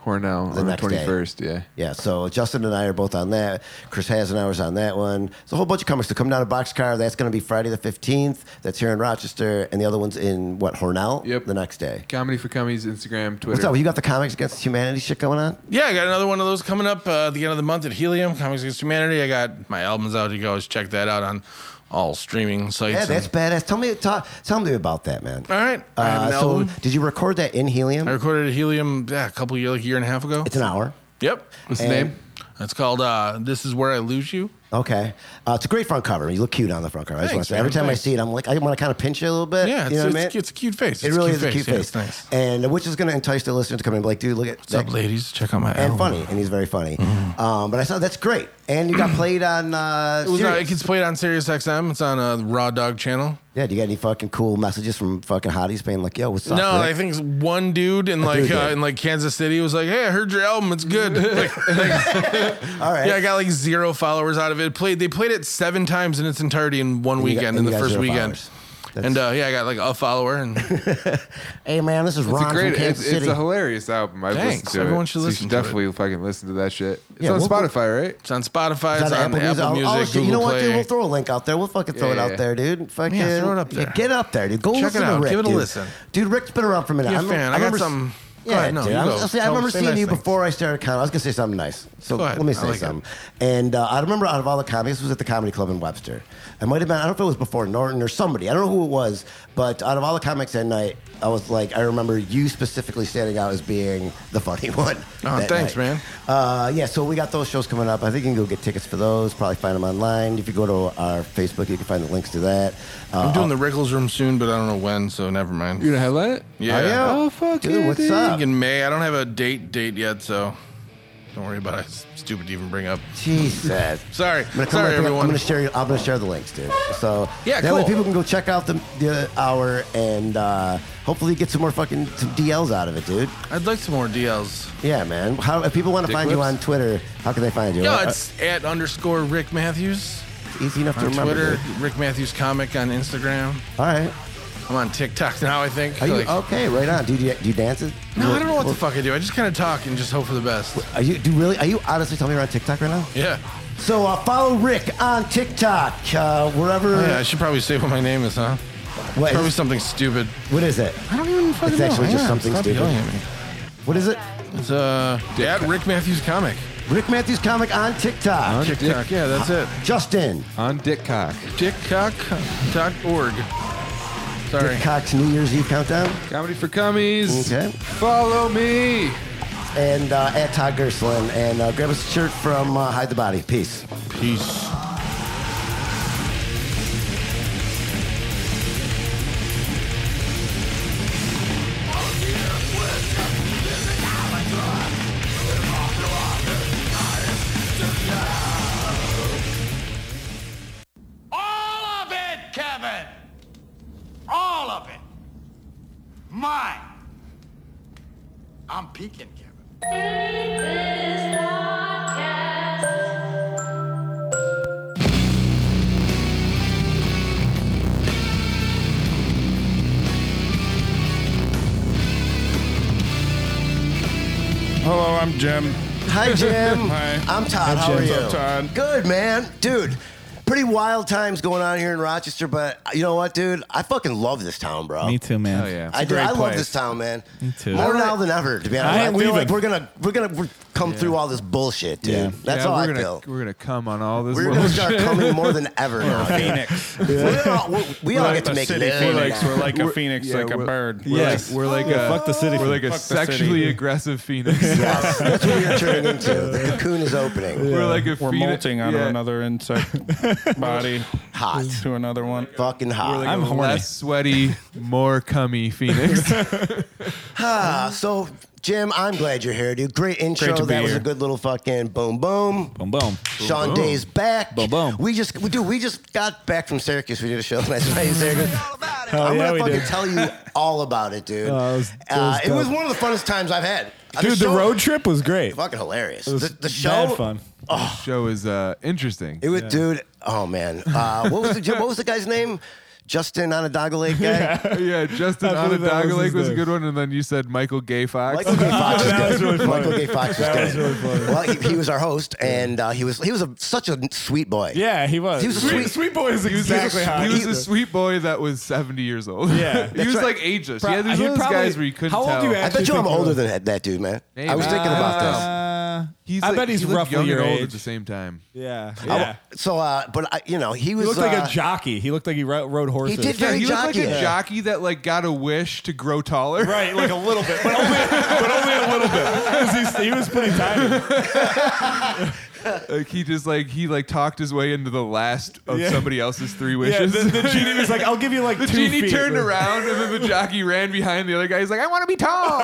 S4: Hornell
S2: The
S4: on the
S2: next day.
S4: twenty first. Yeah.
S2: yeah, so Justin and I are both on that. Chris Hasenauer's on that one. It's a whole bunch of comics. So come down to Boxcar. That's going to be Friday the 15th. That's here in Rochester. And the other one's in, what, Hornell?
S4: Yep.
S2: The next day.
S4: Comedy for Commies, Instagram, Twitter.
S2: What's up? You got the Comics Against Humanity shit going on?
S1: Yeah, I got another one of those coming up uh, at the end of the month at Helium Comics Against Humanity. I got my albums out. You can always check that out on all streaming sites.
S2: Yeah,
S1: and-
S2: that's badass. Tell me, talk, tell me about that, man.
S1: all right. I have Er,
S2: Uh,
S1: an
S2: so,
S1: album.
S2: did you record that in Helium?
S1: I recorded at Helium yeah, a couple year, like a year and a half ago.
S2: It's an hour.
S1: Yep.
S4: What's the
S2: And-
S4: name?
S1: It's called uh, "This Is Where I Lose You."
S2: Okay, uh, it's a great front cover. You look cute on the front cover. I just
S1: Thanks,
S2: want to say,
S1: man.
S2: every time
S1: Thanks.
S2: I see it, I'm like, I want to kind of pinch you a little bit.
S1: Yeah, it's,
S2: you know what I
S1: it's,
S2: mean?
S1: it's a cute face.
S2: it really is a cute
S1: Yeah,
S2: face,
S1: it's nice.
S2: and which is going to entice the listener to come in and be like, dude, look at
S1: What's up, ladies? Check out my
S2: and
S1: album.
S2: funny, and he's very funny. Um, but I saw that's great, and
S1: *clears throat*
S2: you got played on. Uh,
S1: Mm-hmm. It was not, it
S2: Sirius.
S1: gets played on Sirius XM. It's on a Raw Dog channel.
S2: yeah, do you got any fucking cool messages from fucking hotties being like, "Yo, what's up?"
S1: no, I
S2: Rick?
S1: think one dude in like
S2: dude
S1: uh,
S2: did.
S1: in like Kansas City was like, "Hey, I heard your album. It's
S2: *laughs*
S1: good." Like,
S2: all right.
S1: yeah, I got like zero followers out of it. It Played they played it seven times in its entirety in one
S2: you got-
S1: weekend
S2: and
S1: in
S2: you
S1: the
S2: got
S1: first
S2: zero
S1: weekend.
S2: followers.
S1: And uh, yeah, I got like a follower,
S2: *laughs*
S1: and
S2: hey, man, this is
S4: It's a
S2: Ron
S4: great.
S2: from Kansas
S4: It's, it's
S2: City.
S4: a hilarious album. I've
S1: Thanks.
S4: listened to
S1: Everyone
S4: it.
S1: should
S4: So you
S1: listen
S4: should
S1: to it.
S4: definitely fucking listen to that shit. It's
S2: Yeah,
S4: on
S2: we'll-
S4: Spotify, right?
S1: it's on Spotify.
S2: It's
S1: It's
S2: on
S1: on Apple,
S2: all- all
S1: Music,
S2: shit.
S1: Google
S2: you know what, dude?
S1: Play.
S2: We'll throw a link out there. We'll fucking throw
S4: Yeah,
S2: it
S4: yeah,
S2: out
S4: yeah.
S2: there, dude. Fucking
S1: throw it up
S2: yeah,
S1: there.
S2: get up there, dude. Go
S1: Check
S2: listen
S1: it
S2: to
S1: out.
S2: Rick.
S1: Give it a
S2: dude.
S1: listen.
S2: Dude, Rick's been around for a minute.
S1: Yeah,
S2: I remember-
S1: fan. I got
S2: remember
S1: some-
S2: Yeah,
S1: Go ahead, no,
S2: dude.
S1: you
S2: I,
S1: go.
S2: was- see, I
S1: Tell-
S2: remember
S1: say
S2: seeing
S1: nice
S2: you
S1: things.
S2: before I started comedy. I was gonna say something nice. So
S1: Go ahead.
S2: let me
S1: I
S2: say
S1: like it.
S2: something. And uh, I remember out of all the comedy, this was at the comedy club in Webster. I might have been. I don't know if it was before Norton or somebody. I don't know who it was. But out of all the comics that night, I was like, I remember you specifically standing out as being the funny *laughs* one.
S1: Oh,
S2: that
S1: thanks,
S2: night.
S1: man.
S2: Uh, yeah, so we got those shows coming up. I think you can go get tickets for those. Probably find them online. If you go to our Facebook, you can find the links to that. Uh,
S1: I'm doing the Rickles room soon, but I don't know when, so never mind.
S4: You gonna have that?
S1: Yeah.
S4: Oh, fuck
S2: dude,
S4: yeah,
S2: what's
S4: dude.
S1: I think
S2: up?
S1: in May. I don't have a date date yet, so don't worry about it. It's stupid to even bring up.
S2: Jesus.
S1: Sorry,
S2: I'm gonna come
S1: sorry
S2: right back. I'm
S1: everyone.
S2: gonna share. I'm gonna share the links, dude. So
S1: Yeah,
S2: that way
S1: cool.
S2: people can go check out the, the hour and uh, hopefully get some more fucking some DLs out of it, dude.
S1: I'd like some more DLs.
S2: Yeah, man. How if people want to
S4: Dick
S2: find you
S4: whips?
S2: on Twitter, how can they find you?
S1: Yeah,
S2: Uh,
S1: it's at underscore Rick Matthews
S2: easy enough to
S1: on
S2: remember.
S1: Twitter,
S2: dude.
S1: Rick Matthews Comic on Instagram.
S2: All right.
S1: I'm on TikTok *laughs* now, I think.
S2: Are you
S1: Like-
S2: okay? Right on. Do you do you dance it?
S1: No, I don't know what the fuck I do. I just kind of talk and just hope for the best.
S2: Are you do you really? Are you honestly telling me you're on TikTok right now?
S1: Yeah.
S2: So uh, follow Rick on TikTok, uh, wherever.
S1: Oh, yeah, I should probably say what my name is, huh?
S2: What,
S1: Probably
S2: is,
S1: something stupid.
S2: what is it?
S1: I don't even fucking
S2: It's actually
S1: know.
S2: just
S1: Hang on,
S2: something
S1: stop
S2: stupid.
S1: yelling at me.
S2: What is it?
S1: It's uh, at Rick Matthews Comic.
S2: Rick Matthews comic on TikTok.
S4: On
S1: TikTok.
S4: Dick,
S1: Yeah, that's it.
S2: Justin.
S4: on Dick Cock.
S1: TikTok.org. Sorry.
S2: Rick Cox New Year's Eve countdown.
S4: Comedy for Cummies.
S2: Okay.
S4: Follow me.
S2: And uh, at Todd Gerslin. And uh, grab us a shirt from uh, Hide the Body. Peace.
S1: Peace.
S7: All of it, Kevin! All of it! Mine! I'm peeking, Kevin.
S8: Hello, I'm Jim.
S2: Hi, Jim.
S8: Hi.
S2: I'm Todd.
S8: Hi,
S2: How are
S8: Jim.
S2: you?
S8: What's up, Todd?
S2: Good, man. Dude, pretty wild times going on here in Rochester, but you know what, dude? I fucking love this town, bro.
S9: Me too, man.
S4: Oh, yeah.
S2: I, do,
S9: great
S2: I love
S9: place.
S2: this town, man.
S9: Me too.
S2: More
S9: I
S2: now than ever, to be honest.
S9: I
S2: I,
S9: ain't
S2: feel like
S9: leaving.
S2: we're gonna we're gonna come through all this bullshit, dude.
S9: Yeah.
S2: That's
S4: yeah,
S2: all
S4: we're
S2: I
S4: gonna,
S2: feel.
S4: We're gonna come on all this.
S2: We're gonna
S4: bullshit.
S2: start coming more than ever now. Phoenix. We all, we, we all get to
S8: a
S2: make
S8: city
S2: love
S8: phoenix.
S2: now.
S8: We're like a
S4: We're-
S8: phoenix,
S4: yeah,
S8: like a
S4: we're-
S8: bird.
S4: *laughs* We're
S9: *laughs*
S4: like-
S9: Yes.
S4: we're like
S9: Yeah,
S4: a
S9: fuck the city.
S4: We're like a
S8: Fuck the city.
S4: sexually aggressive
S9: *laughs*
S4: phoenix.
S2: Yes, that's what you're turning into. The cocoon is opening.
S4: We're like a
S8: We're
S4: phoenix.
S8: molting on
S4: yeah.
S8: another insect body
S2: Hot,
S8: to another one.
S2: fucking hot.
S4: We're like
S9: I'm
S4: a
S9: horny.
S4: less sweaty, more cummy
S9: *laughs*
S4: phoenix.
S2: Ah, so Jim, I'm glad you're here, dude. Great intro.
S8: Great to be
S2: that was
S8: here.
S2: a good little fucking boom boom.
S9: Boom, boom.
S2: Sean Day's back.
S9: Boom, boom.
S2: We just, we, dude, we just got back from Syracuse. We did a show *laughs* last night in Syracuse. I'm
S9: yeah,
S2: gonna
S9: we
S2: fucking
S9: did.
S2: tell you all about it, dude.
S9: *laughs* Oh, it was- it was
S2: Uh, it was
S9: dope.
S2: one of the funnest times I've had. Uh,
S9: Dude, the
S2: show-
S9: road trip was great.
S2: Fucking hilarious.
S9: It was
S2: the, the
S9: bad
S2: show.
S9: fun.
S4: show is uh, interesting.
S2: It was, dude. Oh man. Uh, what was the what was the guy's name? Justin Onondaga
S9: *laughs*
S2: Lake guy.
S4: yeah, Justin
S9: I believe that
S4: Onondaga
S9: was
S4: Lake
S9: his
S4: was a
S9: name.
S4: good one, and then you said Michael Gay Fox.
S2: Michael Gay Fox was
S9: That
S2: good.
S9: was really funny.
S2: Michael Gay Fox was
S9: That
S2: good.
S9: was really funny.
S2: Well, he, he was our host, and uh, he was he was a, such a sweet boy.
S9: Yeah, he was.
S2: He was a sweet-
S9: boy is
S4: He was,
S9: exactly
S4: a,
S9: how
S4: he
S9: I
S4: was
S9: did
S4: a
S9: it.
S4: sweet boy that was 70 years old.
S9: Yeah.
S4: *laughs* he
S9: That's
S4: was
S2: right.
S4: like ageless.
S9: Pro-
S4: yeah, there's
S9: he
S4: one of those
S9: probably-
S4: guys where you couldn't
S9: how old
S4: tell.
S9: you
S2: I
S9: actually
S2: bet you I'm
S9: think he
S2: older
S9: was?
S2: than that, that dude, man.
S4: Maybe.
S2: I was thinking about this.
S9: Uh,
S4: He's
S9: I
S4: like-
S9: bet he's
S4: he looked
S9: roughly
S4: young
S9: your
S4: and old at
S9: age.
S4: the same time.
S9: Yeah,
S2: I-
S9: yeah.
S2: so, uh, but I, you know, he was
S9: He looked like
S2: uh,
S9: a jockey. He looked like he ro- rode horses.
S2: did
S4: Yeah,
S2: Very
S4: he looked like
S2: jockey.
S4: a
S2: Yeah.
S4: jockey that like got a wish to grow taller.
S9: Right, like a little bit, but only, but only a little bit. 'Cause he's- *laughs* he was pretty tiny.
S4: *laughs* Like he just like he like talked his way into the last of
S9: Yeah.
S4: somebody else's *laughs* three
S9: Yeah,
S4: wishes.
S9: the, the genie was like, "I'll give you like
S4: The
S9: two
S4: genie
S9: feet."
S4: *laughs* turned around and then the jockey ran behind the other guy. He's like, I want to
S2: *laughs*
S4: be tall.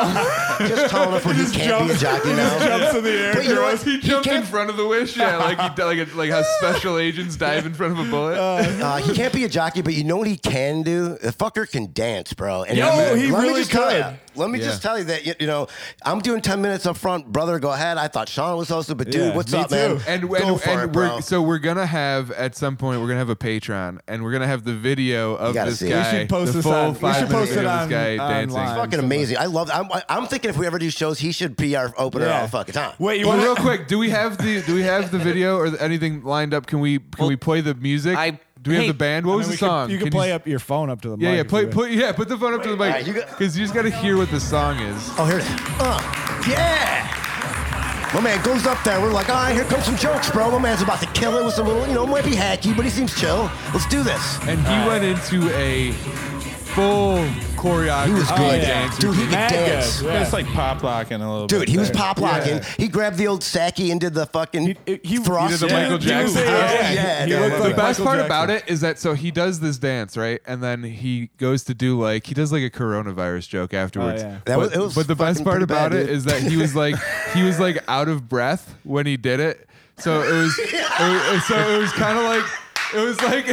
S2: just tall enough
S9: *laughs*
S2: where he
S9: Just
S2: can't be a
S9: jumps-
S2: jockey
S9: he just
S2: now.
S9: jumps in the air.
S2: But you know what?
S9: grows.
S2: He
S4: he jumped in
S2: can't-
S4: front of the wish. Yeah, like he like like how
S2: *laughs*
S4: special agents dive in front of a bullet.
S2: Uh, he can't be a jockey, but you know what he can do? The fucker can dance, bro. And
S9: Yo,
S2: let me-
S9: he
S2: let me
S9: really
S2: just tell
S9: could.
S2: ya. Let me just tell you that you, you know I'm doing 10 minutes up front, brother. Go ahead. I thought Sean was hosted, but dude,
S9: Yeah,
S2: what's
S9: me
S2: up, man?
S9: too.
S4: and
S2: go
S4: and,
S2: for
S4: and
S2: it,
S4: we're
S2: bro.
S4: so we're gonna have at some point we're gonna have a Patreon and we're gonna have the video of
S2: gotta
S4: this
S2: see it. We
S4: guy.
S9: should post
S4: the
S9: this
S4: full
S9: on- we
S4: five
S9: should
S4: minute
S9: post
S4: video
S9: it
S4: of this
S9: on-
S4: guy dancing.
S9: online.
S2: fucking amazing. I love. I'm, I'm thinking if we ever do shows, he should be our opener all the fucking time.
S9: Wait, you
S4: Well,
S9: want
S4: real quick, do we have the do we
S2: *laughs*
S4: have the video or anything lined up? Can we can we play the music?
S5: I-
S4: do we
S5: hey-
S4: have the band? What was the song?
S9: You can, play up your phone up to the
S4: Yeah,
S9: mic.
S4: yeah,
S9: if
S4: play,
S9: you-
S4: put yeah, put the phone up to the mic
S2: Alright, you got-
S4: because you just gotta hear what the song is.
S2: Oh, here it is. Uh, yeah. My man goes up there. We're like, all right, here comes some jokes, bro. My man's about to kill it with some little, you know, might be hacky, but he seems chill. Let's do this.
S4: And he went into a full choreography.
S2: He was
S9: Oh,
S2: good.
S9: yeah.
S2: Dude, he could
S9: Mad good,
S2: dance.
S9: yeah.
S8: It's like pop locking a little bit.
S2: Dude, he was
S8: there.
S2: pop locking. He grabbed the old Saki and did the fucking
S9: He- he-
S2: thrust.
S4: He did the Michael
S2: Dude,
S4: Jackson.
S2: dude,
S4: Yeah,
S2: yeah,
S9: he
S2: dude.
S9: looked
S4: the
S9: like
S4: best
S9: Michael
S4: part
S9: Jackson.
S4: about it is that so he does this dance right, and then he goes to do like he does like a coronavirus joke afterwards.
S9: yeah.
S2: That
S4: but,
S2: was- it was
S4: but the best
S2: fucking
S4: part
S2: pretty bad,
S4: about it
S2: dude.
S4: is that he was like he was like out of breath
S2: *laughs*
S4: when he did it, so it was, it was so it was kind of like *laughs* it was like.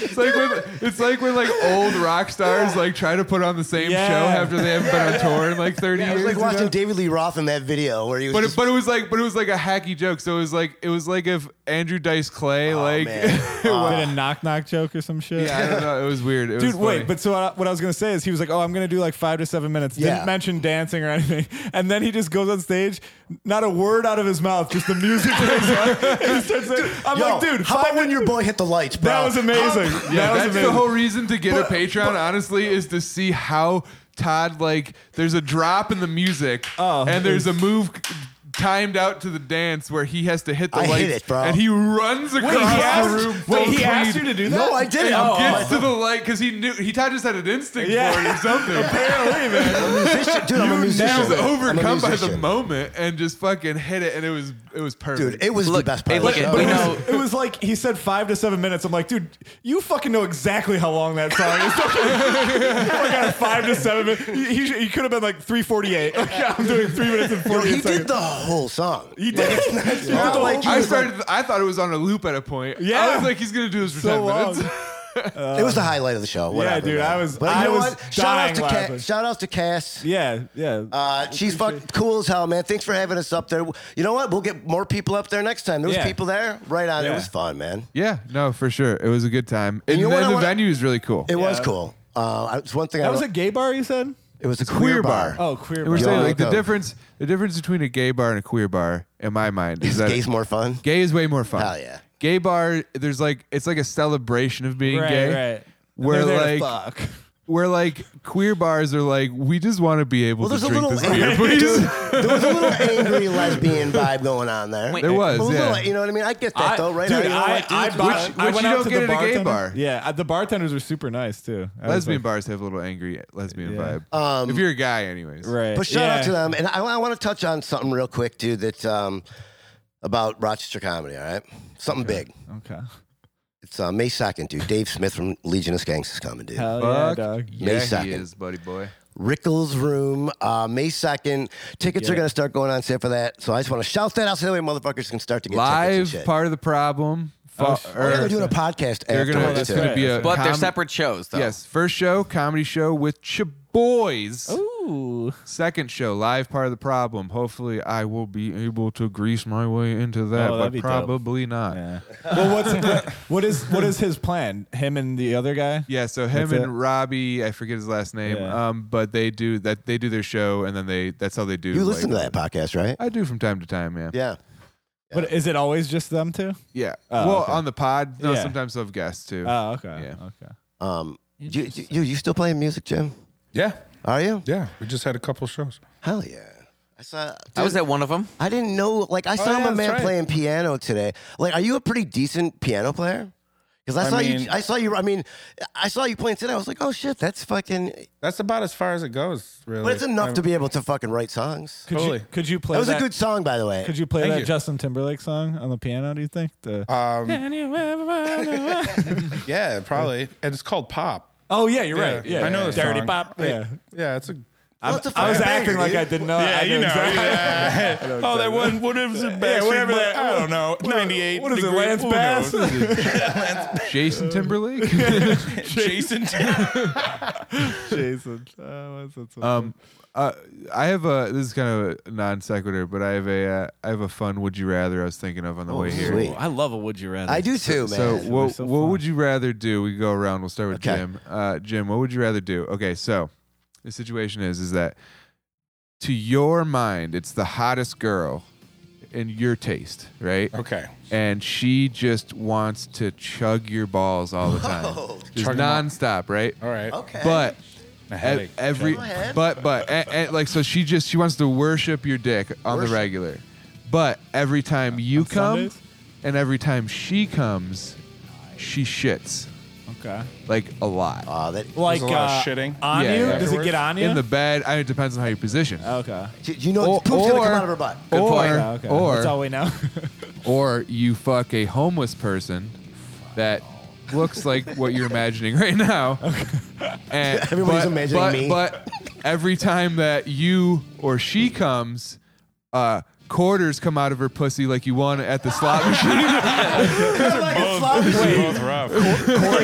S4: It's like when it's like when like old rock stars like try to put on the same
S9: Yeah.
S4: show after they haven't been on tour in like thirty
S2: It was
S4: years.
S2: like
S4: you know?
S2: watching David Lee Roth in that video where he was.
S4: But it,
S2: just,
S4: but it was like but it was like a hacky joke. So it was like it was like if Andrew Dice Clay like
S2: man.
S9: Did a knock knock joke or some
S4: *laughs*
S9: shit.
S4: yeah I don't know it was weird. It was
S9: Dude,
S4: funny.
S9: wait. But so what I, what I was gonna say is he was like, "Oh, I'm gonna do like five to seven minutes."
S2: Yeah.
S9: Didn't mention dancing or anything, *laughs* and then he just goes on stage, not a word out of his mouth, just the music. plays up, *laughs* and he starts saying, I'm
S2: Yo,
S9: like, dude,
S2: how about
S9: five
S2: when
S9: min-
S2: your boy hit the lights, bro?
S9: That was amazing. *laughs*
S4: Yeah,
S9: that was
S4: that's
S9: amazing.
S4: the whole reason to get a Patreon, honestly, is to see how Todd like there's a drop in the music
S9: Oh.
S4: and there's a move timed out to the dance where he has to hit the
S2: I hate
S4: lights
S2: it, bro.
S4: and he runs across
S9: Wait, he
S4: the room.
S9: asked, wait,
S4: full
S9: he asked
S4: speed
S9: you to do that?
S2: No, I
S4: And
S2: didn't. Oh,
S4: gets to the light because he knew he Todd just had an instinct
S9: Yeah.
S4: for it or something.
S9: *laughs* Apparently, man.
S2: I'm a musician. Dude, I'm a
S4: He
S2: musician.
S4: was
S2: I'm a
S4: overcome by the
S2: musician.
S4: moment and just fucking hit it, and it was it was perfect.
S2: Dude, it was
S5: Look,
S2: the best part.
S5: hey,
S2: of the
S5: look at-
S2: show.
S9: But
S5: We
S9: it was,
S5: know-
S9: it was like he said five to seven minutes. I'm like, dude, you fucking know exactly how long that song is. *laughs* I got five to seven minutes. He, he, he could have been like 348. Like, yeah, *laughs* I'm doing three minutes and *laughs*
S2: Yo,
S9: 48
S2: he
S9: seconds.
S2: did the whole song.
S9: he did.
S2: Yeah.
S9: the whole-
S4: I started. I thought it was on a loop at a point.
S9: Yeah.
S4: I was like, he's gonna do this for
S9: So
S4: ten
S9: long.
S4: minutes. *laughs*
S2: it was the highlight of the show. Whatever,
S9: dude,
S2: man.
S9: I was-
S2: But you
S9: I
S2: know
S9: was
S2: what? Shout out
S9: dying
S2: to
S9: laughing.
S2: Cass. Shout out to Cass.
S9: Yeah, yeah.
S2: Uh, she's fuck, cool as hell, man. Thanks for having us up there. You know what? We'll get more people up there next time. There was
S9: Yeah.
S2: people there. Right on. It
S9: Yeah.
S2: was fun, man.
S4: Yeah, no, for sure. It was a good time. And,
S2: you know what
S4: then
S2: I
S4: the
S2: wanna-
S4: venue is really cool.
S2: It was cool. Uh, it's one thing I
S9: that was
S2: wa-
S9: a gay bar, you said?
S2: it was a
S4: queer bar.
S9: Oh, queer
S4: And we're
S9: bar.
S4: saying
S2: Yo,
S4: like the
S2: though.
S4: difference the difference between a gay bar and a queer bar in my mind is that
S2: Gay's more fun.
S4: gay is way more fun.
S2: Hell yeah.
S4: Gay bar there's like it's like a celebration of being
S9: Right,
S4: gay.
S9: right.
S4: Where
S9: They're there to
S4: like
S9: fuck.
S4: where like queer bars are like we just want to be able
S2: Well,
S4: to
S2: there's a
S4: drink
S2: little
S4: this beer,
S9: *laughs*
S2: angry,
S4: please.
S2: dude, there was a little angry lesbian vibe going on there.
S5: Wait,
S4: there was,
S2: A little,
S4: yeah.
S2: you know what I mean? I get that
S9: I,
S2: though, right?
S9: dude,
S2: you know,
S9: I,
S2: like, dude,
S9: I,
S2: you
S9: bought-
S4: Which-
S9: I
S4: which
S9: went
S4: you
S9: out
S4: don't
S9: to
S4: get
S9: the
S4: at a gay
S9: bartender.
S4: bar.
S9: Yeah, uh, the bartenders were super nice too. I was
S4: lesbian
S9: like-
S4: bars have a little angry lesbian
S9: Yeah.
S2: Um,
S4: vibe.
S2: Uh,
S4: if you're a guy anyways.
S9: right?
S2: But shout
S9: Yeah.
S2: out to them. And I, want to touch on something real quick, too, that's um, about Rochester comedy, all right? Something big.
S9: Okay.
S2: It's uh, May 2nd, dude. Dave Smith from Legion of Skanks is coming, dude.
S9: Hell
S4: Fuck.
S9: yeah, dog.
S2: May
S4: Yeah, he
S2: 2nd.
S4: is, buddy boy.
S2: Rickles Room, uh, May 2nd. Tickets are
S9: Yeah.
S2: going to start going on sale for that. So I just want to shout that out so that way motherfuckers can start to get tickets
S4: Live
S2: and shit.
S4: part of the problem. Fu-
S9: sh-
S2: Oh, yeah,
S4: or-
S2: they're doing a podcast
S4: They're
S2: afterwards,
S4: gonna,
S9: that's
S4: it's
S2: too.
S4: gonna
S9: right,
S4: be a
S9: that's
S5: But they're
S4: com-
S5: separate shows, though.
S4: Yes, first show comedy show with your boys.
S9: Ooh.
S4: Second show live part of the problem. Hopefully, I will be able to grease my way into that,
S9: Oh,
S4: but
S9: that'd be dope.
S4: probably not. Yeah.
S9: Yeah. Well,
S4: *laughs*
S9: what's what, what is what is his plan? Him and the other guy?
S4: so him
S9: That's
S4: and
S9: it.
S4: Robbie, I forget his last name,
S9: Yeah.
S4: um, but they do that. They do their show, and then they that's how they do.
S2: You listen
S4: like-
S2: to that podcast, right?
S4: I do from time to time, yeah. Yeah.
S2: Yeah.
S9: But is it always just them two? Oh,
S4: well,
S9: okay.
S4: on the pod, no,
S9: Yeah.
S4: sometimes I've guests too.
S9: Oh, okay.
S4: Yeah.
S9: Okay.
S2: Um, you, you, you still playing music, Jim?
S6: Yeah,
S2: Are you?
S6: yeah. We just had a couple shows.
S2: Hell yeah. I saw.
S5: I was at one of them.
S2: I didn't know. Like, I saw
S6: yeah,
S2: my
S6: that's
S2: man
S6: right.
S2: playing piano today. Like, are you a pretty decent piano player? Because I,
S6: I
S2: saw you.
S6: mean-
S2: I saw you. I mean, I saw you playing today. I was like, oh shit, that's fucking.
S6: That's about as far as it goes, really.
S2: But it's enough to be able to fucking write songs.
S9: Could
S6: Totally.
S9: you could you play
S2: That was a
S9: that-
S2: good song, by the way.
S9: Could you play
S6: Thank
S9: that
S6: you.
S9: Justin Timberlake song on the piano? Do you think? The,
S6: Um, yeah, probably. And it's called Pop.
S9: oh yeah, you're right.
S6: Yeah,
S9: Yeah,
S6: I know this
S9: Dirty
S6: song.
S9: Pop.
S6: Like,
S9: yeah,
S6: Yeah, it's a.
S2: Well, it's a
S9: I was
S2: fucking
S9: acting
S2: banger,
S9: like
S2: dude.
S9: I didn't know. I knew
S3: *laughs*
S9: exactly.
S6: yeah. oh, that one, whatever's the best.
S9: whatever that-
S6: I don't know.
S9: *laughs* what-
S6: 98.
S9: what is it,
S6: degree-
S9: Lance
S6: who
S9: Bass?
S6: knows?
S9: *laughs*
S4: Jason Timberlake.
S6: Jason. Oh,
S9: Jason. Oh, that's, that's
S4: Um, uh, I have a. This is kind of a non sequitur, but I have a. Uh, I have a fun. Would you rather? I was thinking of on the
S9: Oh,
S4: way here.
S2: Sweet.
S5: I love a Would You Rather.
S2: I do too, man.
S4: So what?
S9: so
S4: what
S9: fun.
S4: would you rather do? We go around. We'll start with
S2: Okay.
S4: Jim. Uh, Jim, what would you rather do? Okay, so the situation is is that to your mind, it's the hottest girl in your taste,
S6: *laughs*
S4: right?
S6: okay.
S4: And she just wants to chug your balls all the time,
S2: Whoa.
S4: just
S6: Chug 'em up.
S4: nonstop, right?
S6: All right.
S2: okay.
S4: But
S6: A
S4: ev-
S6: headache.
S4: every
S2: Go ahead.
S4: but but and, and, like so she just she wants to worship your dick on
S2: Worship.
S4: the regular but every time you
S9: On
S4: come
S9: Sundays?
S4: and every time she comes she shits
S9: okay.
S4: like a lot
S2: Aw, that,
S9: Like
S6: a lot of
S9: uh,
S6: shitting.
S9: on
S4: Yeah,
S9: you?
S4: yeah.
S9: Does it get on you?
S4: in the bed I mean, it depends on how you position
S9: okay.
S2: you know, poop's gonna come out of her butt.
S4: or,
S9: Uh, Yeah, okay. that's all
S4: or,
S9: we know.
S4: or you fuck a homeless person that looks like what you're imagining right now. And,
S2: *laughs* Everybody's
S4: but-
S2: imagining
S4: but-
S2: me.
S4: But every time that you or she comes,
S2: *laughs*
S4: uh, quarters come out of her pussy like you want at the slot machine. *laughs*
S2: like a
S9: that's loud.
S3: They're
S9: Wait,
S3: both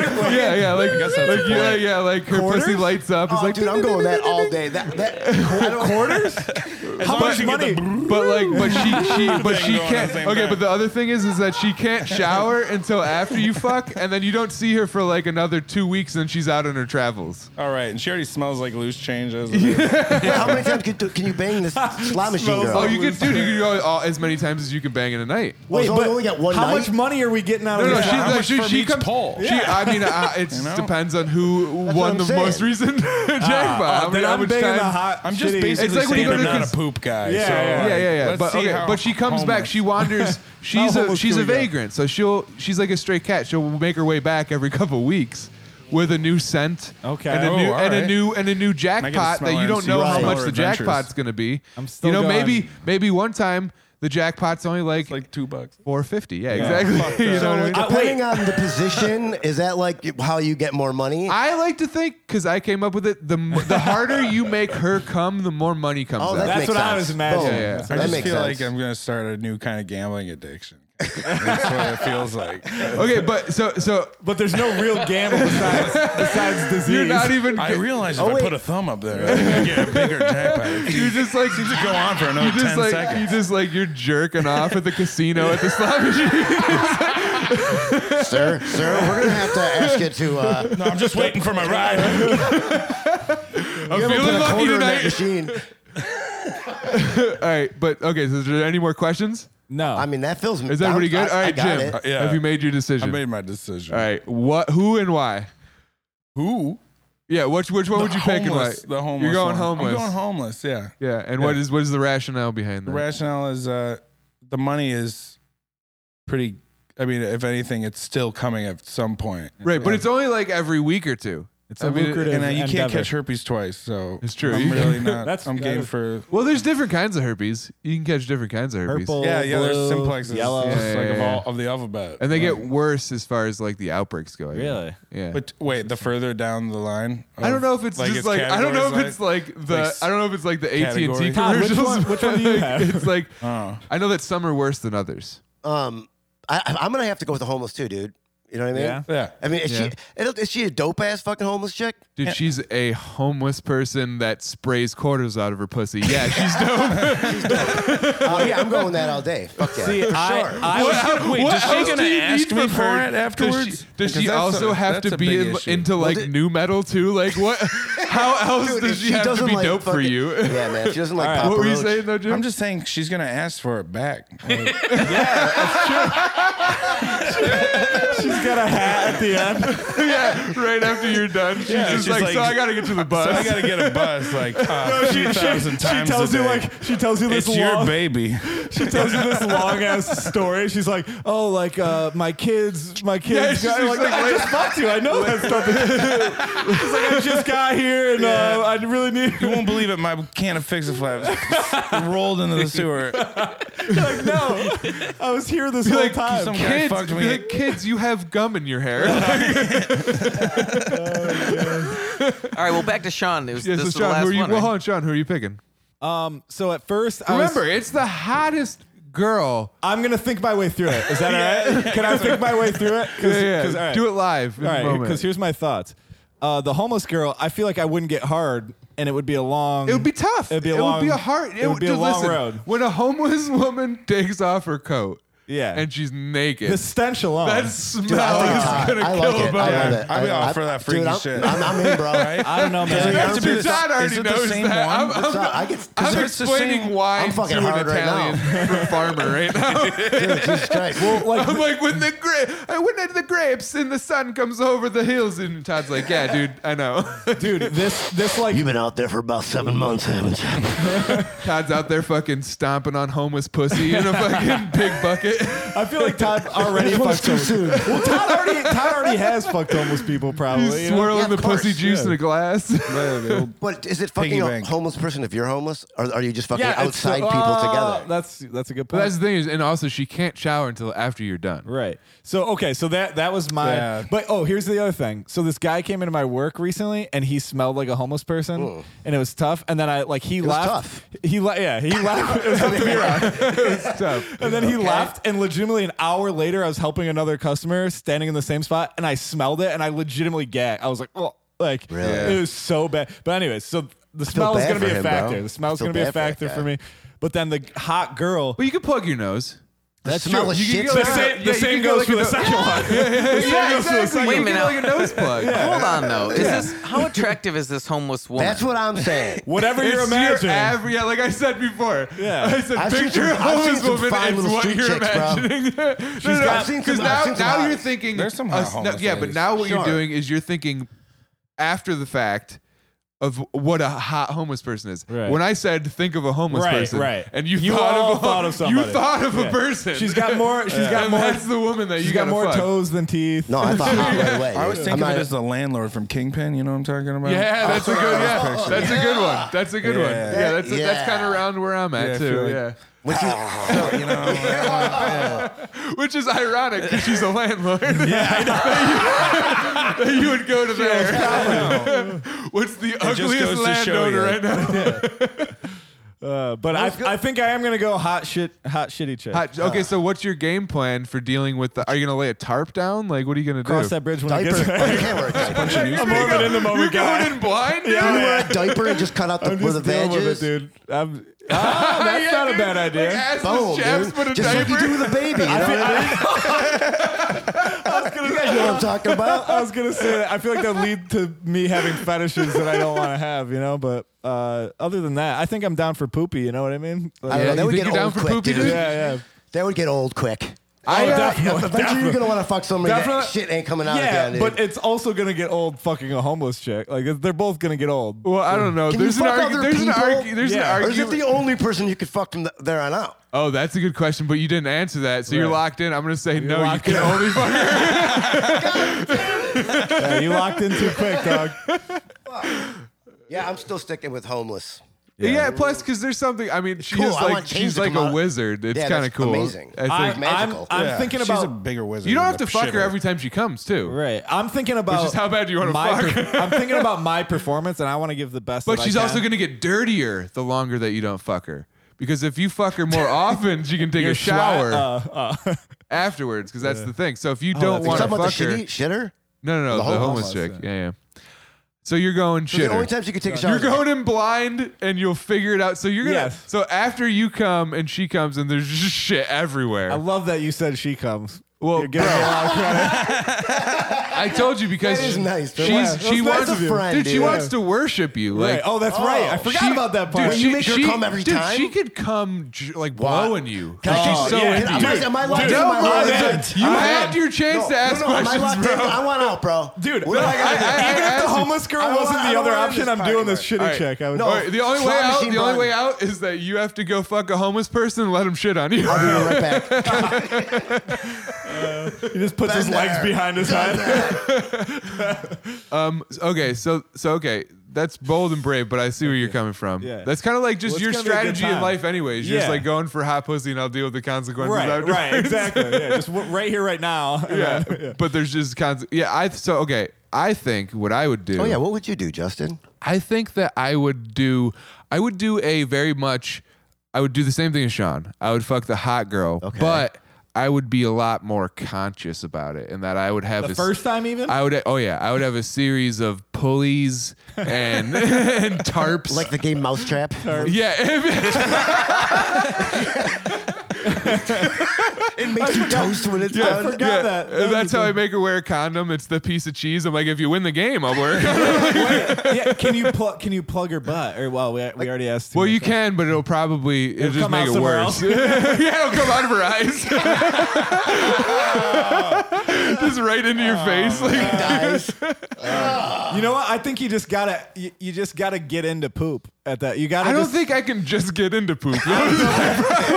S3: rough.
S4: yeah, yeah, like,
S3: guess that's
S4: like
S3: the
S4: yeah,
S3: point.
S4: yeah, like her
S9: Quarters?
S4: pussy lights up. It's
S2: Oh,
S4: like,
S2: dude, I'm going that all day. That, that quarters?
S3: As
S9: how
S3: long
S9: much
S3: as you get
S9: money?
S3: the
S4: *laughs* But like, but she, she, but
S3: Thing
S4: she
S3: going at
S4: can't.
S3: the same
S4: Okay,
S3: time.
S4: but the other thing is, is that she
S2: *laughs*
S4: can't shower until after you fuck, and then you don't see her for like another two weeks, and she's out on her travels.
S3: All right, and she already smells like loose *laughs* changes.
S2: *laughs* How many times can, can you bang this slot machine
S9: Smells
S2: girl?
S4: Oh, you could, dude, you could go all, as many times as you can bang in a night.
S9: wait,
S2: so we
S9: but
S2: only got one
S9: how
S2: night?
S9: much money are we getting out
S4: No,
S9: of
S4: no,
S9: this?
S4: she,
S3: how
S4: like,
S3: much
S4: she,
S3: from
S4: she
S3: each
S4: comes.
S3: pole?
S4: She, I mean,
S9: *laughs*
S4: uh, it
S3: know?
S4: depends on who
S2: what
S4: won
S2: I'm
S4: the
S2: saying.
S4: most recent *laughs* jackpot.
S9: Uh,
S4: many-
S9: then I'm
S4: much
S9: banging
S4: time-
S9: the hot.
S3: I'm just
S9: shitty-
S3: basically
S4: It's like when you
S3: saying
S4: go
S3: I'm
S4: to
S3: not
S4: cons-
S3: a poop guy.
S9: Yeah,
S3: so,
S9: yeah,
S3: like,
S4: yeah, yeah, yeah.
S3: let's
S4: But,
S3: see
S4: okay,
S3: how
S4: but she comes back.
S3: homeless- *laughs*
S4: She wanders. She's a
S9: How homeless
S4: she's
S9: do
S4: a
S9: we go?
S4: vagrant, so she'll she's like a stray cat. She'll make her way back every *laughs* couple of weeks with a new scent.
S9: Okay.
S4: And a
S9: Oh,
S4: new
S3: all
S4: and a
S3: right.
S4: new and a new jackpot
S3: smell
S4: that
S3: her and
S4: you don't
S3: see
S4: know
S3: what
S4: how
S3: smell
S4: much
S3: her
S4: the
S3: adventures.
S4: jackpot's gonna be.
S9: I'm still
S4: You know,
S9: going-
S4: maybe maybe one time the jackpot's only like
S3: It's like two bucks.
S4: four fifty. Yeah,
S3: fuck
S4: exactly. *laughs* you
S3: that.
S4: know what I mean?
S9: I-
S2: Depending on the position, is that like how you get more money?
S4: I like to think because I came up with it. The m- the harder you make her come, the more money comes
S2: oh,
S4: out.
S2: that
S9: That's
S2: makes
S9: what I
S2: sense.
S9: was imagining.
S2: Boom.
S4: Yeah, yeah. I
S3: I
S2: That
S3: just
S2: makes
S3: feel
S2: sense.
S3: like I'm gonna start a new kind of gambling addiction. That's what it feels like.
S4: okay, but so so
S9: But there's no real
S3: *laughs*
S9: gamble besides, besides disease.
S4: you're not even. *laughs*
S3: I realize if
S2: Oh,
S3: I
S2: wait.
S3: put a thumb up there, I'm gonna get a bigger jackpot. It
S4: you just like
S3: *laughs*
S4: you
S3: could go on for another
S4: You just
S3: ten
S4: like
S3: seconds.
S4: you just like you're jerking off at the
S3: *laughs*
S4: casino at the slot machine. *laughs*
S2: sir, sir, we're gonna have to ask you to. Uh,
S3: No, I'm just waiting for my ride.
S4: *laughs* I'm
S2: you haven't put
S4: feeling
S2: a
S4: lucky
S2: quarter in that
S4: tonight.
S2: machine.
S4: All right, but okay. So, is there any more questions?
S9: no.
S2: I mean, that feels.
S4: Is everybody good? All
S2: I, I
S4: right,
S2: got
S4: Jim.
S2: It.
S3: Yeah.
S4: Have you made your
S3: I
S4: decision?
S3: made my decision.
S4: All right. What? Who and why?
S3: Who?
S4: Yeah. Which? Which one
S3: The
S4: would you pick? and why?
S3: homeless, The homeless.
S4: You're going
S3: one.
S4: homeless.
S3: I'm going homeless. Yeah.
S4: Yeah. And what
S3: Yeah.
S4: is what is the rationale behind
S3: The
S4: that?
S3: rationale is uh, the money is pretty. I mean, if anything, it's still coming at some point.
S4: right, but it's only like every week or two.
S9: it's a
S4: I mean,
S9: lucrative
S3: And uh, you
S9: endeavor.
S3: can't catch herpes twice, so
S4: It's true.
S3: I'm
S4: You-
S3: really not.
S9: That's-
S3: I'm
S9: that
S3: game
S9: is-
S3: for.
S4: Well, there's different kinds of herpes. You can catch different kinds of herpes.
S9: Purple,
S3: Yeah, yeah. There's
S9: blue,
S3: simplexes.
S9: yellow.
S3: It's
S4: Yeah,
S3: like
S4: yeah,
S3: of
S4: yeah.
S3: all of the alphabet.
S4: And they get
S3: Like,
S4: worse as far as like the outbreaks go. I think.
S9: Really?
S4: Yeah.
S3: But wait, the further down the line. Oh.
S4: I don't know if it's just like I don't know if it's like the
S3: like s-
S4: I don't know if it's like the AT and T
S3: categories.
S9: Todd, which
S4: commercials. *laughs*
S9: one- which one do you
S4: but
S9: have?
S4: It's like
S3: *laughs* Oh.
S4: I know that some are worse than others.
S2: Um, I, I'm gonna have to go with the homeless too, dude. You know what I mean?
S9: Yeah.
S3: Yeah.
S2: I mean, is
S4: Yeah.
S2: she it'll- is she a dope ass fucking homeless chick?
S4: Dude, she's a homeless person that sprays quarters out of her pussy. Yeah,
S3: *laughs*
S4: she's dope.
S2: Oh yeah, I'm going that all day. Fuck yeah.
S9: See, I, I was,
S3: Wait,
S4: What
S3: does she
S4: else
S3: gonna
S4: do you
S3: ask
S4: need
S3: me
S4: from
S3: for
S4: her?
S3: it
S4: Does she-
S3: afterwards?
S4: Does she,
S3: Because that's
S4: also
S3: a-
S4: have
S3: that's
S4: to
S3: a
S4: be
S3: big
S4: in,
S3: issue.
S4: into like
S2: did-
S4: new metal too? Like what? How else
S2: Dude, if
S4: does she, have to
S2: doesn't
S4: be
S2: like
S4: dope for
S2: fucking-
S4: you?
S2: *laughs* Yeah, man. If she doesn't like
S9: All right.
S2: Papa
S4: what were you
S2: Roach-
S4: saying though, Jim?
S3: I'm just saying she's gonna ask for it *laughs* back. Like,
S9: she's got a hat at the end.
S3: *laughs*
S4: *laughs* yeah, right after you're done, she's
S3: Yeah,
S4: just
S3: she's
S4: like,
S3: like,
S4: so I gotta get to the bus.
S3: so I gotta get a bus like uh,
S9: she, she,
S3: 2,000
S9: she
S3: times
S9: tells
S3: a
S9: you
S3: day.
S9: like she tells you this
S3: it's your
S9: long
S3: baby.
S9: she tells you
S3: *laughs*
S9: this long ass story. She's like, oh, like uh, my kids, my
S4: Yeah,
S9: kids.
S4: she's
S9: got, like,
S4: just like,
S9: I just fucked you. I know that
S3: *laughs*
S9: stuff. She's like, I just got here and uh, I really need.
S3: You won't believe it. My can of fix it flat rolled into the sewer.
S9: like, no, I was here this
S4: Be
S9: whole
S4: like,
S9: time.
S3: some- guy
S4: kids,
S3: fucked
S4: be
S3: me.
S4: like, kids, you have gum in your hair.
S5: All right, well, back to Sean. It was,
S4: yeah,
S5: this
S4: so
S5: was the
S4: Sean,
S5: last
S4: who are you?
S5: one.
S4: Well,
S5: right?
S4: hold on, Sean, who are you picking?
S9: Um, so at first, I
S4: Remember,
S9: was,
S4: it's the hottest girl.
S9: I'm gonna think my way through it.
S4: *laughs*
S9: Is that all right? Can I think my way through it? 'Cause-
S4: Yeah, yeah.
S9: 'cause- all right.
S4: Do it live. In
S9: All
S4: the
S9: right,
S4: moment.
S9: because here's my thoughts. Uh, the homeless girl, I feel like I wouldn't get hard, and it would be a long.
S4: it would be tough.
S9: It'd be a
S4: it
S9: long.
S4: would be a hard.
S9: It, would be a
S4: dude,
S9: long
S4: listen,
S9: road.
S4: When a homeless *laughs* woman takes off her coat,
S9: Yeah.
S4: and she's naked,
S9: The stench alone.
S4: that smell
S2: Dude, I, think
S4: is
S2: it's hot.
S4: gonna
S2: I
S4: kill
S2: like it.
S4: a
S2: I
S4: bugger.
S2: love it.
S3: I'd be
S2: I-
S3: all
S2: I-
S3: for that
S2: dude,
S3: freaky
S2: I'm,
S3: shit.
S2: I'm, I'm in,
S4: *laughs*
S2: bro.
S3: Right?
S9: *laughs* I don't know, man.
S3: Yeah.
S4: Dude,
S3: Is it
S9: *laughs*
S4: Todd
S3: the-
S4: already
S3: is it the
S4: knows
S3: same
S4: that.
S3: one?
S4: I'm, I'm,
S2: It's not- I get-
S4: I'm
S3: it's the same-
S4: explaining why
S2: I'm fucking
S4: to an
S2: hard right now.
S4: Italian farmer right now.
S2: Jesus Christ.
S9: like
S4: I'm like when the gra- I went into the grapes and the sun comes over the hills and Todd's like, yeah, dude, I know. *laughs*
S9: dude, this this like
S2: You've been out there for about seven months, haven't you?
S4: Todd's out there fucking stomping on homeless pussy
S9: *laughs*
S4: in a fucking big bucket.
S9: I feel
S4: *laughs*
S9: like Todd already fucked too soon. *laughs* Well, Todd already Todd already has fucked homeless people probably.
S4: He's
S9: you
S4: *laughs*
S9: know?
S4: swirling
S2: Yeah, of
S4: the pussy
S2: course,
S4: juice
S9: yeah.
S4: in a glass.
S2: But is it fucking
S3: Piggy
S2: a
S3: bank.
S2: homeless person if you're homeless? Or are you just fucking
S9: Yeah, it's-
S2: outside people
S9: uh,
S2: together?
S9: That's that's a good
S4: But *laughs*
S9: point.
S4: Oh, that's the thing is, and also she can't shower until after you're done.
S9: Right. So okay, so that that was my
S3: Yeah.
S9: but oh, here's the other thing. So this guy came into my work recently and he smelled like a homeless person and it was tough and then I like he
S2: was
S9: left
S2: tough.
S9: *laughs* he left yeah, he left it was tough to be around.
S4: It's tough.
S9: And then he left and legit legitimately an hour later, I was helping another customer standing in the same spot, and I smelled it, and I legitimately gagged. I was like, oh, like
S2: Really?
S9: it was so bad. But anyways, so
S2: feel
S9: the smell is
S2: bad
S9: gonna be
S2: for
S9: a
S2: him, bro.
S9: factor. The smell is
S2: I feel
S9: gonna be a
S2: bad for that
S9: factor
S2: guy.
S9: for me. But then the hot girl.
S4: But you can plug your
S5: *laughs*
S4: nose.
S2: That's smell of shit.
S9: The same,
S4: yeah,
S9: the
S4: you can
S9: same
S4: go
S9: goes
S4: like
S9: for
S4: a
S9: the
S4: no-
S9: *laughs* second
S4: *laughs*
S9: one. The same goes for the second
S5: Wait a
S9: one.
S5: minute.
S4: Like a nose plug.
S5: Hold on though. Is this how attractive is this homeless woman?
S2: That's what I'm saying.
S9: Whatever you're
S4: It's
S9: imagining.
S4: Your av- yeah, like I said before.
S9: Yeah.
S4: I said
S2: I've seen
S4: picture
S2: some-
S4: a
S2: I've seen
S4: homeless
S2: some
S4: woman
S2: fine
S4: is
S2: little
S4: what
S2: street
S4: you're
S2: chicks, bro.
S4: imagining. *laughs*
S2: got- I've seen some-
S4: Because
S2: I've
S4: now,
S2: seen some
S4: now
S2: hot-
S4: you're thinking.
S3: There's some
S4: a
S3: hot
S4: s-
S3: homeless
S4: Yeah, but
S3: ladies.
S4: now what you're
S2: Sure.
S4: doing is you're thinking after the fact. Of what a hot homeless person is.
S9: Right.
S4: When I said think of a homeless
S9: Right,
S4: person,
S9: right.
S4: and you,
S9: You
S4: thought,
S9: all
S4: of a,
S9: thought of
S4: *laughs*
S9: somebody.
S4: You thought of
S9: Yeah.
S4: a person.
S9: She's got more-
S4: *laughs*
S9: she's
S4: She's
S9: got more-
S4: That's the woman that
S9: She's
S4: you
S9: got more
S4: fuck.
S9: toes than teeth. *laughs*
S2: No, I thought hot right away.
S3: I always
S2: dude.
S3: think
S2: I'm
S3: of it
S2: not-
S3: as the landlord from Kingpin. You know what I'm talking about?
S4: Yeah, that's a good.
S2: *laughs*
S4: Yeah,
S3: picture.
S4: that's a good one. That's a good one.
S3: Yeah.
S4: Yeah, that's that's
S2: Yeah.
S4: kind of around where I'm
S3: Yeah,
S4: at
S3: I
S4: too.
S3: feel like-
S4: yeah.
S2: Which is-
S3: You know,
S4: Which is ironic because she's
S2: *laughs*
S4: a landlord. Yeah, I know. that, *laughs* you, that you would go to there. *laughs* What's the
S3: goes
S4: ugliest
S3: to show you.
S4: landowner right *laughs* now?
S9: Uh, but I, I think I am gonna go hot shit, hot shitty chick.
S4: Hot- Uh, okay, so what's your game plan for dealing with the? Are you gonna lay a tarp down? Like, what are you gonna
S9: Cross
S4: do?
S9: that bridge when I
S2: diaper.
S9: get
S2: Oh, *laughs* you
S9: there.
S2: can't wear a
S9: *laughs*
S2: diaper.
S3: bunch of
S9: I'm
S3: newspapers.
S9: more of an in the
S4: You're
S9: moment guy.
S4: *laughs* going in blind. dude?
S2: Can you wear a diaper and just cut out the,
S9: I'm
S2: where the
S9: just dealing
S2: veg
S9: with it,
S2: is?
S9: dude. I'm, *laughs* ah, that's
S4: Yeah,
S9: not a
S4: dude.
S9: bad idea.
S4: Like, assless
S2: Boom,
S4: chaps
S2: dude.
S4: put a
S2: Just like you
S4: diaper-
S2: do with a baby. You know, what I
S9: *laughs*
S2: mean? you guys know what I'm talking about.
S9: I was gonna say that. I feel like that lead to me having fetishes that I don't want to have, you know. But uh, other than that, I think I'm down for poopy. You know what I mean? Like,
S2: I don't
S4: Yeah,
S2: know. That
S4: you
S2: would
S4: think
S2: get
S4: you're down
S2: old
S4: for
S2: quick,
S4: poopy,
S2: dude.
S4: dude?
S9: yeah, yeah.
S2: That would get old quick.
S9: I,
S4: uh,
S9: Oh, definitely,
S2: *laughs* Eventually, you're gonna want to fuck somebody. That
S9: Definitely.
S2: shit ain't coming out
S9: yeah,
S2: again, dude.
S9: but it's also gonna get old fucking a homeless chick. Like they're both gonna get old.
S4: Well, I don't know.
S2: Can you
S4: there's an
S2: fuck
S4: argu-
S2: other
S4: There's an
S2: people?
S4: argu- There's an
S9: Yeah.
S2: or is
S4: argument.
S2: it the only person you could fuck from th- there on out?
S4: Oh, that's a good question, but you didn't answer that, so you're
S9: Right.
S4: locked in. I'm gonna say no. You
S9: locked
S4: can
S9: in.
S2: *laughs*
S4: only fuck her.
S9: *laughs* Yeah, you locked in too quick, dog.
S2: Yeah, I'm still sticking with homeless.
S4: Yeah. plus, because there's something. I mean, she
S2: cool.
S4: is
S2: I
S4: like
S2: want change
S4: she's
S2: to
S4: like
S2: come
S4: a
S2: out.
S4: wizard. It's
S2: Yeah,
S4: kind of
S2: that's
S4: cool.
S2: amazing.
S4: It's
S9: I,
S4: like-
S2: It's magical.
S9: am
S3: Yeah,
S9: thinking
S3: She's
S9: about
S3: a bigger wizard.
S4: you don't
S3: than
S4: have
S3: the
S4: to fuck her
S3: shitter.
S4: every time she comes, too.
S9: Right. I'm thinking about
S4: is how bad you wanna
S9: my
S4: fuck.
S9: per- I'm thinking about my performance, and I want to give the best.
S4: But
S9: that
S4: she's
S9: I
S4: also
S9: can.
S4: gonna get dirtier the longer that you don't fuck her. Because if you fuck her more often, she can take a shower
S9: Uh, uh,
S4: afterwards. Because that's the thing. So if you don't
S9: that's
S2: You're
S4: want to
S2: talking about
S4: fuck
S2: the
S4: her,
S2: shitty shitter.
S4: no, no, no, the,
S2: whole
S4: homeless chick.
S9: homeless,
S4: Yeah, yeah. So you're going
S2: The only
S4: shitter.
S2: times you could take a shower.
S4: You're
S2: is like-
S4: going in blind, and you'll figure it out. So you're gonna.
S9: Yes.
S4: So after you come and she comes, and there's just shit everywhere.
S9: I love that you said she comes.
S4: Well,
S9: You're giving her a lot of credit.
S4: I told you because
S2: That is nice.
S4: she's
S2: That's
S4: she
S2: nice
S4: wants
S2: of you. Friend,
S4: dude, she
S2: dude.
S4: wants to worship you like
S9: Right. Oh, that's right. I
S2: Oh,
S9: forgot about that
S4: dude
S9: part.
S2: When you
S4: she,
S2: make her
S4: she-
S2: come every
S4: dude,
S2: time?
S4: she could come j- like
S2: Why?
S4: blowing you
S2: Can I-
S4: she's so
S9: Oh, yeah.
S4: into
S2: Am
S4: you
S2: I- am I locked
S9: Dude,
S2: in? Am I
S9: no,
S2: locked
S9: man.
S2: in?
S4: you
S9: I'm
S4: had
S9: in.
S4: your chance to ask
S2: no, no, am I
S4: questions
S2: locked in?
S4: bro
S2: I want out, bro.
S9: Dude,
S2: what do I gotta do?
S4: I-
S9: even if
S4: asked
S9: the
S4: you-
S9: homeless girl
S2: I don't
S9: wasn't
S2: wanna- I
S9: the
S2: don't
S9: other
S2: wanna
S9: option,
S2: end
S9: I'm
S2: this
S9: doing
S2: party
S9: this shitty
S4: All right.
S9: check. I would,
S2: No.
S4: All right, the only way
S2: Slot
S4: out
S2: machine
S4: the only
S2: bun.
S4: way out is that you have to go fuck a homeless person and let him shit on you
S2: I'll be right back.
S9: He just puts his
S2: Been
S9: legs
S2: there.
S9: behind his *laughs* head.
S4: *laughs* okay so so okay that's bold and brave, but I see where you're coming from.
S9: Yeah.
S4: That's kind of like just
S9: Well,
S4: your
S9: it's gonna be a good
S4: strategy in
S9: time.
S4: life, anyways. You're just
S9: Yeah.
S4: like going for hot pussy, and I'll deal with the consequences.
S9: right,
S4: afterwards.
S9: right, exactly. Yeah, just w- right here, right *laughs* now.
S4: yeah. *laughs* But there's just cons. Yeah. I so okay. I think what I would do.
S2: Oh yeah, what would you do, Justin?
S4: I think that I would do. I would do a very much. I would do the same thing as Sean. I would fuck the hot girl,
S2: Okay.
S4: but I would be a lot more conscious about it, and that I would have
S9: The
S4: a s-
S9: first time, even.
S4: I would. Oh yeah. I would have a series of pulleys
S9: *laughs*
S4: and and tarps.
S2: Like the game Mousetrap? it
S4: yeah. *laughs* *laughs*
S2: makes you toast when it's
S9: I
S2: done.
S9: forgot that. That was
S4: That's
S9: a
S4: how I
S9: good-
S4: make her wear a condom. It's the piece of cheese. I'm like, if you win the game, I'll
S9: *laughs*
S4: wear. A condom.
S9: yeah, can you plug? Can you plug her butt? Or well, we, we already asked.
S4: Well, you can, but it'll probably it'll, just
S9: come out
S4: make it
S9: somewhere
S4: worse.
S9: else.
S4: yeah, it'll come out of her
S9: *laughs*
S4: eyes, just right into your face.
S9: Oh,
S4: Like,
S2: Guys,
S9: You know what? I think you just gotta. You, you just gotta get into poop at that. You gotta.
S4: I don't
S9: just,
S4: think I can just get into
S9: *laughs*
S4: poop.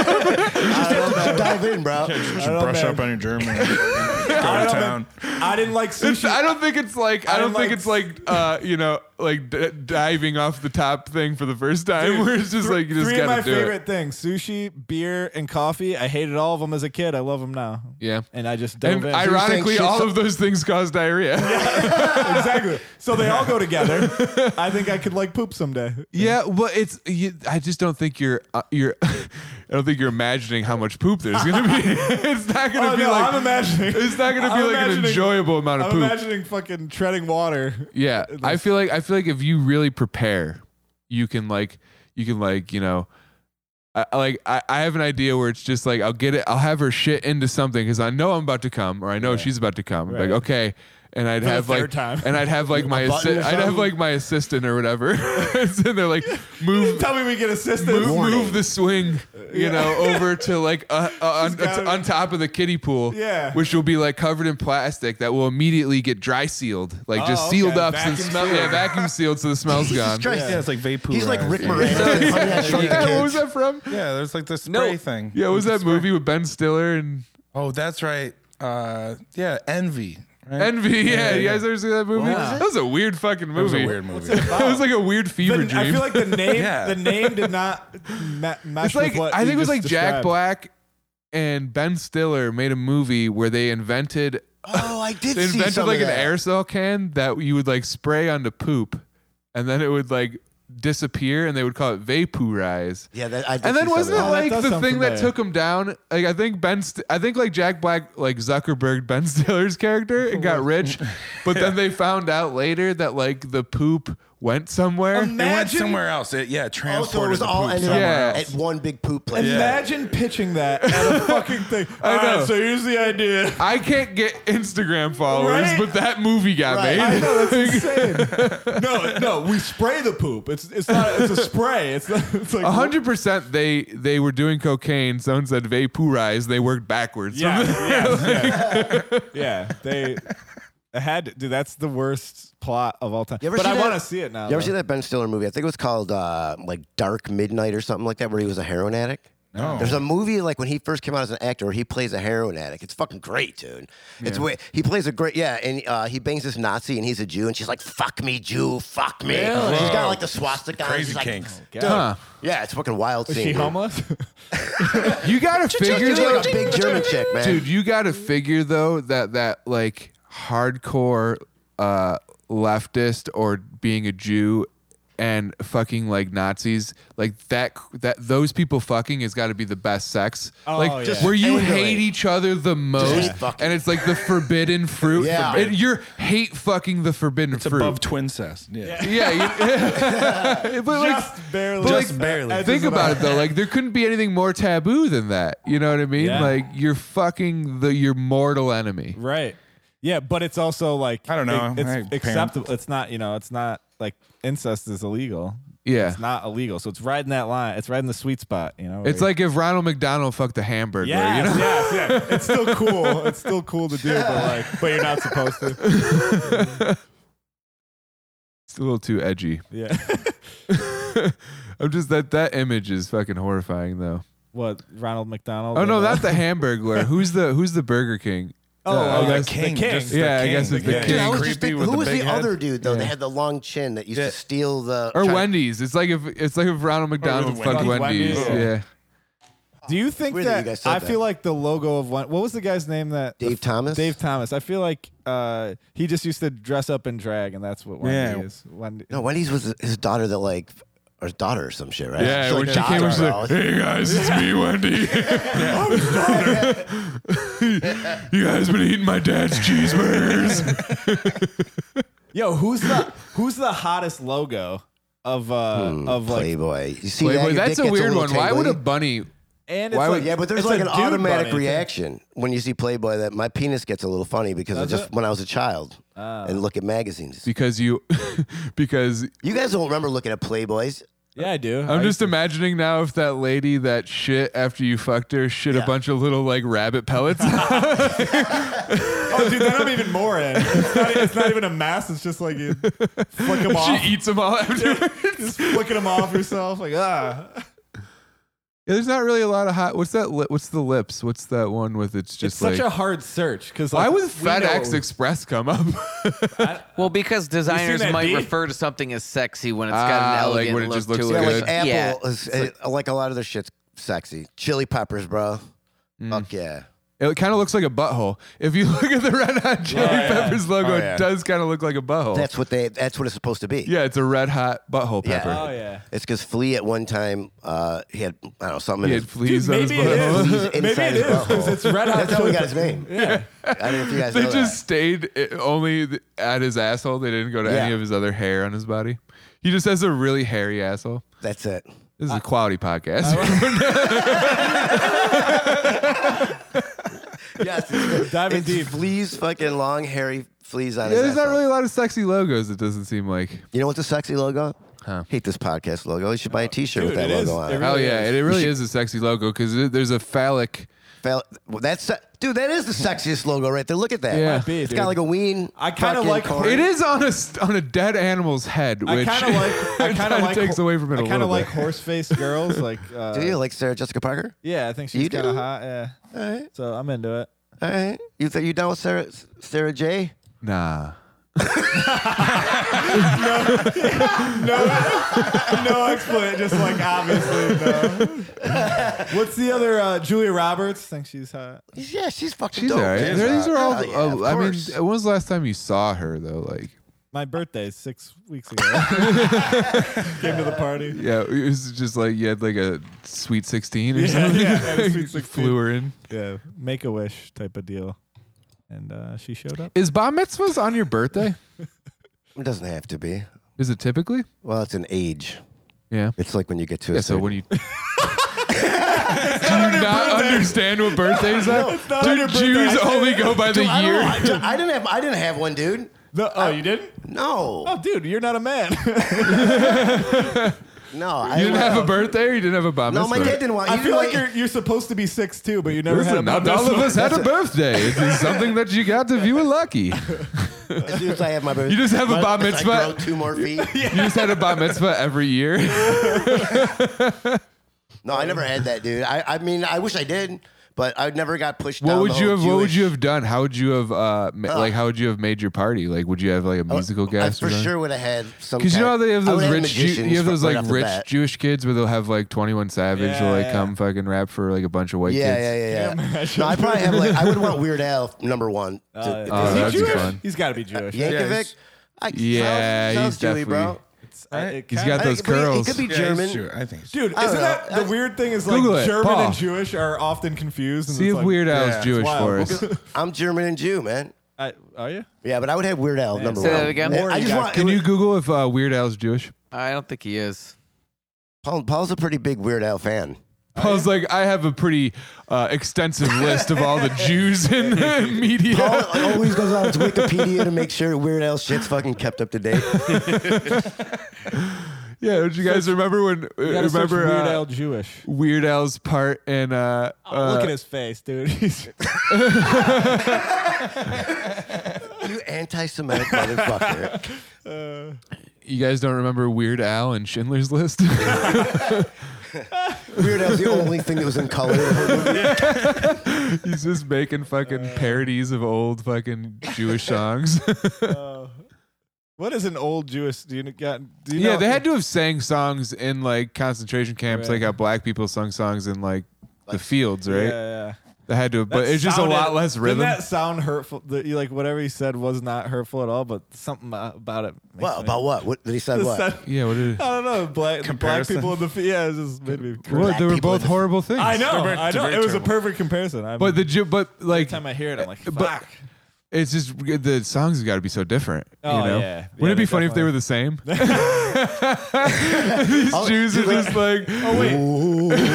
S2: you dive in, bro.
S3: You
S9: I
S3: should
S9: don't
S3: brush
S9: know.
S3: up on your *laughs* German. Go
S9: I
S3: to
S9: don't
S3: town.
S9: think- I didn't like
S4: *laughs* It's-
S9: sushi.
S4: I don't think it's like I
S9: I'm
S4: don't think
S9: like-
S4: it's like uh, you know like d- diving off the top thing for the first time. where it's just like you just
S9: Three of
S4: gotta
S9: my
S4: do
S9: favorite
S4: it.
S9: things: sushi, beer, and coffee. I hated all of them as a kid. I love them now.
S4: Yeah.
S9: and I just dove
S4: And
S9: in. *laughs*
S4: ironically,
S2: shit's
S4: all
S2: so-
S4: of those things cause diarrhea.
S9: exactly. So they all
S4: *laughs*
S9: go together. I think I could like poop someday.
S4: Yeah, well, it's you, I just don't think you're uh, you're I don't think you're imagining how much poop there's gonna be. *laughs* it's not gonna
S9: Oh,
S4: be
S9: no,
S4: like
S9: I'm imagining.
S4: *laughs* It's not gonna be
S9: I'm
S4: like an
S9: imagining-
S4: enjoyable amount of
S9: I'm
S4: poop.
S9: imagining fucking treading water.
S4: Yeah, I feel like I feel like if you really prepare, you can like you can like you know, I, I like I, I have an idea where it's just like I'll get it. I'll have her shit into something because I know I'm about to come or I know she's about to come. Like okay. And I'd
S9: the
S4: have like,
S9: third time.
S4: and I'd have like my,
S2: button
S4: assi-
S2: or
S4: I'd have
S2: something?
S4: like my assistant or whatever, *laughs* and they're like, move,
S9: Tell me we get assistance.
S4: move,
S2: Warning.
S4: move the swing, you know, over to like
S9: *laughs*
S4: uh, uh, on,
S9: gotta-
S4: on top of the kiddie pool,
S9: Yeah.
S4: which will be like covered in plastic that will immediately get dry sealed, like just
S9: Oh,
S4: sealed
S9: okay.
S4: up, so the
S9: Vacuum
S4: smell, yeah,
S9: sealed.
S4: vacuum sealed, so the
S9: *laughs*
S4: smell's gone.
S2: Christ.
S3: Yeah, it's like vaporized.
S2: He's like Rick
S3: Yeah.
S2: Moranis. in Honey, I
S4: *laughs*
S2: Shrunk the
S4: Yeah, what was
S2: Kids.
S4: that from?
S3: Yeah, there's like the spray thing.
S4: Yeah, what was that movie with Ben Stiller and
S3: Oh, that's right. Uh, yeah, Envy. Right?
S4: Envy? Yeah, you guys ever see that movie?
S3: was
S4: That was a weird fucking movie.
S3: It was a
S4: *laughs*
S3: weird movie.
S4: *laughs* it was like a weird fever
S9: The-
S4: dream.
S9: I feel like the name
S3: Yeah.
S9: the name did not
S4: *laughs*
S9: ma- match
S4: it's like
S9: with what
S4: I
S9: you
S4: think it was like
S9: just
S4: Jack
S9: described.
S4: Black and Ben Stiller made a movie where they invented
S2: Oh, I did
S4: they
S2: see
S4: invented
S2: some
S4: like
S2: of
S4: an
S2: that.
S4: aerosol can that you would like spray onto poop, and then it would like disappear, and they would call it vaporize.
S2: Yeah, that, I did
S4: And then
S2: see some
S4: wasn't it
S2: of that.
S4: like
S9: does
S4: the thing
S9: sound
S4: that
S9: familiar.
S4: took him down? Like I think Ben, St- I think like Jack Black, like Zuckerberg, *laughs* Ben Stiller's character,
S2: *laughs*
S4: and got rich, but then they found out later that like the poop went somewhere.
S3: It went
S9: Imagine-
S3: somewhere else. It, yeah,
S2: Oh, so
S3: transported
S2: it was
S3: the
S2: all
S3: poop
S2: ended up
S3: somewhere
S4: Yeah.
S3: else.
S2: at one big poop place.
S9: Imagine pitching
S4: *laughs*
S9: that at a fucking thing.
S4: I
S9: All right,
S4: know.
S9: so here's
S4: *laughs*
S9: the idea.
S4: I can't get Instagram followers,
S9: Right?
S4: but that movie got
S2: Right.
S4: made.
S9: I know that's
S4: *laughs*
S9: insane. No, no, we spray the poop. It's it's not it's a spray. It's not, it's like
S4: A hundred percent. They they were doing cocaine. Someone said vaporize. They worked backwards.
S9: Yeah,
S3: *laughs*
S9: yeah, yeah. yeah. They I had to, dude. That's the worst plot of all time.
S2: You ever
S9: but
S2: see
S9: I
S2: that-
S9: want to see it now.
S2: You ever
S9: though.
S2: see that Ben Stiller movie? I think it was called uh, like Dark Midnight or something like that, where he was a heroin addict.
S3: No.
S2: There's a movie like when he first came out as an actor, where he plays a heroin addict. It's fucking great, dude. It's way, he plays a great yeah, and uh, he bangs this Nazi, and he's a Jew, and she's like, "Fuck me, Jew, fuck me." She's got like the swastika. on,
S3: Crazy
S2: she's like,
S3: kinks.
S4: Huh.
S2: Yeah, it's a fucking wild
S9: Is
S2: scene.
S9: she
S2: dude.
S9: homeless? *laughs*
S4: You gotta figure
S2: She's
S4: though,
S2: like a big German chick, man.
S4: dude. You gotta figure though that that like hardcore uh, leftist or being a Jew and fucking like Nazis like that that those people fucking has got to be the best sex.
S9: Oh,
S4: like
S9: Just
S4: where you
S2: emulate.
S4: hate each other the most,
S2: hate fucking.
S4: and it's like
S2: *laughs*
S4: the forbidden fruit.
S2: Yeah.
S4: Forbid- you're hate fucking the forbidden
S3: It's
S4: fruit.
S1: *laughs*
S3: above twin cess. Yeah.
S4: yeah, you- *laughs* but like,
S9: Just barely.
S4: but like,
S3: Just barely.
S9: edges
S4: Think
S9: of
S4: about it though. Like there couldn't be anything more taboo than that. You know what I mean?
S9: Yeah.
S4: Like you're fucking the your mortal enemy.
S9: Right. Yeah, but it's also like
S3: I don't know.
S9: it- it's
S3: Hey, parent.
S9: acceptable. It's not you know. It's not like incest is illegal.
S4: Yeah.
S9: It's not illegal. So it's riding that line. It's riding the sweet spot. You know.
S4: It's like if Ronald McDonald fucked a hamburger.
S9: yeah,
S4: You know?
S9: yes, yes.
S4: *laughs*
S9: It's still cool. It's still cool to do, but like, but you're not supposed to.
S4: It's a little too edgy. *laughs*
S9: Yeah.
S4: I'm just that that image is fucking horrifying though.
S9: What Ronald McDonald?
S4: Oh no,
S9: and, uh,
S4: not the hamburglar. Who's the who's the Burger King?
S9: Oh,
S4: Uh, I
S9: uh, the
S4: guess-
S9: king.
S3: just
S9: Yeah,
S4: I guess it's the
S3: Yeah,
S4: king.
S2: Dude, I was
S3: creepy
S2: just thinking,
S3: with
S2: who was
S3: big
S2: the
S3: head.
S2: other dude though that had the long chin that used
S3: Yeah.
S2: to steal the
S4: Or
S2: try-
S4: Wendy's. It's like if it's like if Ronald McDonald
S3: Wendy's.
S4: fucked Wendy's.
S9: Wendy's,
S4: Yeah.
S9: yeah. Do you think
S2: Weird that
S9: that
S2: you guys said
S9: I
S2: that.
S9: feel like the logo of one? What was the guy's name that
S2: Dave Thomas?
S9: Dave Thomas. I feel like uh, he just used to dress up in drag, and that's what Wendy
S3: Yeah.
S9: is. Wendy.
S2: No, Wendy's was his daughter that like, or his daughter or some shit, right?
S4: Yeah,
S2: So
S4: when
S2: like
S4: she came,
S2: daughter,
S4: in, she's
S2: bro.
S4: *laughs* like, "Hey guys, it's me, Wendy. *laughs* you guys been eating my
S2: *laughs*
S4: dad's cheeseburgers."
S9: Yo, who's the who's the hottest logo of uh of like?
S2: Hmm, Playboy. You see
S4: Playboy,
S2: that? Your dick
S4: that's a
S2: gets
S4: weird
S2: little
S4: one. Why would a
S2: tingly.
S4: bunny?
S9: And it's
S4: Why
S9: like
S4: would-
S2: Yeah, but there's
S9: it's
S2: like
S9: a
S2: an
S9: dude
S2: automatic
S9: bunny.
S2: reaction when you see Playboy that my penis gets a little funny because I
S9: Does
S2: just
S9: it?
S2: when I was a child and look at magazines.
S4: Because you, *laughs* because
S2: You guys don't remember looking at Playboys.
S9: Yeah, I do.
S4: I'm just imagining now if that lady that shit after you fucked her shit a
S2: Yeah.
S4: bunch of little like
S2: *laughs*
S4: rabbit pellets. *laughs*
S9: oh, dude, then I'm even more in. It's not, e-, it's not even a mass. It's just like you flick them off,
S4: *laughs* she eats them all after.
S9: just flicking them off yourself. Like ah,
S4: Yeah, there's not really a lot of hot. What's that? Li- what's the lips? What's that one with? It's just
S9: it's
S4: like.
S9: such a hard search because
S4: why
S9: like,
S4: would
S9: we know-
S4: FedEx Express come up? *laughs*
S5: Well, because designers
S9: that
S5: might
S9: D?
S5: refer to something as sexy when it's
S4: Ah,
S5: got an
S4: like
S5: elegant
S4: when it
S5: look
S4: just looks
S5: to
S2: Yeah,
S5: it.
S4: good.
S2: like Apple
S5: Yeah.
S4: Mm.
S2: is uh, like, a lot of their shit's sexy. Chili peppers, bro. Fuck yeah.
S4: It kind of looks like a butthole. If you *laughs* look at the Red Hot Chili
S9: Oh, yeah.
S4: Peppers logo,
S9: Oh,
S4: it
S9: yeah.
S4: does kind of look like a butthole.
S2: That's what they. That's what it's supposed to be.
S4: yeah, it's a red hot butthole
S2: Yeah.
S4: pepper.
S2: Oh,
S9: yeah.
S2: It's because Flea at one time uh, he had I don't know something.
S4: He
S2: in
S4: had
S2: his-
S4: fleas on his
S9: maybe it
S4: butthole. *laughs*
S9: is.
S2: He's
S9: Maybe
S2: inside
S9: it
S2: his
S9: is, 'cause
S2: butthole.
S9: it's red hot
S2: That's how he
S9: chili
S2: got his name.
S9: Yeah.
S2: I don't know if you guys
S4: They
S2: know
S4: just stayed i- only th- at his asshole. They didn't go to any
S2: Yeah.
S4: of his other hair on his body. He just has a really hairy asshole.
S2: that. That's it.
S4: This is a quality podcast. *laughs*
S2: Yes, it's, *laughs*
S9: Diving
S2: it's
S9: deep.
S2: Flea's fucking long hairy fleas on
S4: Yeah,
S2: his.
S4: there's not
S2: asshole.
S4: really a lot of sexy logos. It doesn't seem like.
S2: You know what's a sexy logo? Hate this podcast logo. You should buy a T-shirt with
S9: Dude,
S2: that
S9: it
S2: logo
S9: is.
S2: on.
S9: It
S2: it.
S9: really
S4: oh yeah,
S9: is.
S4: and it
S9: *laughs*
S4: really is a sexy logo because there's a phallic.
S2: Fel- well, that's se- dude. That is the sexiest logo right there. Look at that.
S4: Yeah. Might
S9: be,
S2: it's
S9: dude.
S2: got like a ween.
S9: I kinda
S2: fucking
S9: like
S2: corn.
S4: It is on a s- on a dead animal's head,
S9: I
S4: which
S9: kind
S4: *laughs*
S9: of like. *laughs* I kind
S4: kinda
S9: of like.
S4: takes away from it a
S9: I kinda
S4: little
S9: like
S4: bit.
S9: horse face girls.
S2: *laughs*
S9: Like. Uh,
S2: Do you like Sarah Jessica Parker?
S9: Yeah, I think
S2: You
S9: she's kind
S2: do?
S9: of hot. Yeah.
S2: All right,
S9: So I'm into it.
S2: all right. You think you down with Sarah Sarah J?
S4: nah.
S9: *laughs* no explanation. Just like obviously
S2: *laughs*
S9: no. What's the other uh, Julia Roberts? Think she's hot.
S2: Yeah, she's fucking
S4: She's
S2: dope.
S4: all right.
S2: man.
S4: These are all.
S2: Hell yeah, of
S4: uh, I mean,
S2: course.
S4: when was the last time you saw her though? Like,
S9: My birthday is six weeks
S2: *laughs*
S9: ago. Came to the party.
S4: yeah, it was just like you had like a sweet sixteen or
S9: Yeah,
S4: something. *laughs*
S9: *laughs* yeah, I had *laughs* a Sweet
S4: You
S9: 16.
S4: Flew her in.
S9: Yeah, make a wish type of deal, and uh, she showed up.
S4: Is bat mitzvahs on your birthday?
S2: it doesn't have to be.
S4: Is it typically?
S2: Well, it's an age.
S4: Yeah.
S2: It's like when you get to a
S4: Yeah. So
S2: certain-
S4: when you. *laughs* Do you not understand what birthdays are?
S9: on
S4: Do
S9: your
S4: Jews
S9: birthday.
S4: only go by the
S2: I, don't know.
S4: year?
S2: I d- I didn't have I didn't have one, dude.
S9: No, oh, you didn't?
S2: No,
S9: Oh, dude, you're not a man. *laughs*
S2: no. I
S4: You didn't have a birthday or you didn't have a bat
S2: no,
S4: mitzvah?
S2: my dad didn't want.
S9: I
S2: he
S9: feel
S2: didn't
S9: like
S2: want-
S9: you're you're supposed to be six too, but you never had a
S4: Listen, not
S9: bar
S4: all of
S9: mitzvah.
S4: us had a birthday. It's just something that you got if you were lucky.
S2: As soon as I have
S4: *laughs*
S2: my
S4: You just have a bat
S2: as I grow
S4: mitzvah.
S2: two
S4: *laughs*
S2: more feet.
S4: You just had a bat mitzvah every year.
S2: *laughs* No, I never had that, dude. I, I mean, I wish I did, but I never got pushed.
S4: What
S2: down
S4: would
S2: the
S4: you
S2: whole
S4: have? What would
S2: Jewish-
S4: you have done? How would you have? Uh, ma- like, how would you have made your party? Like, would you have like a musical
S2: I
S4: guest?
S2: for sure would have had some.
S4: Because you know how
S2: kind-
S4: they have
S2: I would
S4: those
S2: had
S4: rich, Jew-
S2: magicians
S4: you have
S2: fr-
S4: those
S2: right
S4: like
S2: off the
S4: rich
S2: bat.
S4: Jewish kids where they'll have like Twenty One Savage
S9: Yeah,
S4: will like
S9: yeah.
S4: come fucking rap for like a bunch of white
S2: Yeah,
S4: kids.
S2: yeah, yeah, yeah.
S4: *laughs*
S9: imagine.
S2: No, I probably have like I would want Weird Al number one. to-
S9: Uh,
S4: Oh,
S9: is he
S4: that'd be
S9: Jewish?
S4: fun.
S9: He's got to be
S2: Yankovic.
S9: Jewish.
S3: Yeah, he's-
S2: I,
S4: Yeah,
S2: sounds, sounds
S4: he's
S2: Jewy, bro.
S9: It's- I- it
S4: He's
S9: kinda-
S4: got those
S2: I- but he-
S4: curls.
S2: He could be
S3: Yeah, he's
S2: German.
S3: Jew- I think. he's Jew.
S9: Dude,
S2: I don't
S9: isn't
S2: know.
S9: that the
S2: I-
S9: weird thing? Is
S4: Google
S9: like
S4: it,
S9: German
S4: Paul.
S9: and Jewish are often confused. And
S4: See
S9: it's
S4: if
S9: like,
S4: Weird Al
S3: Yeah.
S4: is Jewish
S9: Wow.
S4: for us.
S2: I'm German and Jew, man.
S9: I, are you?
S2: Yeah, but I would have Weird Al number
S5: say
S2: one.
S5: that again.
S2: I just
S9: Lord,
S2: want.
S4: Can you Google if uh, Weird Al's
S2: Oh,
S4: Jewish?
S5: I don't think he is.
S2: Paul, Paul's a pretty big Weird Al fan.
S4: Paul's like, I have a pretty uh, extensive list of all the Jews in the
S2: *laughs*
S4: media.
S2: Paul *laughs* always goes on to Wikipedia to make sure Weird Al shit's fucking kept up to date.
S4: yeah, don't you guys remember when?
S9: Gotta search
S4: Remember
S9: Weird
S4: uh,
S9: Al Jewish?
S4: Weird Al's part in uh, uh,
S9: Look at his face, dude. *laughs* He's
S2: You anti-Semitic motherfucker.
S4: You guys don't remember Weird Al and Schindler's
S2: *laughs*
S4: List? *laughs*
S2: Weird Al's the only thing that was in color. in the whole movie.
S4: He's just making fucking
S9: Uh.
S4: parodies of old fucking Jewish
S9: *laughs*
S4: songs. *laughs*
S9: what is an old Jewish? Do you got? Do you
S4: yeah,
S9: know-
S4: they had to have sang songs in like concentration camps,
S9: Right.
S4: like how black people sung songs in like the fields, right?
S9: Yeah, yeah.
S4: They had to, have, but
S9: That
S4: it's just a
S9: sounded-
S4: lot less rhythm.
S9: Didn't that sound hurtful? The, you, like whatever he said was not hurtful at all, but something uh, about it. makes
S2: What
S9: me-
S2: about what? What he said?
S9: *laughs* the
S2: What?
S9: sen-
S4: *laughs* yeah, what did?
S9: I don't know. Black, the black
S3: Comparison.
S9: people in the fi- yeah, it just made me. cringe.
S4: Well, they were
S2: people in
S4: both
S2: the-
S4: horrible things.
S9: I know,
S3: very-
S9: I
S3: they're
S9: know.
S3: very
S9: It was a
S3: terrible.
S9: perfy comparison. I'm,
S4: But the Jew, but like,
S9: every time I hear it, I'm like, fuck.
S4: but- it's just the songs have got to be so different.
S9: Oh,
S4: you know?
S9: yeah. Yeah,
S4: Wouldn't it be
S9: they
S4: funny if they were the same?
S9: definitely- *laughs*
S4: *laughs* These Jews are just like,
S9: oh wait, wait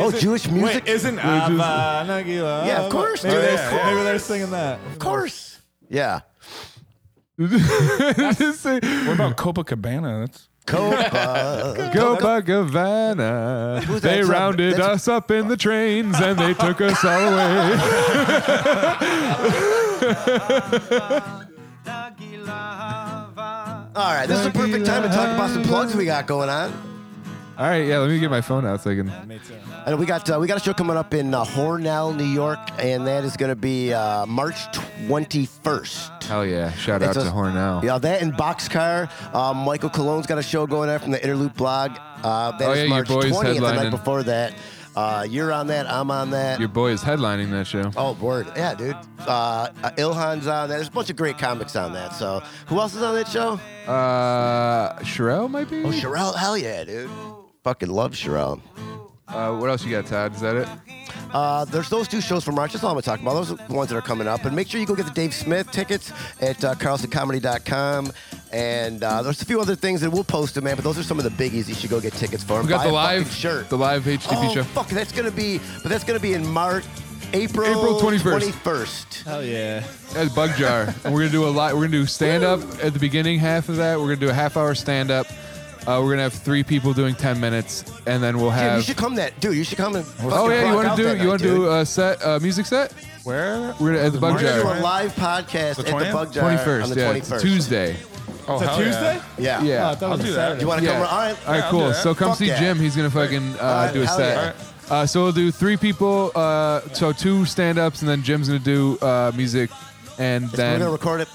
S2: Oh,
S9: isn't-
S2: Jewish music?
S9: Wait, isn't
S4: Jews-
S9: Abba Nagila?
S2: Yeah, of course,
S9: Maybe,
S2: dude.
S9: they're,
S2: Yeah, yeah.
S9: maybe they're singing that.
S2: Of course. Yeah.
S9: Oh.
S4: just *laughs* say,
S3: What *laughs* about Copacabana? That's
S2: Copa.
S4: Go Buckavana.
S2: Who's
S4: They
S2: that from?
S4: rounded
S2: That's-
S4: us up in the trains and they took us all away.
S2: All right, this is a perfect time to talk about some plugs we got going on.
S4: All right, yeah, let me get my phone out so I can.
S9: Me too.
S2: And we got uh, we got a show coming up in uh, Hornell, New York, and that is going to be uh, March twenty first.
S4: Hell yeah. Shout out
S2: It's
S4: to
S2: a-
S4: Hornell.
S2: Yeah, that and Boxcar. Um, Michael Cologne's got a show going on from the Interloop blog Uh, that
S4: Oh,
S2: is
S4: yeah, your
S2: March
S4: boy's
S2: 20th, the night
S4: headlining.
S2: before that. Uh, you're on that. I'm on that.
S4: Your boy is headlining that show.
S2: Oh, word. Yeah, dude. Uh, uh, Ilhan's on that. There's a bunch of great comics on that. So, who else is on that show?
S4: Uh, Sherelle might be.
S2: Oh, Sherelle. Hell yeah, dude. Fucking love Sherelle.
S4: Uh, what else you got, Todd? Is that it?
S2: Uh, there's those two shows from March. That's all I'm going to talk about. Those are the ones that are coming up. And make sure you go get the Dave Smith tickets at uh, carlsoncomedy.com. And uh, there's a few other things that we'll post them, man. But those are some of the biggies you should go get tickets for.
S4: We got
S2: Buy
S4: the
S2: a fucking
S4: live
S2: shirt.
S4: The live HTP
S2: oh,
S4: show.
S2: fuck. That's going to be, but that's going to be in March, April,
S4: April 21st.
S2: 21st.
S10: Hell yeah.
S4: That's Bug Jar.
S2: *laughs*
S4: and we're gonna do a lot. We're gonna do stand up at the beginning half of that. We're gonna do a half hour stand up. Uh, we're gonna have three people doing ten minutes, and then we'll
S2: Dude,
S4: have.
S2: you should come that. Dude, you should come and.
S4: oh yeah, you
S2: want to
S4: do? you
S2: want
S4: want to do a set, a music set?
S3: Where?
S4: We're gonna at the Bug
S2: We're gonna do
S4: Jar.
S2: a live podcast at
S3: The
S2: the
S3: 20th?
S2: Bug Jar
S4: Twenty
S2: on
S4: first,
S2: the
S4: yeah, it's
S2: 21st.
S4: Tuesday.
S3: Oh,
S9: It's a
S3: hell
S9: Tuesday?
S2: Yeah.
S3: Yeah.
S4: Yeah.
S10: Oh, I thought it
S3: I'll
S10: was a
S3: do that.
S10: Saturday.
S2: You want to
S4: Yeah.
S2: come? All right.
S4: All right,
S3: I'll do
S4: cool.
S3: that.
S4: So come
S2: Fuck
S4: see
S2: yeah.
S4: Jim. He's gonna fucking uh,
S2: Alright,
S4: do a
S2: hell
S4: set.
S2: yeah. Alright.
S4: Uh, so we'll do three people. Uh, so two stand ups, and then Jim's gonna do uh, music, and
S2: We're
S4: then
S2: gonna record it.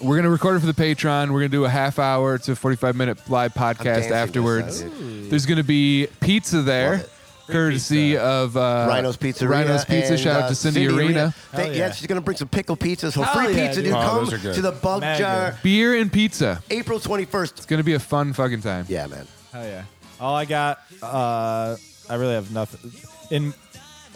S4: we're gonna record it for the Patreon. We're gonna do a half hour to forty five minute live
S2: dancing
S4: podcast
S2: with
S4: afterwards.
S2: that,
S4: There's gonna be pizza
S2: Love
S4: there,
S2: it.
S4: courtesy of uh,
S2: Rhino's Pizzeria.
S4: Rhino's Pizza.
S2: and,
S4: Shout
S2: uh,
S4: out to Cindy, Arena.
S2: They-
S10: Hell
S2: yeah.
S10: yeah.
S2: she's gonna bring some pickle pizzas. So
S10: Hell
S2: free
S10: yeah,
S2: pizza,
S10: dude.
S2: dude.
S10: Oh,
S2: come
S3: those are good.
S2: to the Bug
S10: Mad
S2: Jar,
S10: good.
S4: Beer and pizza.
S2: April 21st.
S4: It's gonna be a fun fucking time.
S2: Yeah, man.
S10: Hell yeah.
S9: All I got, uh, I really have nothing. In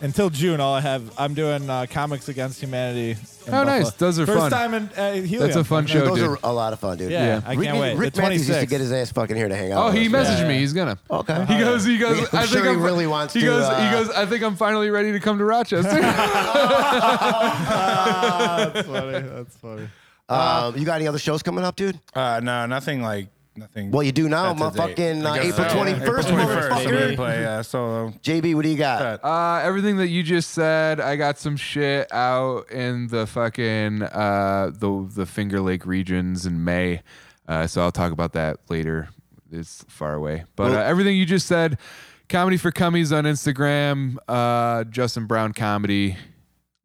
S9: until June, all I have, I'm doing uh, Comics Against Humanity. in Buffalo.
S4: Oh, nice. Those are
S9: First
S4: fun.
S9: time in uh, Helium.
S4: That's a fun
S9: Yeah,
S4: show,
S2: Oh, Those
S4: dude.
S2: are a lot of fun, dude.
S9: Yeah, I
S2: Rick,
S9: can't wait.
S2: Rick
S9: the 26th.
S2: Matthews used to get his ass fucking here to hang out.
S4: Oh,
S2: with
S4: he
S2: us,
S4: messaged
S9: Yeah.
S4: me. He's gonna.
S2: man. Okay.
S4: He goes. He goes.
S2: Oh, *laughs* I'm
S4: I think
S2: sure he
S4: I'm,
S2: really wants
S4: He
S2: to,
S4: goes.
S2: uh,
S4: he goes. I think I'm finally ready to come to
S2: *laughs*
S4: Rochester. *laughs*
S9: That's funny. That's funny.
S4: uh,
S2: Um, you got any other shows coming up, dude?
S3: Uh, no, nothing like nothing.
S2: Well, you do now,
S3: That's a date.
S2: motherfucking, uh,
S3: I guess
S2: April
S3: so.
S2: 21st,
S3: April 21st,
S2: motherfucker.
S3: we play uh, solo.
S2: JB, what do you got?
S4: uh, everything that you just said, I got some shit out in the fucking uh, the the Finger Lake regions in May. Uh, so I'll talk about that later. It's far away, but uh, everything you just said. Comedy for Cummies on Instagram. Uh, Justin Brown comedy.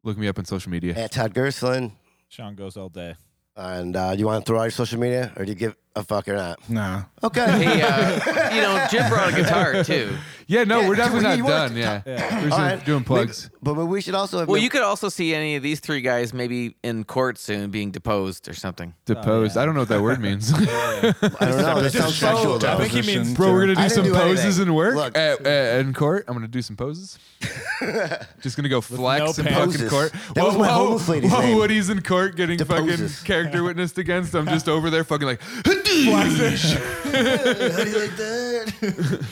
S4: Look me up on social media.
S2: At Todd Gerslin.
S9: Sean goes all day.
S2: And uh, do you want to throw out your social media, or do you give a fuck or not?
S3: No.
S4: *laughs*
S2: Okay.
S5: Hey, uh, you know, Jim brought a
S2: *laughs*
S5: guitar too.
S4: Yeah, no,
S2: Yeah,
S4: we're definitely
S2: yeah, you
S4: not done.
S2: wanna-
S4: Yeah,
S2: All
S4: we're just
S2: right.
S4: doing plugs.
S2: Maybe- but, but we should also. Have
S5: Well,
S2: no-
S5: you could also see any of these three guys maybe in court soon being deposed or something.
S2: Oh,
S4: Deposed. I don't know what that word
S2: *laughs*
S4: means.
S2: I don't know. That sounds sexual.
S9: I
S2: though.
S9: think he means-
S4: Bro, we're gonna
S2: I
S4: do
S2: didn't
S4: some
S2: do
S4: poses
S2: anything.
S4: in work
S2: Look.
S4: at, at- in court. I'm gonna do some
S2: *laughs*
S4: poses. Just gonna go flex
S9: no
S4: in
S9: pants.
S2: Poses.
S4: fucking court.
S2: That was my
S4: While-
S2: homeless lady's
S4: while
S2: name.
S4: Woody's in court getting
S2: The
S4: fucking
S2: poses. *laughs*
S4: character witnessed against. I'm just over there fucking like. *laughs*
S2: How do you like that?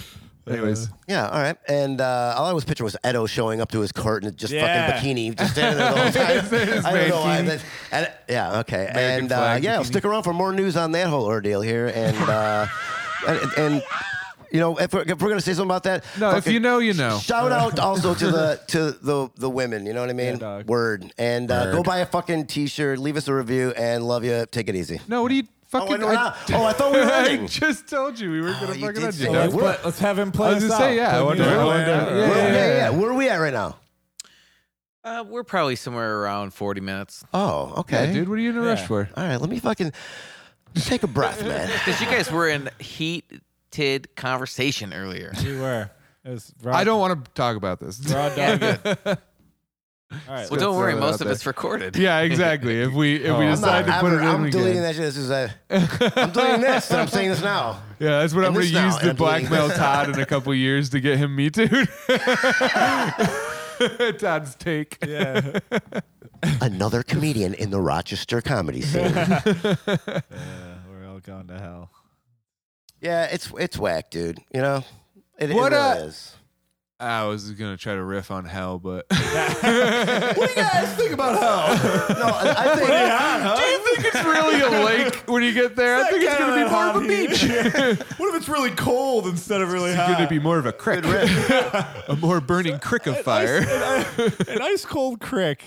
S4: Anyways,
S2: *laughs* Yeah, all right. And uh, all I was picturing was Edo showing up to his court in just
S9: Yeah.
S2: fucking bikini, just standing there the
S4: *laughs*
S2: whole time. I don't know why.
S4: bikini.
S2: But, and, yeah, okay.
S4: American
S2: and uh,
S4: flag
S2: yeah,
S4: bikini.
S2: stick around for more news on that whole ordeal here. And uh,
S4: *laughs*
S2: and, and you know, if we're, if we're gonna say something about that,
S4: No, if
S2: fucking
S4: you know, you know.
S2: Shout
S4: *laughs*
S2: out also to the to the the women. You know what I mean? Word. And uh, go buy a fucking t-shirt, leave us a review, and love you. Take it easy.
S4: no, what are you
S2: Oh,
S4: fucking?
S2: and we're
S4: *laughs*
S2: not- oh, I thought we were
S4: I
S2: ending.
S4: just told you we were gonna
S2: you
S4: fucking
S2: did
S4: end
S2: say
S4: you.
S2: that.
S9: Let's,
S2: we're-
S9: play- let's have him play
S4: I was
S9: us
S4: gonna
S9: out.
S4: say yeah. I
S9: Play
S4: wonder.
S9: music.
S4: I wonder-
S2: Where,
S4: yeah, yeah, yeah.
S2: Where are we at right now?
S5: Uh, we're probably somewhere around 40 minutes.
S2: Oh, okay.
S4: Yeah, dude, what are you in a rush for?
S2: All right, let me fucking take a
S4: *laughs*
S2: breath, man.
S5: Because you guys were in heated conversation earlier.
S9: *laughs* We were. It was raw,
S4: I don't want to talk about
S2: *laughs*
S4: this.
S9: *laughs* raw dog. All right.
S5: Well,
S4: Let's
S5: don't worry,
S4: throw that out
S5: most of
S4: there.
S5: it's recorded.
S4: Yeah, exactly. If we if we
S2: Oh, I'm, not,
S4: decide to put
S2: I'm,
S4: it
S2: I'm
S4: in
S2: deleting
S4: again.
S2: that shit. This is a, I'm deleting this, and I'm saying this
S4: *laughs*
S2: now.
S4: Yeah, that's what I'm
S2: And this
S4: going to
S2: now,
S4: use
S2: and
S4: to
S2: I'm deleting *laughs*
S4: blackmail
S2: this.
S4: Todd in a couple years to get him me too. *laughs* Todd's take.
S9: Yeah.
S2: Another comedian in the Rochester comedy
S4: *laughs*
S2: scene.
S9: We're all going to hell.
S2: yeah, it's it's whack, dude. You know, it,
S4: What uh,
S2: it really
S4: a-
S2: is.
S4: I was going to try to riff on
S2: *laughs*
S4: hell, but *laughs*
S2: No, I, I think
S4: do you think it's really a lake
S1: *laughs*
S4: when you get there? I think it's going to be more of a beach. *laughs*
S9: What if it's really cold instead of really
S4: It's
S9: hot?
S4: going to be more of a crick, *laughs* a more burning crick of fire.
S9: an ice cold crick.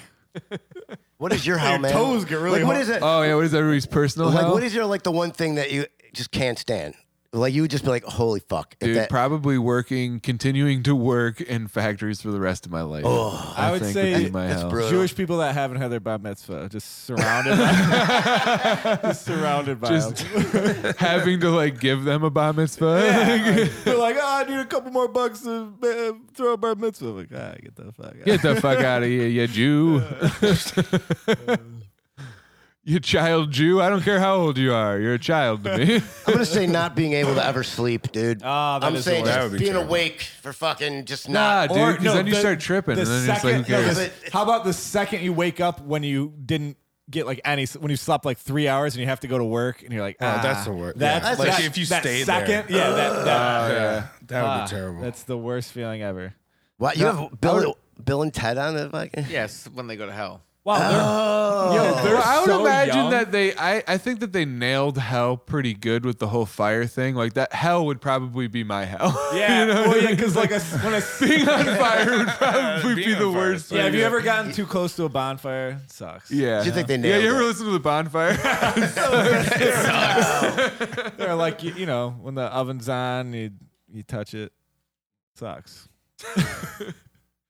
S2: what is your how, man?
S9: toes get really
S2: like, what
S9: hot.
S2: is it?
S4: Oh yeah, what is everybody's personal
S2: Uh, like,
S4: hell?
S2: what is your like the one thing that you just can't stand? Like you would just be like, holy fuck. if
S4: Dude,
S2: that-
S4: probably working, continuing to work in factories for the rest of my life. Oh,
S9: I would say
S2: that's brutal.
S9: Jewish people that haven't had their bat mitzvah just surrounded by, *laughs* just surrounded by
S4: Just
S9: them.
S4: having to like give them a bar mitzvah.
S9: Yeah. *laughs* They're like, oh, I need a couple more bucks to uh, throw a bar mitzvah. I'm like, ah, get the fuck out.
S4: Get the fuck out of here, you
S9: *laughs*
S4: Jew. you child Jew. I don't care how old you are. You're a child to
S9: *laughs*
S4: me.
S2: I'm gonna say not being able to ever sleep, dude.
S9: Ah, that
S2: I'm
S9: is
S2: saying
S9: the worst.
S3: That would
S2: just
S3: be
S2: being
S3: terrible.
S2: awake for fucking just
S4: nah,
S2: not.
S4: dude. Because then you start tripping.
S9: The
S4: and then
S9: second,
S4: it's like, who
S9: no,
S4: cares?
S2: but-
S9: the- how about the second you wake up when you didn't get like any when you slept like three hours and you have to go to work and you're like, ah,
S3: Oh, that's the worst.
S9: That's,
S2: Yeah.
S9: like
S2: Like
S3: if you
S9: that
S3: stay there. Oh,
S9: second, yeah, that, that,
S3: yeah, that would
S9: ah,
S3: be terrible.
S9: That's the worst feeling ever.
S2: What you have Bill, Bill and Ted on it, fucking.
S5: Yes, when they go to hell.
S9: Wow, they're, yo, they're
S4: Well, I would
S9: so
S4: imagine
S9: young.
S4: that they, I, I think that they nailed hell pretty good with the whole fire thing. Like that hell would probably be my hell. *laughs*
S9: Yeah,
S4: you know?
S9: well, yeah, *laughs* because like a, when a
S4: being on *laughs* fire
S9: *laughs*
S4: would probably
S3: Being
S4: be the
S3: on fire
S4: worst.
S3: is
S9: yeah, have you
S4: thing.
S9: ever *laughs* gotten too close to a bonfire? It sucks.
S4: Yeah.
S2: Do you think they
S4: yeah,
S2: nailed
S4: you ever
S2: it?
S4: listen to the bonfire?
S9: They're like you, you know when the oven's on, you you touch it, sucks. *laughs*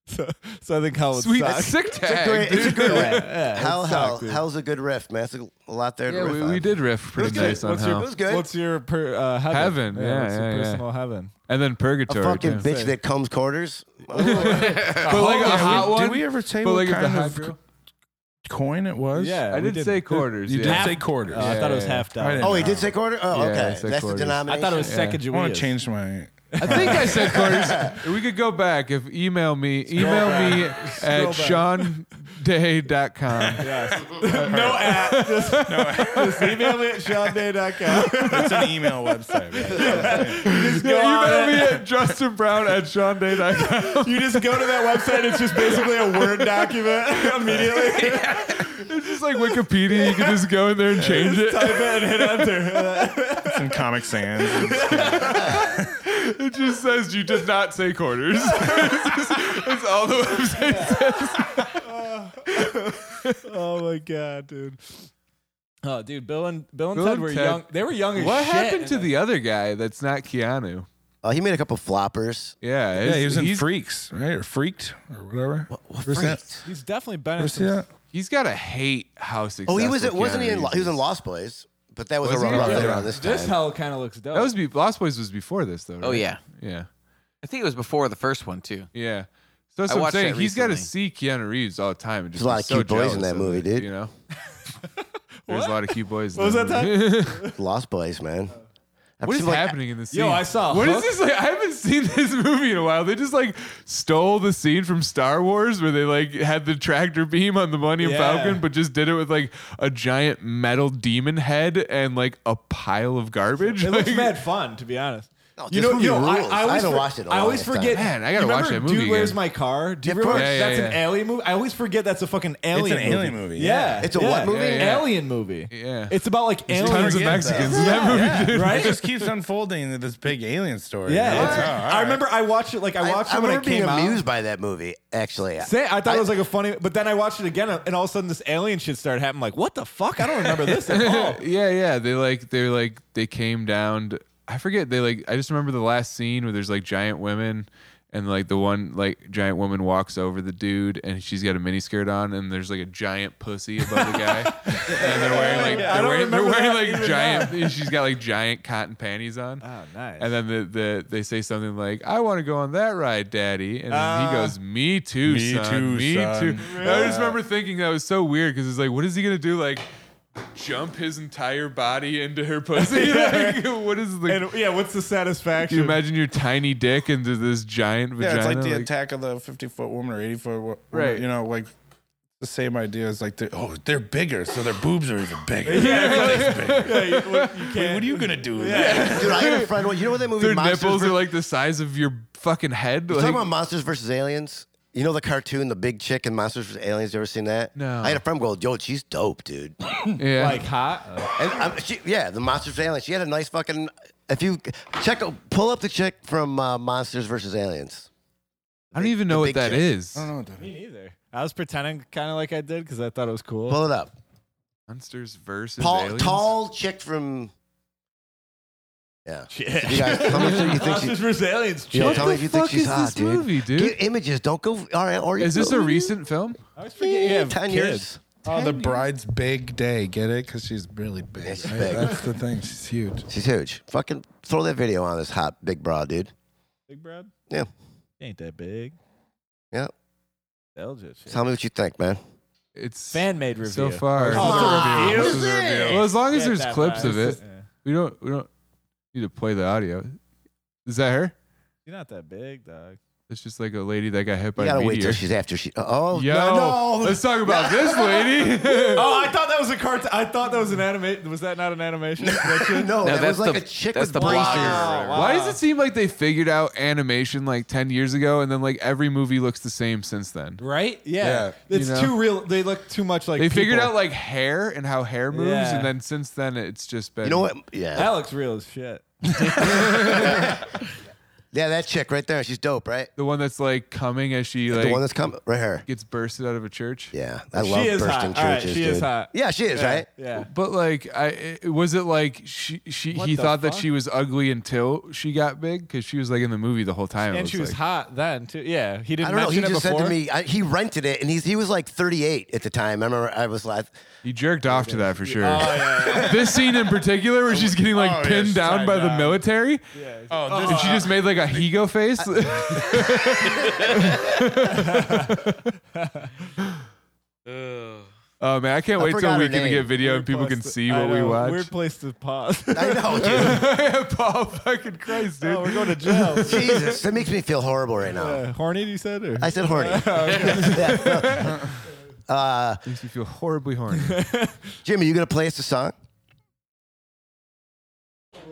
S9: so, so I think hell
S4: *laughs*
S9: would
S4: Sweet
S9: suck.
S4: sick tag.
S2: great- it's a
S4: dude.
S2: good
S9: Yeah,
S2: one.
S9: yeah, it
S2: Hell,
S9: would
S2: hell,
S9: suck, dude.
S2: hell's a good riff, man. It's a a lot there to
S4: Yeah,
S2: riff
S4: we,
S2: on.
S4: we did riff pretty nice on
S9: What's your-
S4: hell.
S2: It was good.
S9: What's your per, uh,
S4: Heaven,
S9: heaven?
S4: yeah,
S9: what's
S4: yeah,
S9: your
S4: yeah.
S9: personal heaven?
S4: and then
S2: a
S4: purgatory.
S2: fucking
S4: too.
S2: bitch that combs
S4: *laughs*
S2: quarters.
S4: But like a
S3: Yeah, we-
S4: hot one.
S3: Did we ever say
S4: but
S3: what
S4: like if the
S3: kind
S4: hot
S3: of
S4: girl-
S3: coin it was?
S9: Yeah,
S4: I
S9: we
S4: did
S9: did.
S4: say quarters.
S3: You
S4: yeah.
S3: did say quarters.
S9: Oh, I thought it was half
S3: I
S9: down.
S3: didn't
S2: Oh, he
S3: know.
S2: did say quarter. Oh,
S4: Yeah,
S2: okay,
S4: I
S2: that's
S4: said
S2: the
S4: quarters.
S2: denomination.
S9: I thought it was second
S3: I want to change my.
S4: I think I
S9: *laughs*
S4: said quarters. we could go back if email me. Email
S9: *laughs*
S4: me at
S9: back. *laughs*
S4: seanday.com.
S9: No at. Just, just email me at seanday.com.
S3: It's an email website. *laughs*
S9: Just go on
S4: Yeah,
S9: it.
S4: email me at Justin Brown at seanday.com.
S9: You just go to that website. It's just basically a
S4: *laughs*
S9: Word document *laughs* immediately.
S4: It's just like Wikipedia. You can just go in there and change it.
S9: Type it and hit enter.
S3: Some Comic Sans.
S4: It just says you did not say quarters. *laughs*
S9: *laughs*
S4: it's, just- it's all the website says.
S9: oh my god, dude. Oh, dude, Bill and Bill and
S4: Bill
S9: Ted
S4: and
S9: were
S4: Ted.
S9: young. They were young as
S4: What
S9: shit.
S4: happened to the other guy that's not Keanu?
S2: Oh, he made a couple floppers.
S4: Yeah,
S3: Yeah,
S4: his-
S3: he was in
S4: he's,
S3: Freaks, right? Or Freaked or whatever. What,
S2: Freaked.
S9: He's definitely been in
S3: Ever see
S9: some
S3: that?
S4: he's got to hate how successful.
S2: Oh, he was. It wasn't
S4: Keanu
S2: he in?
S4: Reeves
S2: Lo- He was
S4: is.
S2: in Lost Boys, but that was,
S4: Was
S2: a
S4: he?
S2: rough
S4: Yeah.
S2: yeah. around this time.
S9: This hell kind of looks dope.
S4: That was be- Lost Boys was before this though. Right?
S5: Oh yeah,
S4: yeah,
S5: I think it was before the first one too.
S4: yeah. So that's
S5: I
S4: what I'm
S5: watched
S4: saying.
S5: that
S4: He's got to
S5: recently.
S4: see Keanu Reeves all the time. And just
S2: There's a lot
S4: be
S2: of
S4: so
S2: cute boys in
S4: jealous
S2: that
S4: of
S2: movie,
S4: it,
S2: dude.
S4: You
S9: *laughs*
S4: know, there's a lot of cute boys.
S9: What was that
S4: movie.
S2: Lost Boys, man. That
S4: What is
S2: seemed like-
S4: happening in this scene?
S9: Yo, I saw
S4: What is
S9: Hook.
S4: this? Like, I haven't *laughs* seen this movie in a while. They just like stole the scene from Star Wars where they like had the tractor beam on the Millennium
S9: Yeah.
S4: Falcon, but just did it with like a giant metal demon head and like a pile of garbage.
S9: It looks
S4: Like,
S9: mad fun, to be honest.
S2: No, this
S9: you know,
S2: movie
S9: you know,
S2: rules.
S9: I, I always
S2: I haven't
S9: for-
S2: watched it in a
S9: I
S2: long
S9: always
S2: time.
S9: forget.
S4: Man, I gotta
S9: you
S4: watch
S9: remember
S4: that movie
S9: Dude, where's
S4: again.
S9: my car? Do you
S2: Of
S9: remember
S2: course.
S4: Yeah,
S9: that's
S4: yeah,
S9: an
S4: yeah.
S9: alien movie? I always forget that's a fucking alien.
S3: It's an
S9: movie.
S3: alien movie.
S9: Yeah,
S2: It's a what
S9: yeah.
S2: movie?
S4: Yeah, yeah.
S9: Alien movie.
S4: Yeah.
S9: it's about like
S4: There's
S9: aliens.
S4: tons of
S3: Forget
S4: Mexicans
S3: that.
S4: in that movie. dude.
S3: It
S9: right?
S3: just keeps unfolding into this big alien story.
S9: yeah,
S3: It's-
S9: it's-
S3: oh, all right.
S9: I remember I watched it. Like I
S2: I,
S9: watched
S2: I
S9: it when
S2: remember
S9: it
S2: being
S9: came out.
S2: amused by that movie. Actually,
S9: Say, I thought it was like a funny, but then I watched it again, and all of a sudden this alien shit started happening. Like, what the fuck? I don't remember
S2: *laughs*
S9: this at all.
S4: yeah, yeah. They like they're like they came down. To, I forget. They like I just remember the last scene where there's like giant women. And like the one like giant woman walks over the dude and she's got a miniskirt on and there's like a giant pussy above the
S9: *laughs*
S4: guy. and they're wearing like
S9: Yeah,
S4: they're
S9: I don't
S4: wearing, they're
S9: remember
S4: wearing
S9: that
S4: like
S9: even
S4: giant she's got like giant cotton panties on.
S9: Oh, nice.
S4: And then the, the they say something like, I want to go on that ride, Daddy. And then
S9: Ah.
S4: he goes, Me too,
S3: Me
S4: son.
S3: too,
S4: me
S3: son."
S4: too. And I just remember thinking that was so weird because it's like, what is he gonna do? Like jump his entire body into her pussy? *laughs* like, what is the?
S9: And yeah, what's
S4: do
S9: the
S4: you
S9: satisfaction?
S4: imagine your tiny dick into this giant
S3: Yeah,
S4: vagina?
S3: it's like the attack of the 50 foot woman or 80 foot woman.
S4: Right.
S3: You know, like the same idea is like, they're, oh, they're bigger, so their boobs are even bigger.
S9: Yeah, you, you can't.
S3: What are you going to do with that?
S2: dude, I
S4: *laughs*
S2: had a friend. You know what that movie?
S4: Their
S2: Monsters
S4: nipples
S2: vs.
S4: are like the size of your fucking head.
S2: You
S4: like-
S2: talking about Monsters versus Aliens? You know the cartoon, the big chick in Monsters vs. Aliens. You ever seen that?
S4: No.
S2: I had a friend go, "Yo, she's dope, dude." And
S4: yeah.
S9: like *laughs* hot?
S2: I'm, she, yeah, the Monsters vs. Aliens. She had a nice fucking. If you check, pull up the chick from uh, Monsters vs. Aliens.
S4: I don't even
S2: the
S4: know what
S2: big
S4: that
S2: chick.
S4: is.
S9: Me neither. I was pretending kind of like I did because I thought it was cool. *laughs*
S2: Pull it up.
S4: Monsters versus
S2: Paul,
S4: aliens.
S2: tall chick from Yeah. You guys, tell me if you think
S4: *laughs*
S9: That's
S2: she's,
S9: just resilience.
S2: yo,
S4: What
S2: tell
S4: the
S2: me if you think
S4: fuck
S2: she's
S4: is
S2: hot,
S4: this
S2: dude.
S4: movie, dude?
S2: Get images. Don't go. All right. Or
S4: Is this a recent film?
S9: I always forget you have
S2: ten
S9: kids.
S2: years?
S3: Oh, the bride's big day. Get it? Because she's really big.
S2: Yeah, she's
S3: right?
S2: big.
S3: That's the thing. She's huge.
S2: She's huge. Fucking throw that video on this hot big broad, dude.
S9: Big Brad?
S2: Yeah.
S9: Ain't that big.
S2: Yeah.
S9: Delgit shit.
S2: Tell me what you think, man.
S4: It's
S10: Fan made review.
S4: so far.
S9: Oh, it's a
S2: Wow.
S9: review.
S2: This is
S9: This is
S2: it.
S4: Well, as long as
S9: Get
S4: there's
S9: that
S4: clips
S9: vibe.
S4: of it,
S9: Yeah.
S4: we don't we don't need to play the audio. Is that her?
S10: You're not that big, dog.
S4: It's just like a lady that got hit by
S2: You
S4: a
S2: gotta wait
S4: meteor.
S2: till she's after she. Oh,
S4: Yo, let's talk
S2: *laughs*
S4: about this lady.
S9: Oh, I thought that was a cartoon. I thought that was an anime. Was that not an animation? That shit?
S2: no, that
S5: that's
S2: was like
S5: the-
S2: a chick
S5: that's
S2: with
S5: the
S2: braces.
S5: blocker.
S4: Why does it seem like they figured out animation like 10 years ago and then like every movie looks the same since then?
S9: Right?
S3: Yeah,
S9: Yeah.
S3: you
S9: It's
S4: know.
S9: too real. They look too much like
S4: They figured
S9: people.
S4: out like hair and how hair moves
S9: Yeah.
S4: and then since then it's just been
S2: You know what? Yeah.
S10: That looks real as shit.
S2: Yeah, that chick right there. She's dope, right?
S4: the one that's like coming as she like
S2: the one that's coming right here.
S4: gets bursted out of a church.
S2: Yeah, I love
S10: is
S2: bursting
S10: hot. All right,
S2: churches,
S10: she
S2: dude.
S10: is hot.
S2: Yeah, she is right.
S10: Yeah.
S4: But like, I it- was it like she she
S10: What
S4: he
S10: the
S4: thought that
S10: fuck?
S4: she was ugly until she got big because she was like in the movie the whole time. it
S10: And she
S4: was
S10: was
S4: like,
S10: hot then too. Yeah. He didn't
S2: I don't know. He
S10: mention
S2: just
S10: it
S2: said
S10: before.
S2: to
S9: *laughs*
S2: me, I, he rented it, and he's he was like 38 at the time. I remember I was like,
S4: He jerked off to that for sure.
S9: Uh, Oh,
S10: yeah,
S4: *laughs* this scene in particular where she's getting like
S6: Oh, yeah,
S4: pinned
S6: she's
S4: down
S6: tied
S4: by the
S6: down.
S4: military
S10: *laughs*
S6: Oh, this
S4: and she just made like a higo face. *laughs* oh man, I can't wait till
S2: forgot
S4: we
S2: her
S4: can
S2: name.
S4: get video and people can see what we watch.
S10: Weird place to pause.
S2: *laughs* I know,
S10: *laughs*
S2: dude.
S9: *laughs*
S4: Paul fucking Christ, dude.
S10: oh, we're going to jail.
S2: Jesus, that makes me feel horrible right now.
S10: Uh, horny, you said? Or?
S2: I said
S10: *laughs*
S2: horny. *laughs* Yeah. uh,
S4: Makes me feel horribly *laughs* horny.
S2: Jimmy, you gonna play us a song?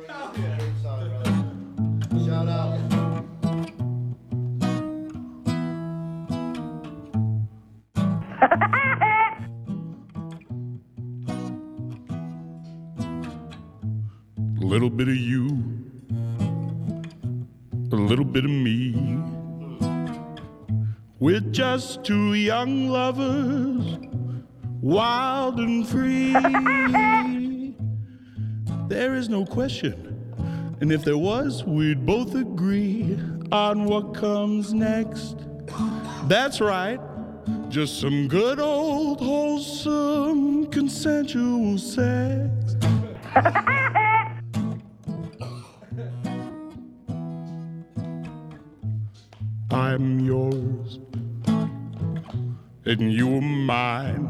S2: Shout out.
S8: little bit of you, a little bit of me. We're just two young lovers, wild and free. there is no question, and if there was, we'd both agree on what comes next. That's right, just some good old wholesome consensual sex. I'm yours, and you are mine.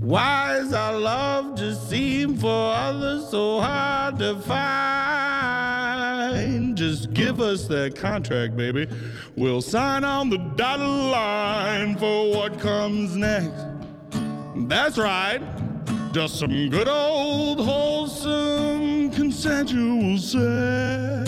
S8: Why is our love just seem for others so hard to find? Just give us that contract, baby. We'll sign on the dotted line for what comes next. That's right, just some good old wholesome consensual sex.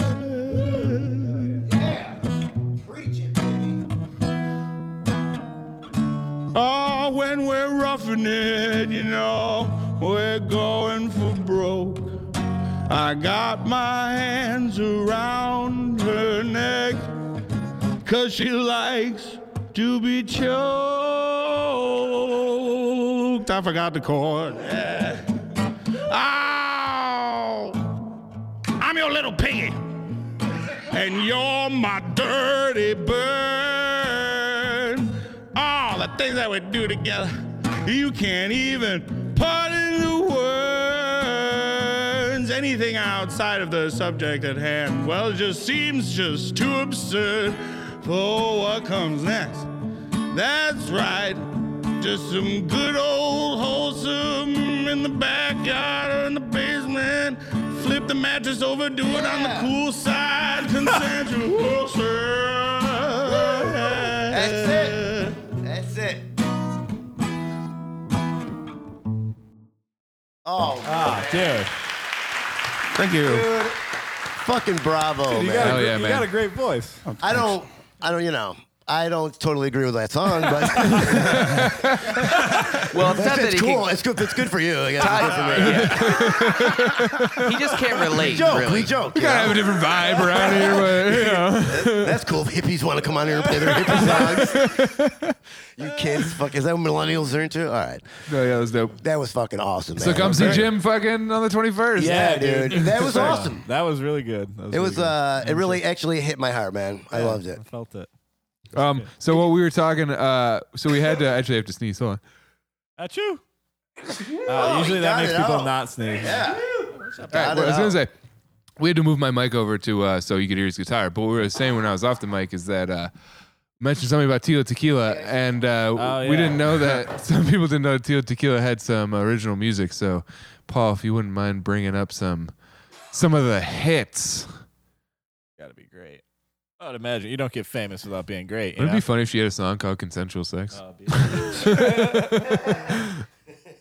S8: Oh, when we're roughing it, you know, we're going for broke. I got my hands around her neck, cause she likes to be choked. I forgot the chord. Yeah. Ow! I'm your little piggy and you're my dirty bird. All the things that we do together, you can't even put into words. Anything outside of the subject at hand, well, it just seems just too absurd for what comes next. That's right, just some good old wholesome in the backyard or in the basement. Flip the mattress over, do it on the cool side, consensual. That's
S2: it. That's it. Oh,
S10: Ah, dude.
S3: Thank you.
S2: fucking bravo,
S10: You,
S2: man.
S10: got,
S4: Hell
S10: a, gr-
S4: yeah,
S10: you
S2: *laughs*
S4: man.
S10: got a great voice.
S2: I don't, I don't, you know, I don't totally agree with that song, but *laughs* well,
S5: it's not that
S2: it's
S5: he
S2: cool.
S5: can-
S2: It's good. It's good for you. I guess
S5: he just *laughs* can't relate.
S2: We joke.
S5: really.
S2: We joke.
S11: gotta have a different vibe around here, but you know.
S2: That's cool. If hippies want to come on here and play their hippie songs. you kids, fuck, is that what millennials are into? All right,
S4: *laughs* No, yeah, that was dope.
S2: that was fucking awesome.
S4: So
S2: man.
S4: come see Jim fucking on the 21st.
S2: Yeah, dude, that
S9: *laughs*
S2: was
S9: Yeah.
S2: awesome.
S9: That was really good. That
S2: It was.
S9: really
S2: uh It really actually hit my heart, man. I loved it.
S9: good. I felt it.
S4: Um, so what we were talking, uh, so we had to actually I have to sneeze. Hold on.
S9: At you. Uh,
S2: Oh,
S9: usually that
S2: got
S9: makes
S2: it
S9: people
S2: out.
S9: not sneeze.
S2: Yeah.
S4: All right, well, I was gonna say we had to move my mic over to uh, so you could hear his guitar. But what we were saying when I was off the mic is that uh, mentioned something about Tila Tequila, and uh,
S9: Oh,
S4: we
S9: yeah.
S4: didn't know that some people didn't know Tila Tequila had some original music. So, Paul, if you wouldn't mind bringing up some some of the hits,
S9: Gotta be great. I would imagine you don't get famous without being great. You
S4: wouldn't it
S9: know?
S4: be funny if she had a song called "Consensual Sex"?
S9: Uh, be-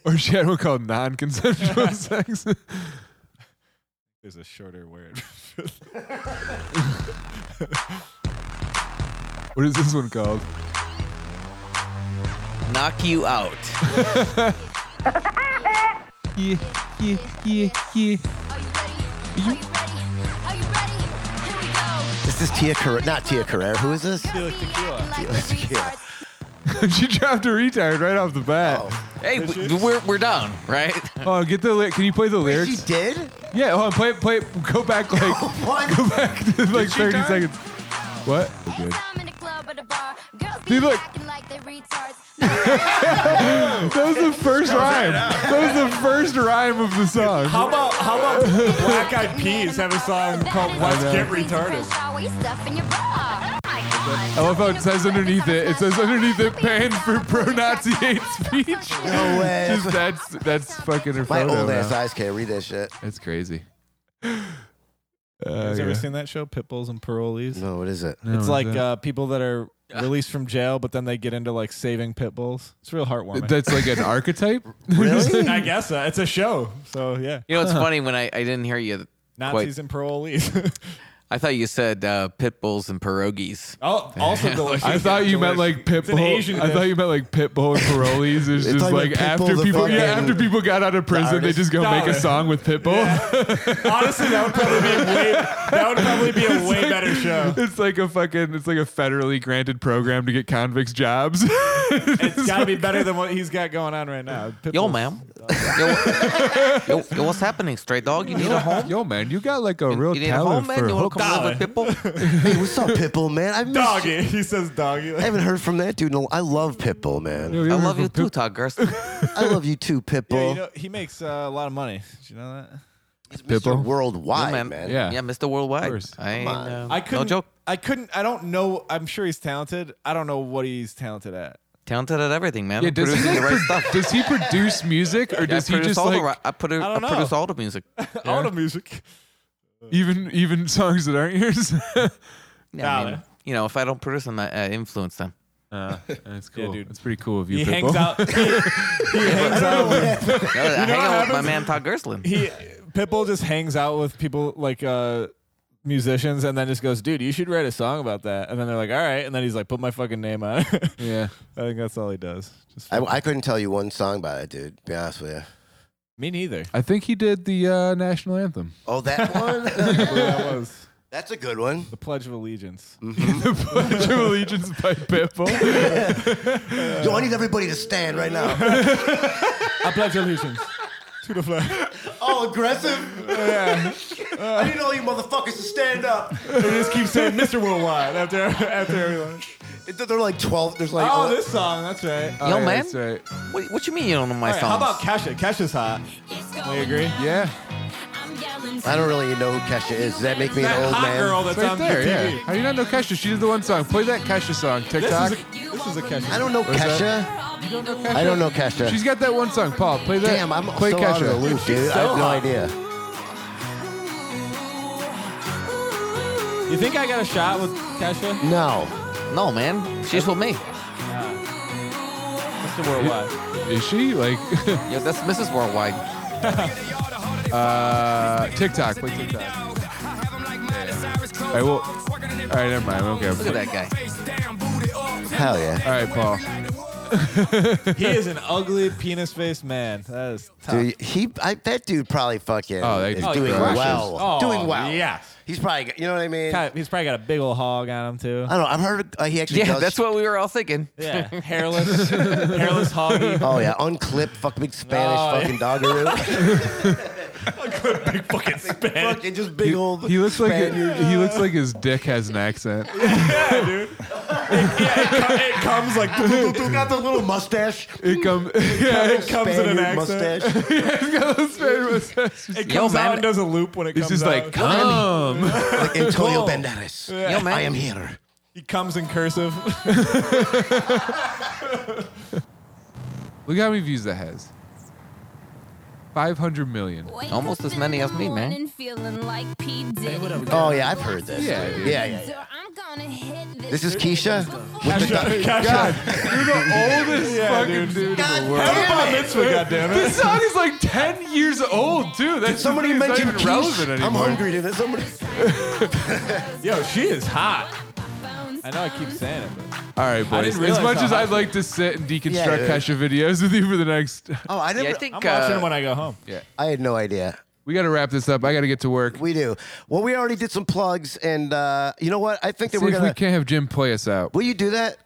S4: Or she had one called non-consensual sex.
S9: *laughs*
S4: *laughs*
S9: There's a
S10: *laughs*
S9: shorter word. *laughs*
S4: What is this one called?
S5: Knock you out.
S4: *laughs* Yeah, yeah, yeah, yeah.
S2: This is Tia Carrera, not Tia Carrera. Who is this?
S4: she dropped a retard right off the bat.
S2: Oh,
S5: Hey, we, we're, we're down, right?
S4: Oh, get the lyric. Can you play the
S2: She
S4: lyrics?
S2: did.
S4: Yeah, hold on. Play, play. Go
S2: *laughs*
S4: back like,
S2: What?
S4: back to like
S12: she
S4: 30
S12: die?
S4: seconds. What?
S13: Dude, look.
S4: That was the first rhyme. That was the first rhyme of the song.
S14: How about how about Black Eyed Peas have a song called "Let's Get Retarded"?
S13: I
S4: I love how it says underneath it. It says underneath it, "Pan for pro-Nazi hate speech."
S2: No way.
S4: Just that's that's fucking her
S2: My
S4: photo
S2: old ass
S4: now.
S2: eyes can't read that shit.
S4: That's crazy.
S9: You
S4: Uh,
S9: guys ever
S4: yeah.
S9: seen that show, Pitbulls and Parolees?
S2: No, what is it?
S9: it's
S4: No,
S9: like
S4: that-
S9: uh, people that are released from jail, but then they get into like saving pit bulls. It's real heartwarming.
S4: that's like an archetype. *laughs*
S2: Really?
S9: I guess uh, it's a show, so yeah.
S5: *laughs* You know, it's funny when I, I didn't hear you.
S9: Nazis and *laughs* parolees.
S5: I thought you said uh, pit bulls and pierogies.
S9: oh, also delicious.
S4: I thought you meant like pit
S9: It's an
S4: bull.
S9: Asian
S4: I
S9: dish.
S4: thought you meant like pit bull and parolees. It's
S2: It's
S4: just
S2: like
S4: like
S2: Pit
S4: after
S2: Bull's a
S4: people, yeah,
S2: fucking-
S4: after people got out of prison, they
S2: artist.
S4: just go
S9: No.
S4: make a song with pit bull.
S9: Honestly, that would probably be way, that would probably be a way better show.
S4: *laughs* It's like a fucking, it's like a federally granted program to get convicts *laughs* jobs.
S9: It's got to be better than what he's got going on right now. Pit
S5: Yo,
S9: bulls-
S5: ma'am.
S4: uh,
S5: Yo, *laughs* yo, yo, what's happening, stray dog? You need a home?
S4: Yo, man, you got like a real
S5: you need a home,
S4: talent
S5: man?
S4: for
S5: You want to
S4: hookup.
S5: come live with
S4: *laughs*
S5: pit bull?
S2: *laughs* Hey, what's up, Pitbull, man? I missed you.
S9: Doggy. He says doggy.
S2: I haven't heard from that dude. in a- I love Pitbull, man.
S5: I love you too, Todd Gersten.
S2: I love you too,
S9: Yeah,
S2: Pitbull.
S9: you know, he makes uh, a lot of money. Did you know that?
S2: He's
S4: Pitbull?
S2: Mr. Worldwide,
S5: man.
S2: man.
S4: Yeah.
S5: Yeah, Mr. Worldwide.
S4: course.
S5: I, ain't,
S2: Come on.
S5: uh,
S9: I
S5: no
S9: couldn't.
S5: joke.
S9: I couldn't. I don't know. I'm sure he's talented. I don't know what he's talented at.
S5: Talented at everything, man.
S4: Yeah,
S5: I'm
S4: does he,
S5: producing the
S4: like, *laughs*
S5: right
S4: pro-
S5: stuff.
S4: does he produce music or
S5: I
S4: does he
S5: produce
S4: just
S5: all
S4: like
S5: the, ri- I, produ-
S9: I
S5: I,
S9: don't
S5: produce
S9: know.
S5: all the music.
S9: *laughs* All the music.
S4: even even songs that aren't yours? *laughs*
S5: Yeah, I
S9: Nah,
S5: mean,
S9: man.
S5: you know, if I don't produce them, I, I influence
S9: *laughs*
S5: them.
S4: uh, that's cool.
S9: dude.
S4: That's pretty cool of you.
S9: He
S4: Pit
S9: hangs
S4: Bull.
S9: out. *laughs* He, he hangs *laughs* out. With,
S5: I hang out with
S9: what
S5: my
S9: happens?
S5: man Todd Gerslin.
S9: he Pitbull just hangs out with people like uh, musicians, and then just goes, "Dude, you should write a song about that." And then they're like, "All right," and then he's like, "Put my fucking name on it." *laughs*
S4: Yeah.
S9: I think that's all he does. Just
S2: I, I couldn't tell you one song by that dude. to Be honest with you.
S9: me neither.
S4: I think he did the uh, national anthem.
S2: Oh, that
S9: *laughs* Well,
S2: one.
S9: that was
S2: *laughs* That's a good one.
S9: the Pledge of Allegiance.
S4: the Pledge of Allegiance by Pitbull.
S2: Yo, I need everybody to stand right now.
S9: I pledge allegiance to the flag.
S2: *laughs* All aggressive. I need all you motherfuckers to stand up.
S9: *laughs* They just keep saying Mr. Worldwide after after everyone.
S2: It- They're like twelve. There's like
S9: Oh, this song, that's right.
S5: Yo,
S4: yeah,
S5: man.
S4: That's right.
S5: What, what you mean you don't know my
S9: All right,
S5: songs?
S9: how about Kesha? Kesha's hot.
S13: We agree.
S4: Yeah.
S2: I don't really know who Kesha is. Does that make me
S9: That
S2: an old
S9: hot
S2: man?
S9: girl that's
S4: It's right
S9: on
S4: there,
S9: the
S4: yeah.
S9: TV.
S4: How do you not know Kesha? She did the one song. Play that Kesha song. TikTok.
S9: This is a, this is a Kesha.
S2: I don't know Kesha. I don't know Kesha.
S4: She's got that one song. Paul, play that.
S2: Damn, I'm
S4: play
S2: so
S4: Kesha.
S2: out of the loop, dude. I have no
S9: hot.
S2: idea.
S9: You think I got a shot with Kesha?
S2: No.
S5: No, man. She's with me.
S9: Mr. Worldwide.
S4: Is she like
S5: Yo, that's Mrs. Worldwide.
S4: uh, TikTok? Play TikTok. Yeah. All right, well, all right, never mind. Okay,
S5: Look at that guy.
S2: Hell yeah.
S9: All right, Paul. *laughs* he is an ugly penis faced man. That is tough.
S2: Dude, he I, that dude probably fucking
S4: Oh, that
S2: is
S4: dude
S2: doing
S4: crushes.
S2: well.
S9: Oh,
S2: doing well.
S9: yes.
S2: He's probably got- you know what I mean.
S9: Kinda- he's probably got a big old hog on him too.
S2: I don't know. I've heard uh, he actually
S5: Yeah,
S2: does.
S5: that's what we were all thinking.
S9: *laughs* Yeah, hairless, hairless hoggy.
S2: Oh yeah, unclipped fuck big Spanish
S9: Oh, yeah.
S2: fucking doggeroo.
S9: big fucking Spanish.
S2: fucking just big old.
S4: He looks like
S2: Spaniard.
S4: a, he looks like his dick has an accent.
S9: it comes like
S2: He's got the little mustache.
S4: It comes yeah,
S9: it comes in an
S2: Spaniard
S9: accent.
S2: Mustache.
S9: It
S5: Yo,
S9: comes
S5: man.
S9: out and does a loop when it
S4: It's
S9: comes
S4: just
S9: out.
S4: like come.
S2: like Antonio Banderas.
S5: Yo, man.
S2: I am here.
S9: he comes in cursive.
S4: Look how many views that has. Five hundred million.
S5: Almost as many as me, man.
S2: Oh yeah, I've heard this.
S4: Yeah, dude.
S2: yeah, yeah. yeah. This is Keisha. With the
S9: Cash out. *laughs*
S4: Oldest fucking dude. in the world.
S9: Have a bar mitzvah, goddammit.
S4: This song is like ten years old too. That's
S2: Somebody
S4: it's not
S2: mentioned
S4: even relevant
S2: Keisha.
S4: anymore.
S2: I'm hungry. Did somebody?
S9: Yo, she is hot. I know I keep saying it, but
S4: All right, boys.
S9: didn't
S4: As
S9: realize
S4: much
S9: how
S4: as I'd
S9: hot-
S4: like to sit and deconstruct
S2: Yeah, yeah.
S4: Kesha videos with you for the next,
S2: Oh, I
S5: Yeah,
S2: didn't.
S5: I
S2: I,
S5: think
S9: I'm
S5: uh,
S9: watching it when I go home.
S2: had no idea.
S4: we got to wrap this up. I got to get to work.
S2: We do. Well, we already did some plugs, and uh, you know what? I think that
S4: See
S2: we're
S4: if
S2: gonna.
S4: we can't have Jim play us out.
S2: Will you do that?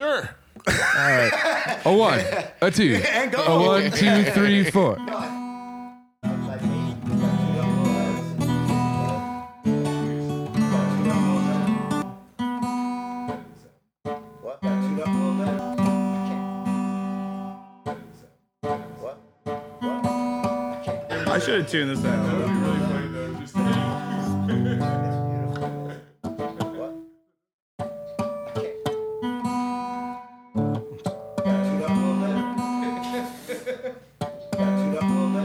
S15: Sure.
S4: A one,
S2: *laughs*
S4: a two, a one, two, three, four.
S3: I should have tuned this out. Oh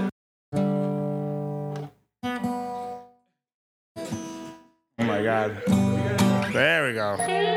S3: my god. There we go.